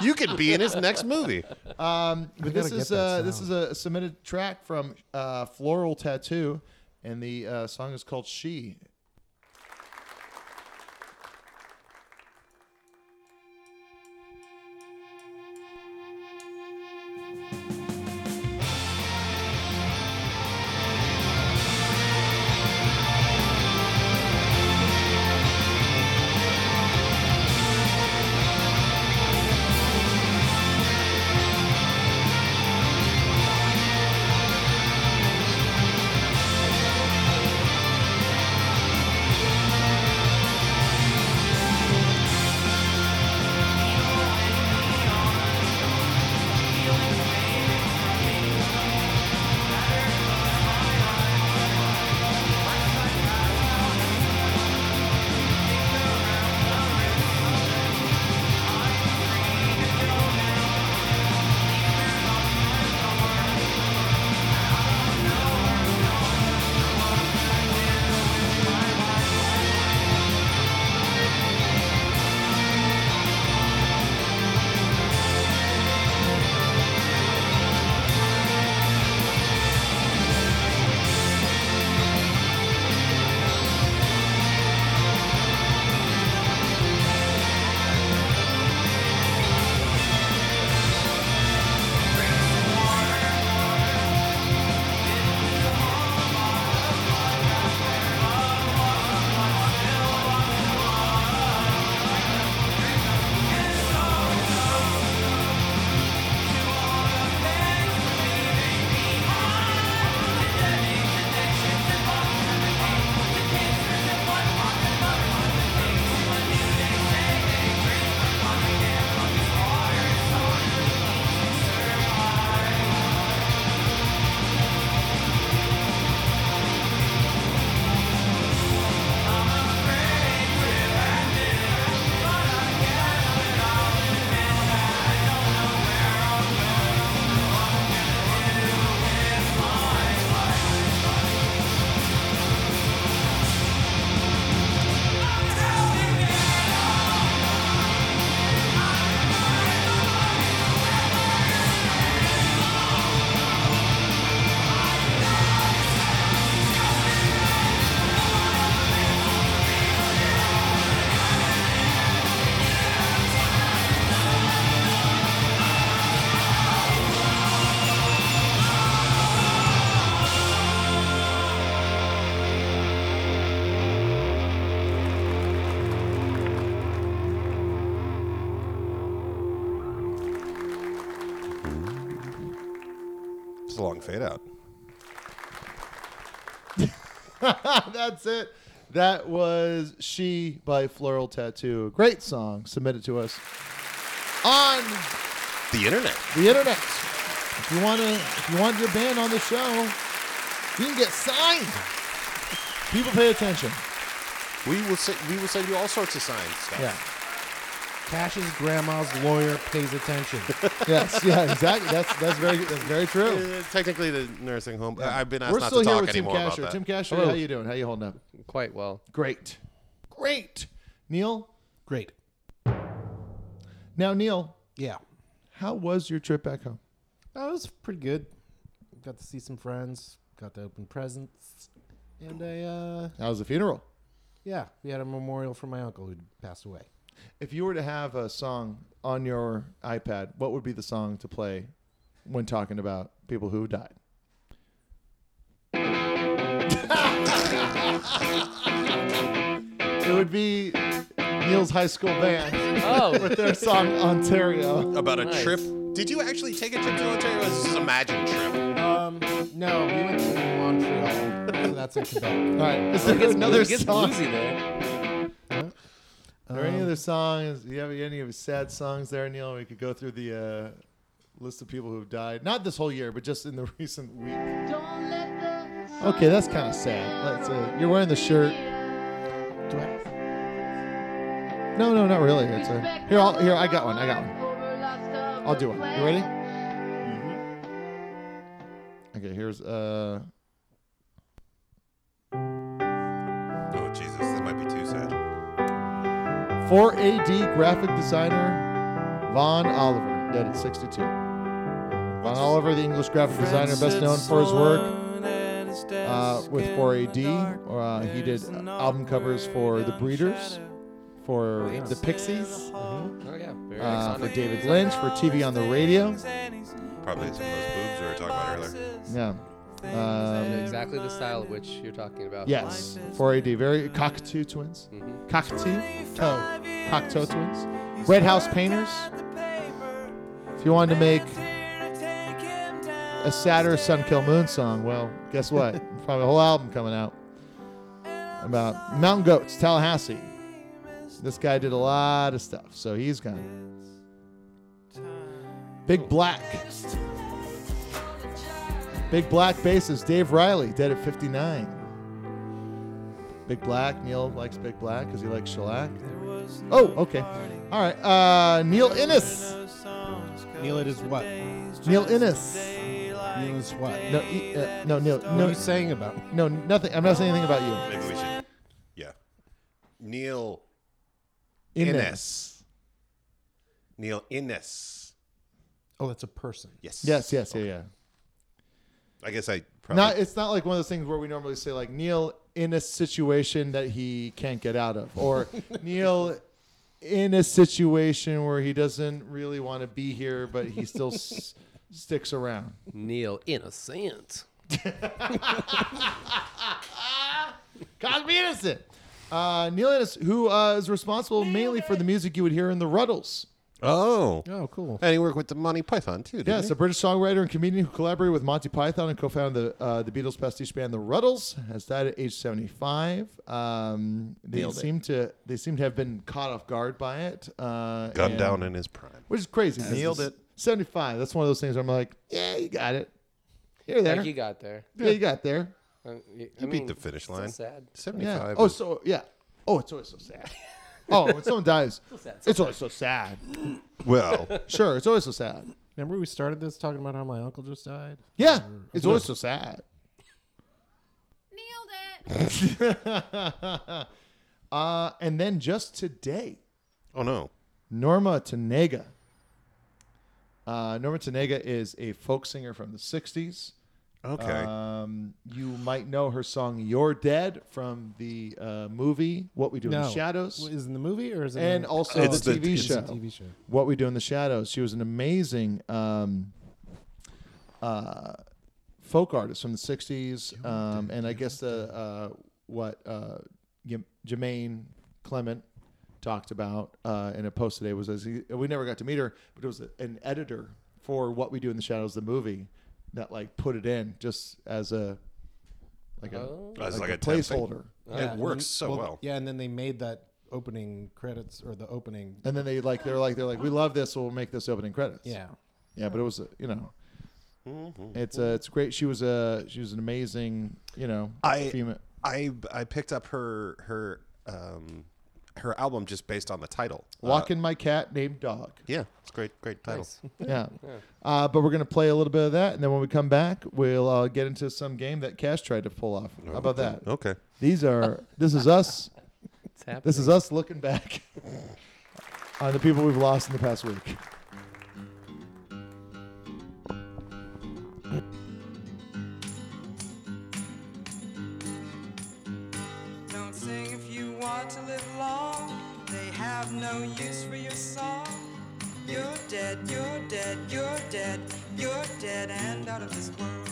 [SPEAKER 7] you could be in his next movie.
[SPEAKER 6] Um,
[SPEAKER 7] I
[SPEAKER 6] but this
[SPEAKER 7] gotta
[SPEAKER 6] is
[SPEAKER 7] get that
[SPEAKER 6] uh, this is
[SPEAKER 7] sound.
[SPEAKER 6] a submitted track from uh, Floral Tattoo, and the uh, song is called "She."
[SPEAKER 20] She
[SPEAKER 7] It's a long fade out.
[SPEAKER 21] That's it.
[SPEAKER 6] That was She by Floral Tattoo. Great song submitted to us on
[SPEAKER 7] the internet.
[SPEAKER 6] The internet. If you want to if you want your band on the show, you can get signed. People pay attention.
[SPEAKER 7] We will say, we will send you all sorts of signed stuff.
[SPEAKER 6] Yeah.
[SPEAKER 10] Cash's grandma's lawyer pays attention.
[SPEAKER 6] yes, yeah, exactly. That's that's very that's very true.
[SPEAKER 7] Uh, Technically, the nursing home.
[SPEAKER 6] Yeah.
[SPEAKER 7] I've been asked
[SPEAKER 6] We're
[SPEAKER 7] not
[SPEAKER 6] still
[SPEAKER 7] to
[SPEAKER 6] here
[SPEAKER 7] talk
[SPEAKER 6] with Tim
[SPEAKER 7] anymore about
[SPEAKER 6] Casher.
[SPEAKER 7] that.
[SPEAKER 6] Tim Casher,
[SPEAKER 7] Hello.
[SPEAKER 6] how you doing? How you holding up?
[SPEAKER 9] Quite well.
[SPEAKER 6] Great. Great. Neil?
[SPEAKER 10] Great.
[SPEAKER 6] Now, Neil.
[SPEAKER 10] Yeah.
[SPEAKER 6] How was your trip back home?
[SPEAKER 10] That was pretty good. Got to see some friends. Got to open presents. And I, uh,
[SPEAKER 6] How was the funeral?
[SPEAKER 10] yeah, we had a memorial for my uncle who passed away.
[SPEAKER 6] If you were to have a song on your iPad, what would be the song to play when talking about people who died? it would be Neil's high school band
[SPEAKER 7] Oh.
[SPEAKER 6] with their song Ontario.
[SPEAKER 7] About a
[SPEAKER 6] Nice.
[SPEAKER 7] trip. Did you actually take a trip to Ontario? Or is this a magic trip?
[SPEAKER 10] Um, no, we went to Montreal. so that's in Quebec. All
[SPEAKER 6] right. Is there another song? Are there any
[SPEAKER 10] Um,
[SPEAKER 6] other songs? Do you have any of his sad songs there, Neil? We could go through the uh, list of people who have died. Not this whole year, but just in the recent week. Okay, that's kind of sad. Let's, uh, you're wearing the shirt.
[SPEAKER 10] Do I?
[SPEAKER 6] No, no, not really. It's a, here, I'll, here, I got one. I got one. I'll do one. You ready?
[SPEAKER 10] Mm-hmm.
[SPEAKER 6] Okay, here's uh.
[SPEAKER 7] Oh Jesus, that might be too sad.
[SPEAKER 6] 4AD graphic designer Von Oliver, dead at 62. Von Oliver, the English graphic designer best known for his work uh, with 4AD. Or, uh, he did album covers for The Breeders, for The Pixies,
[SPEAKER 9] Oh yeah. Very
[SPEAKER 6] uh, for
[SPEAKER 9] iconic.
[SPEAKER 6] David Lynch, for TV on the Radio.
[SPEAKER 7] Probably some of those boobs we were talking about earlier.
[SPEAKER 6] Yeah.
[SPEAKER 9] And
[SPEAKER 6] Um,
[SPEAKER 9] exactly the style of which you're talking about.
[SPEAKER 6] Yes, 4AD. Very cockatoo twins. Cockatoo, toe, cockatoo twins. Red House Painters. If you wanted to make a sadder Sun Kill Moon song, well, guess what? Probably a whole album coming out about Mountain Goats, Tallahassee. This guy did a lot of stuff, so he's gone. Big Black. Big Black bassist Dave Riley, dead at 59. Big Black. Neil likes Big Black because he likes shellac. Oh, okay. All right. Uh, Neil Innes.
[SPEAKER 10] Neil it is what?
[SPEAKER 6] Neil Innes.
[SPEAKER 10] Neil is what?
[SPEAKER 6] No, e- uh, no, Neil.
[SPEAKER 10] What
[SPEAKER 6] no,
[SPEAKER 10] are you saying about?
[SPEAKER 6] No, nothing. I'm not saying anything about you.
[SPEAKER 7] Maybe we should. Yeah. Neil
[SPEAKER 6] Innes.
[SPEAKER 7] Innes. Neil Innes.
[SPEAKER 10] Oh, that's a person.
[SPEAKER 7] Yes.
[SPEAKER 6] Yes, yes, yeah, yeah.
[SPEAKER 7] I guess I probably.
[SPEAKER 6] Not, it's not like one of those things where we normally say like Neil in a situation that he can't get out of, or Neil in a situation where he doesn't really want to be here, but he still s- sticks around.
[SPEAKER 9] Neil Innocent.
[SPEAKER 6] Cosby Innocent. Uh, Neil Innes, who uh, is responsible mainly for the music you would hear in the Ruddles.
[SPEAKER 7] Oh.
[SPEAKER 10] Oh, cool.
[SPEAKER 7] And he worked with the Monty Python too. Didn't
[SPEAKER 6] Yes,
[SPEAKER 7] he?
[SPEAKER 6] a British songwriter and comedian who collaborated with Monty Python and co-founded the uh, the Beatles pastiche band The Ruddles, has died at age 75. Um, they
[SPEAKER 7] Nailed it.
[SPEAKER 6] seem to they seem to have been caught off guard by it. Uh,
[SPEAKER 7] Gunned
[SPEAKER 6] and-
[SPEAKER 7] down in his prime.
[SPEAKER 6] which is crazy. because
[SPEAKER 7] Nailed
[SPEAKER 6] it's 75. That's one of those things where I'm like, yeah, you got it. You're there.
[SPEAKER 9] Like you got there.
[SPEAKER 6] Yeah, you got there.
[SPEAKER 9] Uh, y- I
[SPEAKER 7] You beat
[SPEAKER 9] mean,
[SPEAKER 7] the finish
[SPEAKER 9] it's so
[SPEAKER 7] line.
[SPEAKER 9] sad.
[SPEAKER 6] Yeah.
[SPEAKER 7] 75.
[SPEAKER 6] Oh,
[SPEAKER 7] is-
[SPEAKER 6] so yeah. Oh, it's always so sad. oh, when someone dies,
[SPEAKER 9] So sad, so
[SPEAKER 6] it's always so sad.
[SPEAKER 7] Well.
[SPEAKER 6] sure, it's always so sad.
[SPEAKER 10] Remember we started this talking about how my uncle just died?
[SPEAKER 6] Yeah, it's always so sad. uh, and then just today,
[SPEAKER 7] oh no.
[SPEAKER 6] Norma Tanega. Uh, Norma Tanega is a folk singer from the 60s.
[SPEAKER 7] Okay.
[SPEAKER 6] Um, you might know her song You're Dead from the uh, movie What We Do in
[SPEAKER 10] No.
[SPEAKER 6] the Shadows.
[SPEAKER 10] Is it in the movie or is it in
[SPEAKER 6] and
[SPEAKER 10] the-
[SPEAKER 6] also
[SPEAKER 7] It's
[SPEAKER 6] the,
[SPEAKER 7] the-
[SPEAKER 6] TV
[SPEAKER 7] it's
[SPEAKER 6] show,
[SPEAKER 7] the
[SPEAKER 10] TV show.
[SPEAKER 6] What We Do in the Shadows. She was an amazing um, uh, folk artist from the '60s, um, and I guess the uh, what uh, J- Jermaine Clement talked about uh, in a post today was as he, we never got to meet her, but it was an editor for What We Do in the Shadows, the movie. that like put it in just as a like a
[SPEAKER 22] Oh.
[SPEAKER 7] As like a temp thing?
[SPEAKER 6] placeholder.
[SPEAKER 7] It works so well.
[SPEAKER 22] Yeah, and then they made that opening credits or the opening.
[SPEAKER 6] And then they like they're like they're like we love this, so we'll make this opening credits.
[SPEAKER 22] Yeah.
[SPEAKER 6] yeah, but it was uh, you know, it's uh, it's great. She was a she was an amazing you know
[SPEAKER 7] I
[SPEAKER 6] female.
[SPEAKER 7] I I picked up her her um her album just based on the title. Uh,
[SPEAKER 6] Walking my cat named Dog.
[SPEAKER 7] yeah, it's a great great title.
[SPEAKER 6] Yeah. Uh, but we're going to play a little bit of that. And then when we come back, we'll uh, get into some game that Cash tried to pull off. How about
[SPEAKER 7] Okay.
[SPEAKER 6] that?
[SPEAKER 7] Okay.
[SPEAKER 6] These are, this is us. This is
[SPEAKER 9] happening.
[SPEAKER 6] us looking back on the people we've lost in the past week.
[SPEAKER 10] Don't sing if you want to live long. They have no use for your song. You're dead, you're dead, you're dead, you're dead and out of this world.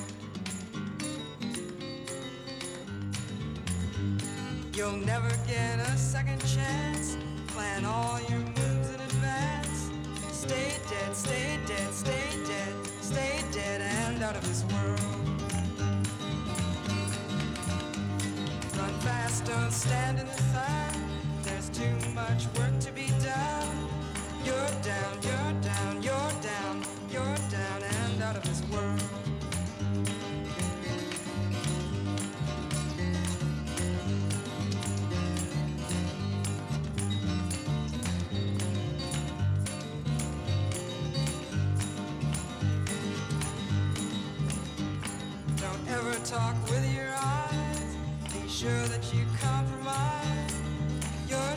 [SPEAKER 10] You'll never get a second chance. Plan all your moves in advance. Stay dead, stay dead, stay dead, stay dead and out of this world. Run fast, don't stand in the sun. There's too much work to be done. You're down, you're down, you're down, you're down and out of this world. Don't ever talk with your eyes. Be sure that you compromise. You're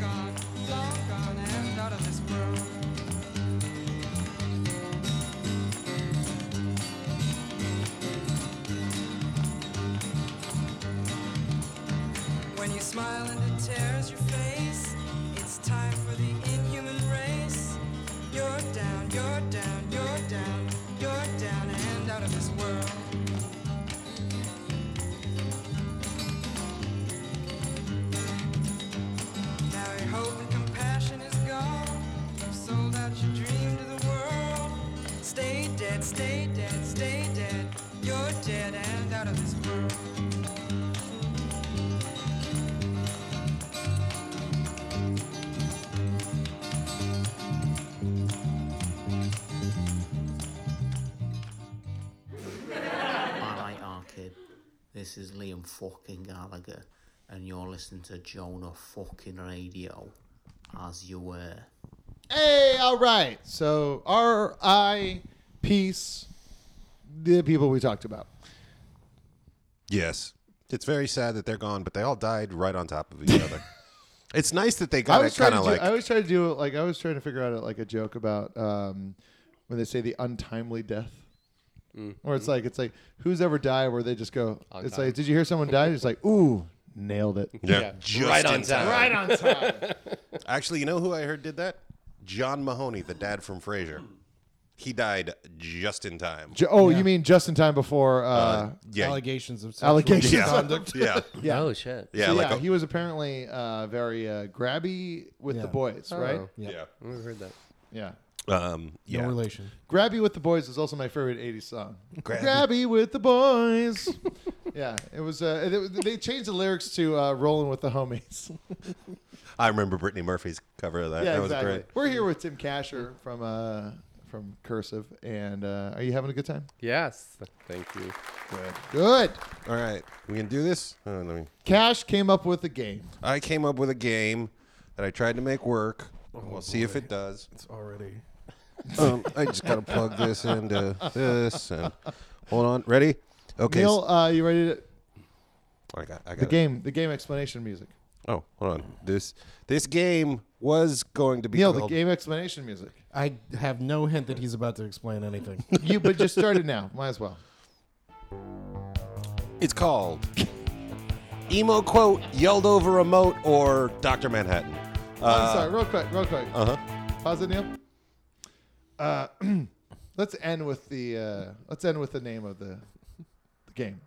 [SPEAKER 10] gone, long gone and out of this world. When you smile and it tears your face, it's time for the inhuman race. You're down, you're down, you're down, you're down and out of this world. Now your hope and compassion is gone. You've sold out your dream to the world. Stay dead, stay dead, stay dead. You're dead and out of this world.
[SPEAKER 23] Alright, Arcade. This is Liam fucking Gallagher, and you're listening to Jonah fucking Radio as you were.
[SPEAKER 6] Hey, all right. So R.I. Peace, the people we talked about.
[SPEAKER 7] Yes. It's very sad that they're gone, but they all died right on top of each other. it's nice that they
[SPEAKER 6] I
[SPEAKER 7] got
[SPEAKER 6] was
[SPEAKER 7] it
[SPEAKER 6] trying to
[SPEAKER 7] kind of
[SPEAKER 6] do,
[SPEAKER 7] like
[SPEAKER 6] I always try to do like I was trying to figure out like a joke about um, when they say the untimely death, or it's like it's like who's ever died where they just go.
[SPEAKER 24] On
[SPEAKER 6] it's
[SPEAKER 24] time.
[SPEAKER 6] like did you hear someone die? It's like ooh, nailed it.
[SPEAKER 7] just in
[SPEAKER 24] Right on time.
[SPEAKER 7] Actually, you know who I heard did that? John Mahoney, the dad from Frasier. He died just in time.
[SPEAKER 6] Ju- oh, you mean just in time before uh,
[SPEAKER 7] yeah.
[SPEAKER 22] Allegations of sexual
[SPEAKER 6] allegations
[SPEAKER 22] misconduct.
[SPEAKER 7] Yeah.
[SPEAKER 6] yeah.
[SPEAKER 7] Oh, shit.
[SPEAKER 6] Yeah,
[SPEAKER 7] Yeah, like
[SPEAKER 6] yeah
[SPEAKER 7] a-
[SPEAKER 6] he was apparently uh, very uh, grabby with the boys, right?
[SPEAKER 7] Yeah.
[SPEAKER 9] I've heard that.
[SPEAKER 6] Yeah.
[SPEAKER 7] Um, yeah.
[SPEAKER 22] relation.
[SPEAKER 6] Grabby with the Boys is also my favorite 80s song.
[SPEAKER 7] Grabby.
[SPEAKER 6] Grabby, with the Boys. yeah, it was. Uh, and it- they changed the lyrics to uh, Rolling with the Homies.
[SPEAKER 7] I remember Brittany Murphy's cover of that.
[SPEAKER 6] yeah,
[SPEAKER 7] that was
[SPEAKER 6] exactly.
[SPEAKER 7] great.
[SPEAKER 6] We're here with Tim Casher from uh, from Cursive. And uh, are you having a good time?
[SPEAKER 9] Yes. Thank you.
[SPEAKER 6] Good. Good.
[SPEAKER 7] All right. We can do this? Oh, let me.
[SPEAKER 6] Cash came up with a game.
[SPEAKER 7] I came up with a game that I tried to make work. we'll see if it does.
[SPEAKER 25] Oh, It's already.
[SPEAKER 7] um, I just got to plug this into this. and Hold on. Ready? Okay.
[SPEAKER 6] Neil, uh, you ready to.
[SPEAKER 7] I got, I got
[SPEAKER 6] The
[SPEAKER 7] it.
[SPEAKER 6] game, the game explanation music.
[SPEAKER 7] Oh, hold on. This this game was going to be
[SPEAKER 6] Neil, the
[SPEAKER 7] called
[SPEAKER 6] game explanation music.
[SPEAKER 22] I have no hint that he's about to explain anything.
[SPEAKER 6] You, but just started now. Might as well.
[SPEAKER 7] It's called Emo Quote Yelled Over a Moat or Dr. Manhattan. Uh-huh.
[SPEAKER 6] I'm sorry, real quick, real quick.
[SPEAKER 7] Uh huh.
[SPEAKER 6] Pause it, Neil. Uh, Let's end with the uh, let's end with the name of the, the game.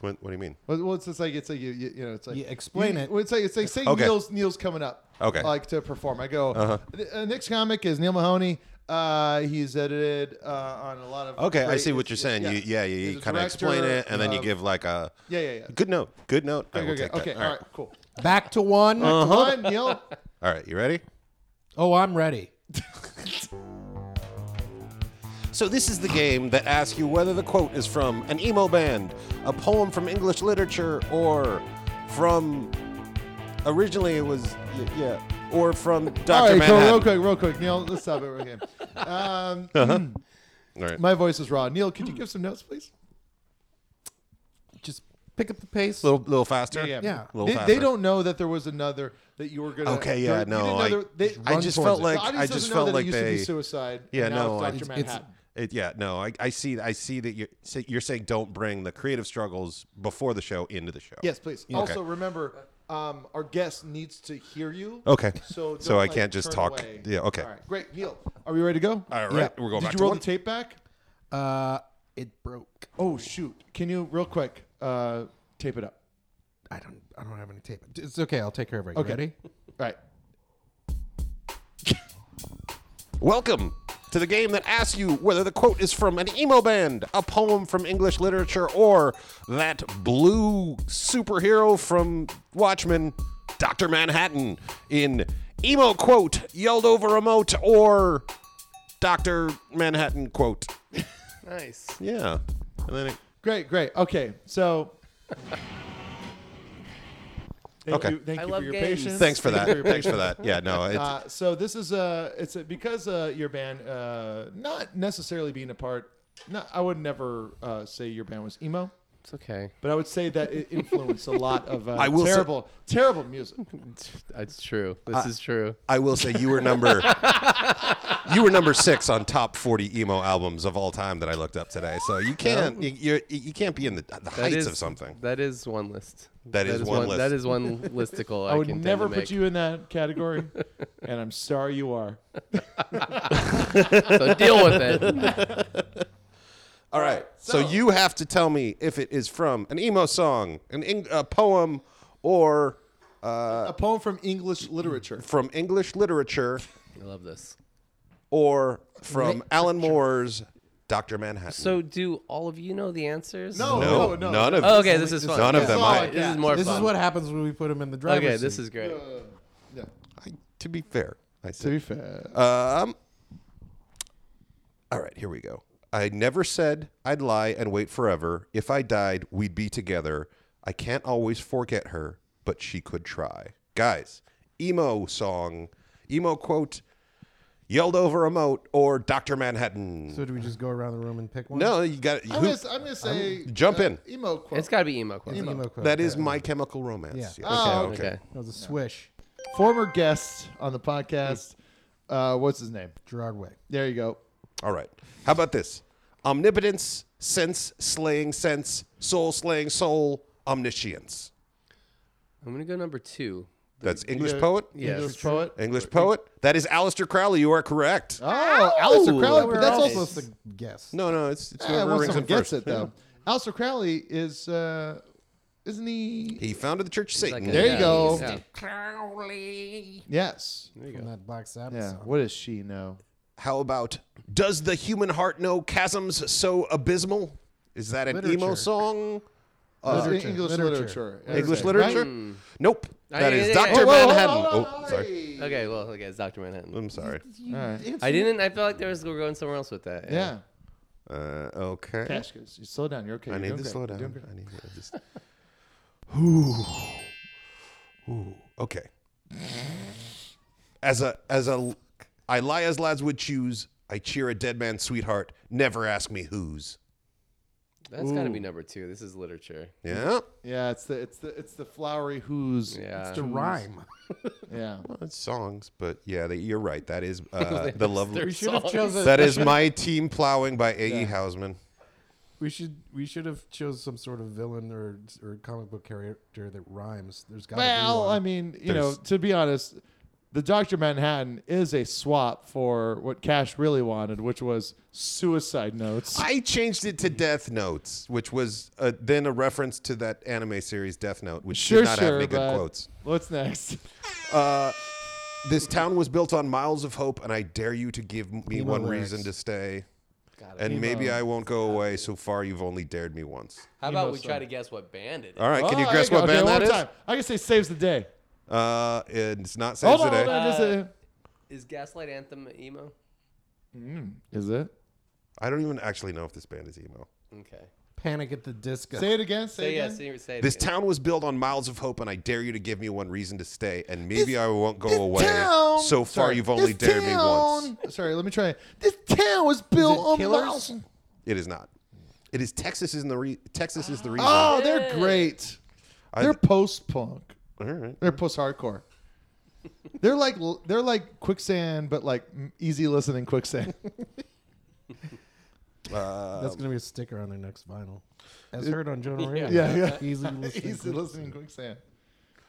[SPEAKER 7] What, what do you mean?
[SPEAKER 6] Well, well, it's just like it's like you, you, you know it's like
[SPEAKER 26] You explain
[SPEAKER 6] you-
[SPEAKER 26] it.
[SPEAKER 6] well, It's like it's like say
[SPEAKER 7] Okay.
[SPEAKER 6] Neil's Neil's coming up.
[SPEAKER 7] Okay.
[SPEAKER 6] Like to perform, I go.
[SPEAKER 7] Uh-huh.
[SPEAKER 6] The uh, next comic is Neil Mahoney. Uh, he's edited uh, on a lot of.
[SPEAKER 7] Okay, I
[SPEAKER 6] great-
[SPEAKER 7] see what you're saying.
[SPEAKER 6] yeah.
[SPEAKER 7] Yeah, you, yeah, you,
[SPEAKER 6] He's a
[SPEAKER 7] kind of explain
[SPEAKER 6] director
[SPEAKER 7] it, and then you
[SPEAKER 6] of-
[SPEAKER 7] give like a
[SPEAKER 6] Yeah, yeah, yeah.
[SPEAKER 7] Good note. Good note. I
[SPEAKER 6] Okay,
[SPEAKER 7] will
[SPEAKER 6] okay,
[SPEAKER 7] take that.
[SPEAKER 6] okay, all right, cool.
[SPEAKER 26] Back to one.
[SPEAKER 7] Uh-huh.
[SPEAKER 6] One, Neil.
[SPEAKER 7] All right, you ready?
[SPEAKER 26] Oh, I'm ready.
[SPEAKER 7] So this is the game that asks you whether the quote is from an emo band, a poem from English literature, or from originally it was y- yeah, or from
[SPEAKER 6] All
[SPEAKER 7] Doctor
[SPEAKER 6] right, cool.
[SPEAKER 7] Manhattan.
[SPEAKER 6] real quick, real quick, Neil. Let's stop it right here. Um,
[SPEAKER 7] Uh-huh. All right.
[SPEAKER 6] My voice is raw. Neil, could you give some notes, please?
[SPEAKER 26] Just pick up the pace.
[SPEAKER 7] Little, little faster.
[SPEAKER 6] Yeah,
[SPEAKER 7] Little
[SPEAKER 6] They,
[SPEAKER 7] faster.
[SPEAKER 6] they don't know that there was another that you were gonna.
[SPEAKER 7] Okay,
[SPEAKER 6] there-
[SPEAKER 7] yeah,
[SPEAKER 6] you
[SPEAKER 7] no,
[SPEAKER 6] didn't know
[SPEAKER 7] I-
[SPEAKER 6] there- they-
[SPEAKER 7] I
[SPEAKER 6] run
[SPEAKER 7] just
[SPEAKER 6] towards
[SPEAKER 7] felt
[SPEAKER 6] it.
[SPEAKER 7] like
[SPEAKER 6] The
[SPEAKER 7] I
[SPEAKER 6] audience
[SPEAKER 7] just
[SPEAKER 6] doesn't know
[SPEAKER 7] felt
[SPEAKER 6] that
[SPEAKER 7] like
[SPEAKER 6] it used
[SPEAKER 7] they
[SPEAKER 6] to be suicide. and
[SPEAKER 7] Yeah,
[SPEAKER 6] now
[SPEAKER 7] no,
[SPEAKER 6] it's
[SPEAKER 7] I-
[SPEAKER 6] Dr.
[SPEAKER 7] it's-
[SPEAKER 6] Manhattan.
[SPEAKER 7] it- yeah, no, I, I see, I see that you're say, you're saying don't bring the creative struggles before the show into the show.
[SPEAKER 6] Yes, please.
[SPEAKER 7] Yeah.
[SPEAKER 6] Also,
[SPEAKER 7] okay.
[SPEAKER 6] remember, um, our guest needs to hear you.
[SPEAKER 7] Okay.
[SPEAKER 6] So,
[SPEAKER 7] So
[SPEAKER 6] don't,
[SPEAKER 7] I
[SPEAKER 6] like,
[SPEAKER 7] can't just
[SPEAKER 6] turn
[SPEAKER 7] talk-
[SPEAKER 6] away.
[SPEAKER 7] yeah, okay.
[SPEAKER 6] All right. Great, Neil. Are we ready to go?
[SPEAKER 7] All right, we're going
[SPEAKER 6] Did
[SPEAKER 7] back
[SPEAKER 6] you
[SPEAKER 7] to
[SPEAKER 6] roll
[SPEAKER 7] one.
[SPEAKER 6] the tape back?
[SPEAKER 26] Uh, it broke.
[SPEAKER 6] Oh shoot! Can you real quick uh, tape it up?
[SPEAKER 26] I don't. I don't have any tape. It's okay. I'll take care of it. You
[SPEAKER 6] Okay.
[SPEAKER 26] Ready?
[SPEAKER 6] Right.
[SPEAKER 7] Welcome to the game that asks you whether the quote is from an emo band, a poem from English literature, or that blue superhero from Watchmen, Dr. Manhattan, in emo quote yelled over a moat or Dr. Manhattan quote.
[SPEAKER 9] Nice.
[SPEAKER 7] Yeah. And then it,
[SPEAKER 6] Great, great. Okay, so. Thank
[SPEAKER 7] Okay.
[SPEAKER 6] You, thank
[SPEAKER 9] I
[SPEAKER 6] you
[SPEAKER 9] love
[SPEAKER 6] for your
[SPEAKER 9] games.
[SPEAKER 6] patience.
[SPEAKER 7] Thanks for that.
[SPEAKER 6] your
[SPEAKER 7] Thanks for
[SPEAKER 6] patience.
[SPEAKER 7] that. Yeah, no, it's-
[SPEAKER 6] Uh, so this is uh, it's a, because uh, your band uh, not necessarily being a part. Not, I would never uh, say your band was emo.
[SPEAKER 9] It's okay.
[SPEAKER 6] But I would say that it influenced a lot of uh,
[SPEAKER 7] I will say-
[SPEAKER 6] terrible, terrible music.
[SPEAKER 9] It's true. This
[SPEAKER 6] Uh,
[SPEAKER 7] I-
[SPEAKER 9] is true.
[SPEAKER 7] I will say you were number you were number six on top forty emo albums of all time that I looked up today. So you can't you, you're, you can't be in the, the
[SPEAKER 9] That
[SPEAKER 7] heights
[SPEAKER 9] is-
[SPEAKER 7] of something.
[SPEAKER 9] That is one list.
[SPEAKER 7] That is one list.
[SPEAKER 9] That is one listicle. I,
[SPEAKER 6] I would
[SPEAKER 9] can tend
[SPEAKER 6] never
[SPEAKER 9] to
[SPEAKER 6] put
[SPEAKER 9] make.
[SPEAKER 6] you in that category, and I'm sorry you are.
[SPEAKER 9] So deal with it.
[SPEAKER 7] All right. So, you have to tell me if it is from an emo song, an eng- a poem, or uh,
[SPEAKER 6] a poem from English literature.
[SPEAKER 7] From English literature,
[SPEAKER 9] I love this.
[SPEAKER 7] or from Alan Moore's Doctor Manhattan.
[SPEAKER 9] So do all of you know the answers?
[SPEAKER 7] No, No, no, no. none of
[SPEAKER 9] oh,
[SPEAKER 7] them.
[SPEAKER 9] Okay, this is fun.
[SPEAKER 7] None of them.
[SPEAKER 9] All
[SPEAKER 7] I-
[SPEAKER 9] right, This is more
[SPEAKER 26] This
[SPEAKER 9] fun.
[SPEAKER 26] is what happens when we put him in the driver's
[SPEAKER 9] Okay,
[SPEAKER 26] seat.
[SPEAKER 9] this is great.
[SPEAKER 7] to be fair, I said.
[SPEAKER 6] be fair.
[SPEAKER 26] uh,
[SPEAKER 7] Um. All right, here we go. I never said I'd lie and wait forever. If I died, we'd be together. I can't always forget her, but she could try. Guys, emo song, emo quote, yelled over a moat, or Doctor Manhattan.
[SPEAKER 26] So do we just go around the room and pick one?
[SPEAKER 7] no, you got it.
[SPEAKER 6] I'm gonna, s- I'm gonna say
[SPEAKER 7] jump
[SPEAKER 6] Oh, uh,
[SPEAKER 7] in.
[SPEAKER 6] emo quote.
[SPEAKER 9] It's got to be emo quote.
[SPEAKER 26] Emo. Emo quote,
[SPEAKER 7] That is
[SPEAKER 26] yeah.
[SPEAKER 7] My Chemical Romance.
[SPEAKER 26] Yeah.
[SPEAKER 7] Yes.
[SPEAKER 6] Oh,
[SPEAKER 7] Okay.
[SPEAKER 9] Okay.
[SPEAKER 26] That was a swish.
[SPEAKER 6] former guest on the podcast. Uh, what's his name?
[SPEAKER 26] Hmm. Gerard Way.
[SPEAKER 6] There you go.
[SPEAKER 7] All right. How about this? Omnipotence, sense slaying sense, soul slaying soul, omniscience.
[SPEAKER 9] I'm gonna go number two.
[SPEAKER 7] That's English
[SPEAKER 6] Yeah.
[SPEAKER 7] poet?
[SPEAKER 9] Yes.
[SPEAKER 6] English poet.
[SPEAKER 7] English poet? That is Aleister Crowley. You are correct.
[SPEAKER 6] Oh, Alistair
[SPEAKER 9] Ooh.
[SPEAKER 6] Crowley. But that's
[SPEAKER 26] We're all
[SPEAKER 6] also
[SPEAKER 26] supposed to guess.
[SPEAKER 7] No, no, it's, it's
[SPEAKER 6] yeah,
[SPEAKER 7] whoever
[SPEAKER 6] Eh, well,
[SPEAKER 7] rings
[SPEAKER 6] someone
[SPEAKER 7] in
[SPEAKER 6] gets
[SPEAKER 7] first.
[SPEAKER 6] it though. Alistair Crowley is, uh, isn't he?
[SPEAKER 7] He founded the Church of Satan.
[SPEAKER 9] a-
[SPEAKER 6] There you
[SPEAKER 9] Yeah,
[SPEAKER 6] go.
[SPEAKER 9] yeah.
[SPEAKER 6] Yes.
[SPEAKER 9] There you
[SPEAKER 26] From
[SPEAKER 9] go.
[SPEAKER 26] that Black Sabbath
[SPEAKER 6] Yeah.
[SPEAKER 26] song.
[SPEAKER 6] What does she know?
[SPEAKER 7] How about Does the Human Heart Know Chasms So Abysmal? Is that an emo
[SPEAKER 26] Literature.
[SPEAKER 7] song?
[SPEAKER 6] That's
[SPEAKER 26] Literature,
[SPEAKER 6] English
[SPEAKER 26] Uh,
[SPEAKER 6] literature.
[SPEAKER 26] literature.
[SPEAKER 7] English
[SPEAKER 6] Okay.
[SPEAKER 7] literature?
[SPEAKER 6] Right?
[SPEAKER 7] Nope.
[SPEAKER 9] I-
[SPEAKER 7] That is
[SPEAKER 9] yeah, yeah, yeah.
[SPEAKER 7] Dr.
[SPEAKER 9] Whoa, whoa,
[SPEAKER 7] Manhattan.
[SPEAKER 6] whoa, whoa,
[SPEAKER 7] Oh, sorry.
[SPEAKER 9] Okay, well, okay, it's Doctor Manhattan.
[SPEAKER 7] I'm sorry.
[SPEAKER 6] All right.
[SPEAKER 9] I didn't. I felt like there was we were going somewhere else with that.
[SPEAKER 6] Yeah.
[SPEAKER 7] Uh, okay.
[SPEAKER 6] Cash goes. You slow down. You're okay.
[SPEAKER 7] I
[SPEAKER 6] You're
[SPEAKER 7] need
[SPEAKER 6] doing
[SPEAKER 7] to
[SPEAKER 6] great.
[SPEAKER 7] slow
[SPEAKER 6] You're doing
[SPEAKER 7] down.
[SPEAKER 6] great.
[SPEAKER 7] I need to just. Ooh. Ooh. Okay. As a as a I lie as lads would choose. I cheer a dead man's sweetheart. Never ask me whose.
[SPEAKER 9] That's got to be number two. This is literature.
[SPEAKER 7] Yeah.
[SPEAKER 6] Yeah. It's the it's the it's the flowery who's.
[SPEAKER 9] Yeah.
[SPEAKER 26] It's a rhyme.
[SPEAKER 6] Yeah.
[SPEAKER 7] Well, it's songs, but yeah, that- you're right. That is uh, the love.
[SPEAKER 9] Their
[SPEAKER 26] should have
[SPEAKER 9] songs.
[SPEAKER 26] chosen-
[SPEAKER 7] That is my team plowing by A. E.
[SPEAKER 6] Yeah.
[SPEAKER 7] Hausman.
[SPEAKER 26] We should we should have chose some sort of villain or or comic book character that rhymes. There's got to be
[SPEAKER 6] Well,
[SPEAKER 26] one.
[SPEAKER 6] I mean, you know,
[SPEAKER 7] There's-
[SPEAKER 6] to be honest,
[SPEAKER 27] the Dr. Manhattan is a swap for what Cash really wanted, which was suicide notes.
[SPEAKER 7] I changed it to Death Notes, which was uh, then a reference to that anime series Death Note, which
[SPEAKER 27] Sure,
[SPEAKER 7] did not have
[SPEAKER 27] sure,
[SPEAKER 7] any good
[SPEAKER 27] but
[SPEAKER 7] quotes.
[SPEAKER 27] What's next?
[SPEAKER 7] Uh, this town was built on miles of hope, and I dare you to give me
[SPEAKER 27] Emo
[SPEAKER 7] one
[SPEAKER 27] lyrics.
[SPEAKER 7] reason to stay.
[SPEAKER 9] Got it.
[SPEAKER 7] And maybe
[SPEAKER 9] Emo.
[SPEAKER 7] I won't go away. So far, you've only dared me once.
[SPEAKER 9] How about
[SPEAKER 27] Emo
[SPEAKER 9] we try to guess what band it is?
[SPEAKER 7] All right, can
[SPEAKER 27] Oh,
[SPEAKER 7] you guess
[SPEAKER 27] there
[SPEAKER 7] what
[SPEAKER 27] go.
[SPEAKER 7] band
[SPEAKER 27] okay,
[SPEAKER 7] that is?
[SPEAKER 27] one Time. I can say saves the day.
[SPEAKER 7] Uh, it's not
[SPEAKER 27] Hold
[SPEAKER 7] Saves the
[SPEAKER 27] on,
[SPEAKER 7] Day.
[SPEAKER 27] hold on, just
[SPEAKER 26] Uh,
[SPEAKER 27] a-
[SPEAKER 9] Is Gaslight Anthem emo?
[SPEAKER 27] Is it?
[SPEAKER 7] I don't even actually know if this band is emo.
[SPEAKER 9] Okay.
[SPEAKER 28] Panic at the Disco.
[SPEAKER 9] Say it again, say Say it yes, again. say it
[SPEAKER 7] this
[SPEAKER 9] again.
[SPEAKER 7] town was built on miles of hope, and I dare you to give me one reason to stay, and maybe I won't go away.
[SPEAKER 6] town-
[SPEAKER 7] So far,
[SPEAKER 6] Sorry,
[SPEAKER 7] you've only
[SPEAKER 6] this
[SPEAKER 7] dared me once.
[SPEAKER 6] town- Sorry, let me try. This town was built on
[SPEAKER 7] Killers?
[SPEAKER 6] miles.
[SPEAKER 7] It is not. It is Texas is the re- Texas is the reason.
[SPEAKER 6] Oh, they're great.
[SPEAKER 7] I-
[SPEAKER 6] they're post punk.
[SPEAKER 7] All right.
[SPEAKER 6] They're post hardcore. they're like they're like quicksand, but like m- easy listening quicksand.
[SPEAKER 28] That's gonna be a sticker on their next vinyl, as
[SPEAKER 6] It-
[SPEAKER 28] heard on Jonah
[SPEAKER 6] Yeah,
[SPEAKER 28] Radio.
[SPEAKER 6] yeah.
[SPEAKER 28] Easy listening.
[SPEAKER 6] Easy listening quicksand.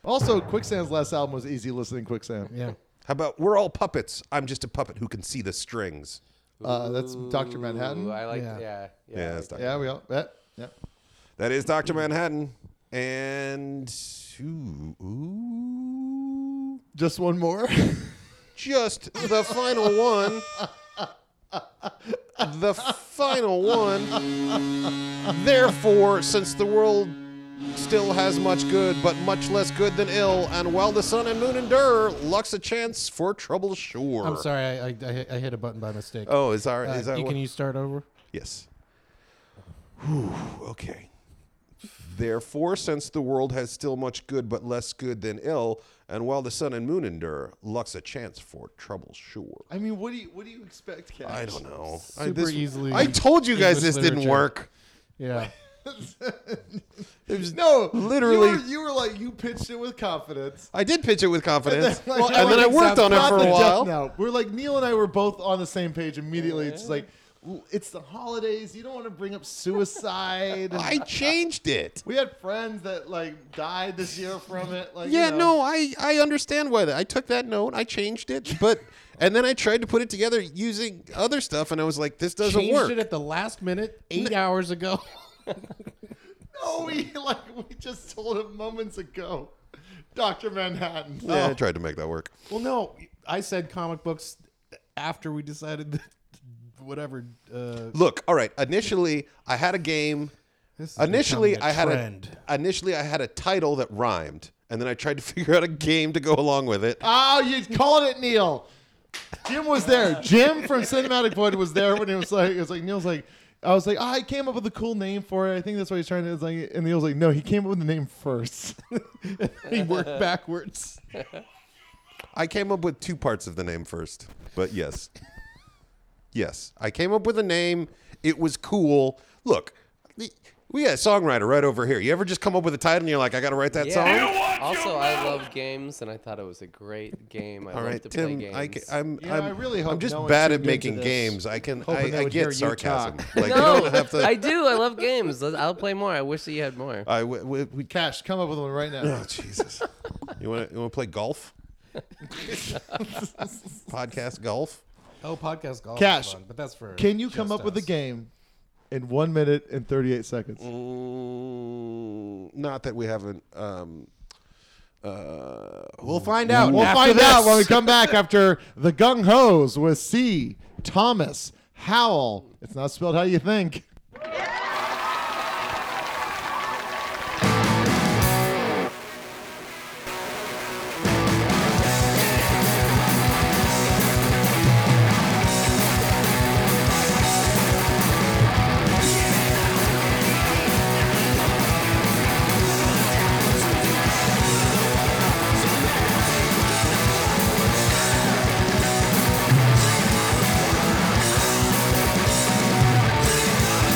[SPEAKER 6] also, quicksand's last album was easy listening quicksand.
[SPEAKER 28] Yeah.
[SPEAKER 7] How about we're all puppets? I'm just a puppet who can see the strings.
[SPEAKER 6] Uh, that's Doctor Manhattan.
[SPEAKER 9] Ooh, I like. Yeah.
[SPEAKER 6] Yeah.
[SPEAKER 9] Yeah.
[SPEAKER 7] Yeah, that's Dr.
[SPEAKER 6] Yeah, we all. Yeah, yeah.
[SPEAKER 7] That is Doctor Manhattan, and ooh, ooh,
[SPEAKER 6] just one more.
[SPEAKER 7] just the final one. The final one. Therefore, since the world still has much good, but much less good than ill, and while the sun and moon endure, luck's a chance for trouble sure.
[SPEAKER 28] I'm sorry, I, I, I hit- I hit a button by mistake.
[SPEAKER 7] Oh, is our- is that
[SPEAKER 28] you-
[SPEAKER 7] what-
[SPEAKER 28] can you start over?
[SPEAKER 7] Yes. Whew, okay. Therefore, since the world has still much good but less good than ill, and while the sun and moon endure, luck's a chance for trouble sure.
[SPEAKER 6] I mean, what do you what do you expect, Cash?
[SPEAKER 7] I don't know. I,
[SPEAKER 6] Super
[SPEAKER 7] this-
[SPEAKER 6] easily
[SPEAKER 7] I told you guys
[SPEAKER 6] English
[SPEAKER 7] this didn't
[SPEAKER 6] literature.
[SPEAKER 7] work.
[SPEAKER 28] Yeah.
[SPEAKER 7] There's
[SPEAKER 6] no,
[SPEAKER 7] literally-
[SPEAKER 6] You were, you were like you pitched it with confidence.
[SPEAKER 7] I did pitch it with confidence, and then,
[SPEAKER 6] Like,
[SPEAKER 7] I
[SPEAKER 6] everything
[SPEAKER 7] worked on
[SPEAKER 6] sounds-
[SPEAKER 7] it
[SPEAKER 6] not
[SPEAKER 7] for
[SPEAKER 6] the
[SPEAKER 7] a while.
[SPEAKER 6] Death Note. We're like Neil and I were both on the same page immediately. It's like w- it's the holidays. You don't want to bring up suicide.
[SPEAKER 7] I changed it.
[SPEAKER 6] We had friends that like died this year from it. Like
[SPEAKER 7] yeah,
[SPEAKER 6] you know.
[SPEAKER 7] no, I I understand why that. I took that note, I changed it, but and then I tried to put it together using other stuff, and I was like, this doesn't
[SPEAKER 28] Changed
[SPEAKER 7] work.
[SPEAKER 28] it at the last minute, eight hours ago.
[SPEAKER 6] no, we like we just told him moments ago, Doctor Manhattan.
[SPEAKER 7] Yeah, I
[SPEAKER 6] Oh.
[SPEAKER 7] tried to make that work.
[SPEAKER 28] Well, no, I said comic books after we decided that whatever. Uh,
[SPEAKER 7] Look, all right. Initially, I had a game.
[SPEAKER 28] This is
[SPEAKER 7] Initially,
[SPEAKER 28] becoming
[SPEAKER 7] I
[SPEAKER 28] a
[SPEAKER 7] had
[SPEAKER 28] trend.
[SPEAKER 7] a initially I had a title that rhymed, and then I tried to figure out a game to go along with it.
[SPEAKER 6] Oh, you called it, Neil. Jim was there. Jim from Cinematic Void was there when he was like, it was like Neil's like, I was like, oh, I came up with a cool name for it. I think that's what he's trying to. It's like, and Neil's like, no, he came up with the name first. he worked backwards.
[SPEAKER 7] I came up with two parts of the name first, but yes, yes, I came up with a name. It was cool. Look, we we got a songwriter right over here. You ever just come up with a title and you're like, I got to write that song?
[SPEAKER 9] Also, I love games, and I thought it was a great game. I
[SPEAKER 7] All
[SPEAKER 9] love
[SPEAKER 7] right,
[SPEAKER 9] to
[SPEAKER 7] Tim.
[SPEAKER 9] play games.
[SPEAKER 7] I, ca- I'm.
[SPEAKER 9] Yeah,
[SPEAKER 7] I'm,
[SPEAKER 9] I really
[SPEAKER 7] I'm
[SPEAKER 9] hope
[SPEAKER 7] just
[SPEAKER 9] no one
[SPEAKER 7] bad
[SPEAKER 9] tuned
[SPEAKER 7] at
[SPEAKER 9] into
[SPEAKER 7] making
[SPEAKER 9] this,
[SPEAKER 7] games. I can.
[SPEAKER 9] hoping
[SPEAKER 7] I,
[SPEAKER 9] they
[SPEAKER 7] I
[SPEAKER 9] would hear
[SPEAKER 7] get
[SPEAKER 9] you
[SPEAKER 7] sarcasm.
[SPEAKER 9] talk.
[SPEAKER 7] Like, you
[SPEAKER 9] no,
[SPEAKER 7] don't have to.
[SPEAKER 9] I do. I love games. Let's- I'll play more. I wish that you had more.
[SPEAKER 7] I w- w- we
[SPEAKER 6] Cash, come up with one right now.
[SPEAKER 7] Oh Jesus! you want to you want to play golf? Podcast golf.
[SPEAKER 28] oh, podcast golf. is
[SPEAKER 6] Cash,
[SPEAKER 28] fun, but that's for.
[SPEAKER 6] Can you
[SPEAKER 28] just
[SPEAKER 6] come up with a
[SPEAKER 28] us.
[SPEAKER 6] game in one minute and thirty-eight seconds?
[SPEAKER 7] Mm, not that we haven't. Um, uh, we'll find out.
[SPEAKER 6] We'll
[SPEAKER 7] after
[SPEAKER 6] find
[SPEAKER 7] this.
[SPEAKER 6] out when we come back after the Gung Ho's with C. Thomas Howell. It's not spelled how you think.
[SPEAKER 29] Thank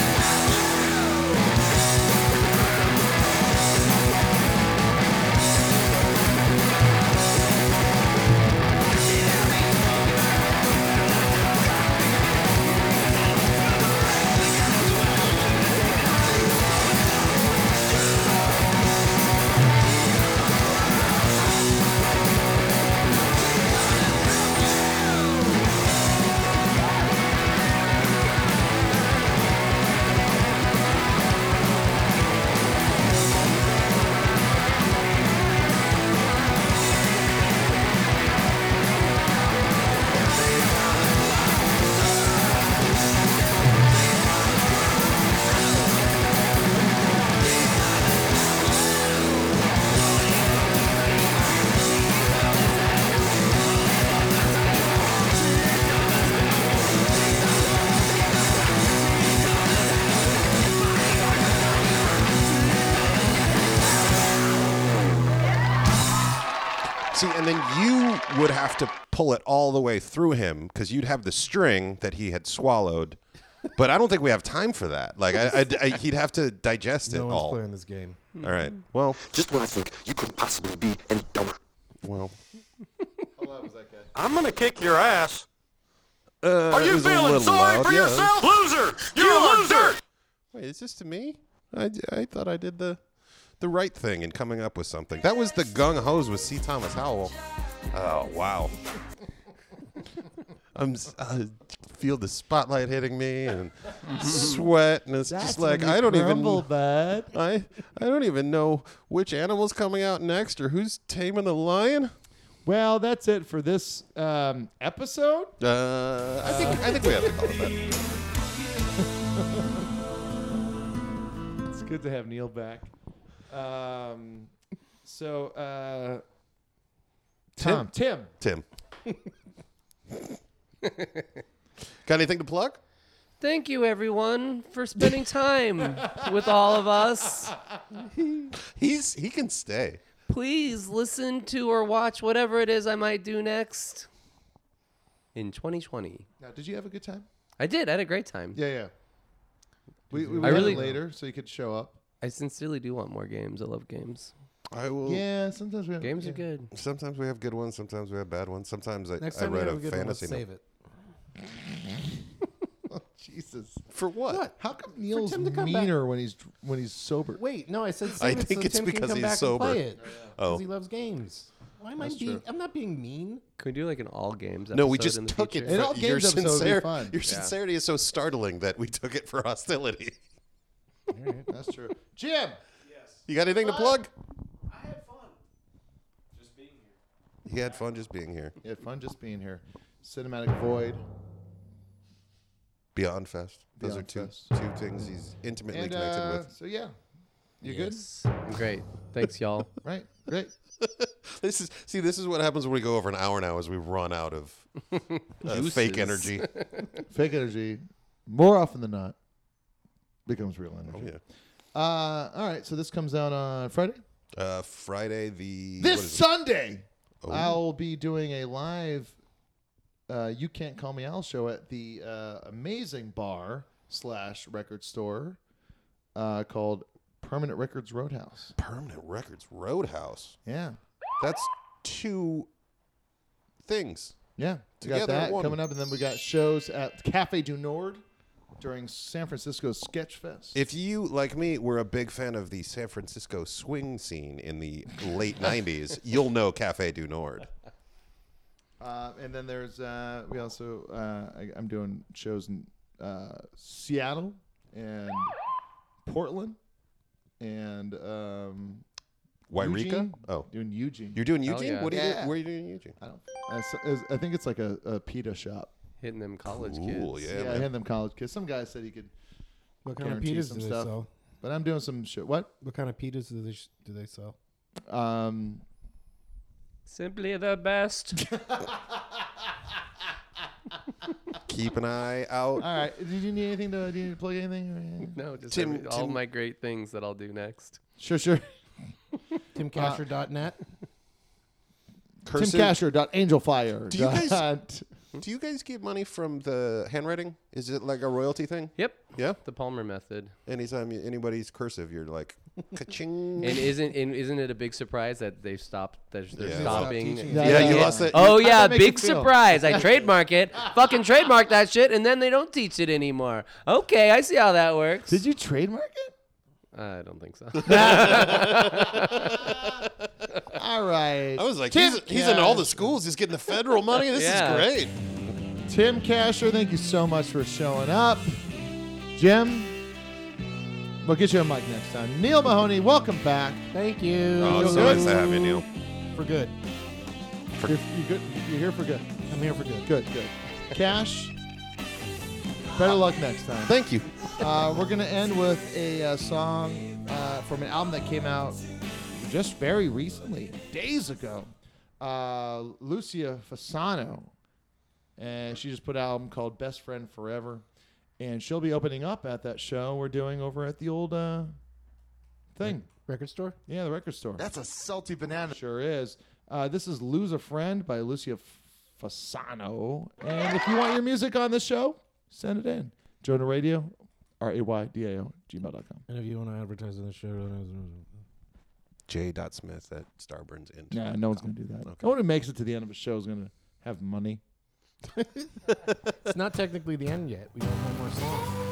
[SPEAKER 7] See, and then you would have to pull it all the way through him because you'd have the string that he had swallowed. But I don't think we have time for that. Like, I, I, I- he'd have to digest it
[SPEAKER 10] no one's
[SPEAKER 7] all.
[SPEAKER 10] playing this game.
[SPEAKER 7] All right. Well,
[SPEAKER 30] just when I think you couldn't possibly be any dumber.
[SPEAKER 7] Well,
[SPEAKER 13] I'm gonna kick your ass.
[SPEAKER 7] uh,
[SPEAKER 13] Are
[SPEAKER 7] it
[SPEAKER 13] you
[SPEAKER 7] was a
[SPEAKER 13] feeling
[SPEAKER 7] little
[SPEAKER 13] sorry
[SPEAKER 7] loud.
[SPEAKER 13] for
[SPEAKER 7] Yeah,
[SPEAKER 13] yourself, loser? You're a loser.
[SPEAKER 7] Wait, is this to me? I, I thought I did the the right thing in coming up with something. That was the gung hose with C. Thomas Howell. Oh wow. I'm s- I feel the spotlight hitting me and sweat and it's
[SPEAKER 6] That's
[SPEAKER 7] just like
[SPEAKER 6] when you
[SPEAKER 7] I don't
[SPEAKER 6] grumble,
[SPEAKER 7] even I I don't even know which animal's coming out next or who's taming the lion.
[SPEAKER 31] Well, that's it for this um, episode.
[SPEAKER 7] Uh, I think I think we have to call it that.
[SPEAKER 31] It's good to have Neil back. Um, so, uh, Tom, Tim.
[SPEAKER 7] Tim. Got anything to plug?
[SPEAKER 9] Thank you, everyone, for spending time with all of us.
[SPEAKER 7] He's he can stay.
[SPEAKER 9] Please listen to or watch whatever it is I might do next in 2020.
[SPEAKER 6] Now, did you have a good time?
[SPEAKER 9] I did. I had a great time.
[SPEAKER 6] Yeah, yeah. We, we,
[SPEAKER 9] I
[SPEAKER 6] we have it
[SPEAKER 9] really-
[SPEAKER 6] later, so you could show up.
[SPEAKER 9] I sincerely do want more games. I love games.
[SPEAKER 7] I will.
[SPEAKER 6] Yeah, sometimes we have
[SPEAKER 9] Games
[SPEAKER 6] yeah.
[SPEAKER 9] are good.
[SPEAKER 7] Sometimes we have good ones. Sometimes we have bad ones. Sometimes I,
[SPEAKER 10] Next
[SPEAKER 7] I
[SPEAKER 10] time we
[SPEAKER 7] read
[SPEAKER 10] have
[SPEAKER 7] a,
[SPEAKER 10] a good one, let's
[SPEAKER 7] fantasy.
[SPEAKER 10] save
[SPEAKER 7] novel.
[SPEAKER 10] it.
[SPEAKER 6] Jesus.
[SPEAKER 7] For what?
[SPEAKER 6] How come Neil's
[SPEAKER 32] Tim to come back.
[SPEAKER 6] meaner when he's when he's sober?
[SPEAKER 32] Wait, no, I said.
[SPEAKER 6] I
[SPEAKER 32] Save it
[SPEAKER 6] think
[SPEAKER 32] so
[SPEAKER 6] it's
[SPEAKER 32] Tim
[SPEAKER 6] because
[SPEAKER 32] can come
[SPEAKER 6] he's
[SPEAKER 32] back and
[SPEAKER 6] sober.
[SPEAKER 32] play it,
[SPEAKER 7] Oh.
[SPEAKER 32] 'cause he loves games. Why am I
[SPEAKER 9] That's
[SPEAKER 32] being?
[SPEAKER 9] true.
[SPEAKER 32] I'm not being mean.
[SPEAKER 9] Can we do like an all games?
[SPEAKER 7] No, we
[SPEAKER 9] episode
[SPEAKER 7] just
[SPEAKER 9] in the
[SPEAKER 7] took it.
[SPEAKER 9] future?
[SPEAKER 7] For, your sincere- your
[SPEAKER 9] Yeah.
[SPEAKER 7] sincerity is so startling that we took it for hostility.
[SPEAKER 6] That's true. Jim.
[SPEAKER 7] You got anything to plug? He had fun just being here.
[SPEAKER 6] He had fun just being here. Cinematic Void.
[SPEAKER 7] Beyond Fest. Those
[SPEAKER 6] Beyond
[SPEAKER 7] are two
[SPEAKER 6] Fest.
[SPEAKER 7] two things he's intimately
[SPEAKER 6] And,
[SPEAKER 7] connected
[SPEAKER 6] uh,
[SPEAKER 7] with.
[SPEAKER 6] So yeah, you
[SPEAKER 9] good? Great. Thanks, y'all.
[SPEAKER 6] right? Great.
[SPEAKER 7] This is see. This is what happens when we go over an hour now, is we run out of uh, fake
[SPEAKER 6] Juices.
[SPEAKER 7] energy.
[SPEAKER 6] Fake energy, more often than not, becomes real energy. Uh, all right. So this comes out on Friday.
[SPEAKER 7] Uh, Friday the what
[SPEAKER 6] This
[SPEAKER 7] is it?
[SPEAKER 6] Sunday,
[SPEAKER 7] Oh.
[SPEAKER 6] I'll be doing a live. Uh, you can't call me Al show at the uh, amazing bar slash record store uh, called Permanent Records Roadhouse.
[SPEAKER 7] Permanent Records Roadhouse.
[SPEAKER 6] Yeah.
[SPEAKER 7] That's two things.
[SPEAKER 6] Yeah, we
[SPEAKER 7] Together
[SPEAKER 6] got
[SPEAKER 7] at
[SPEAKER 6] that
[SPEAKER 7] one.
[SPEAKER 6] coming up, and then we got shows at Cafe du Nord during San Francisco Sketch Fest.
[SPEAKER 7] If you, like me, were a big fan of the San Francisco swing scene in the late 90s, you'll know Cafe du Nord.
[SPEAKER 6] Uh, and then there's uh, we also uh, I, I'm doing shows in uh, Seattle and Portland and um,
[SPEAKER 7] Wairika?
[SPEAKER 6] Eugene.
[SPEAKER 7] Oh.
[SPEAKER 6] doing Eugene.
[SPEAKER 7] You're doing Eugene? What are you
[SPEAKER 6] yeah. Uh,
[SPEAKER 7] doing? Where are you doing in Eugene?
[SPEAKER 6] I don't. I, s- is- I think it's like a, a pita shop.
[SPEAKER 9] Hitting them college
[SPEAKER 7] Cool,
[SPEAKER 9] kids.
[SPEAKER 7] yeah,
[SPEAKER 6] Yeah, I
[SPEAKER 7] man.
[SPEAKER 6] hand them college kids. Some guy said he could
[SPEAKER 10] What kind of
[SPEAKER 6] guarantee
[SPEAKER 10] pitas
[SPEAKER 6] some
[SPEAKER 10] do they
[SPEAKER 6] stuff.
[SPEAKER 10] sell?
[SPEAKER 6] But I'm doing some shit. What?
[SPEAKER 10] What kind of pitas do they sh- do they sell?
[SPEAKER 6] Um,
[SPEAKER 9] Simply the best.
[SPEAKER 7] Keep an eye out.
[SPEAKER 6] all right. Did you need anything to? Do you need to plug anything?
[SPEAKER 9] no, just
[SPEAKER 6] Tim-
[SPEAKER 9] every- all
[SPEAKER 6] Tim-
[SPEAKER 9] my great things that I'll do next.
[SPEAKER 6] Sure, sure.
[SPEAKER 32] Timcasher.net.
[SPEAKER 7] Cursive?
[SPEAKER 6] TimCasher.angelfire.
[SPEAKER 7] Do you guys do you guys get money from the handwriting? Is it like a royalty thing?
[SPEAKER 9] Yep.
[SPEAKER 7] Yeah.
[SPEAKER 9] The Palmer method.
[SPEAKER 7] Anytime you, anybody's cursive, you're like, ka-ching.
[SPEAKER 9] And isn't and isn't it a big surprise that they've stopped? That they're
[SPEAKER 7] Yeah. They stopped
[SPEAKER 9] stopping.
[SPEAKER 7] teaching Yeah, it. you
[SPEAKER 9] Yeah.
[SPEAKER 7] lost it.
[SPEAKER 9] Oh
[SPEAKER 7] How'd
[SPEAKER 9] yeah,
[SPEAKER 7] that make you
[SPEAKER 9] big
[SPEAKER 7] feel?
[SPEAKER 9] surprise! I trademark it. Fucking trademark that shit, and then they don't teach it anymore. Okay, I see how that works. Did
[SPEAKER 6] you trademark it?
[SPEAKER 9] I don't think so.
[SPEAKER 6] All right.
[SPEAKER 7] I was like, he's, he's in all the schools. He's getting the federal money. This
[SPEAKER 6] Yeah.
[SPEAKER 7] is great.
[SPEAKER 6] Tim Casher, thank you so much for showing up. Jim, we'll get you a mic next time. Neil Mahoney, welcome back.
[SPEAKER 32] Thank you.
[SPEAKER 7] Oh, it's so nice to have you, Neil.
[SPEAKER 32] For good.
[SPEAKER 6] You're, you're good. You're here for good.
[SPEAKER 32] I'm here for good.
[SPEAKER 6] Good, good. Cash, better luck next time.
[SPEAKER 7] Thank you.
[SPEAKER 6] Uh, we're going to end with a uh, song uh, from an album that came out just very recently, days ago. Uh, Lucia Fasano. And she just put an album called Best Friend Forever. And she'll be opening up at that show we're doing over at the old uh, thing.
[SPEAKER 32] Record store?
[SPEAKER 6] Yeah, the record store.
[SPEAKER 31] That's a salty banana.
[SPEAKER 6] Sure is. Uh, this is Lose a Friend by Lucia Fasano. And if you want your music on the show, send it in. Jonah Radio, R A Y D A O, gmail.com.
[SPEAKER 8] And if you want to advertise on the show,
[SPEAKER 7] J. Smith at Starburns Inn.
[SPEAKER 6] Nah, no one's going to do that. No one who makes it to the end of a show is going to have money.
[SPEAKER 26] it's not technically the end yet. We have one more song.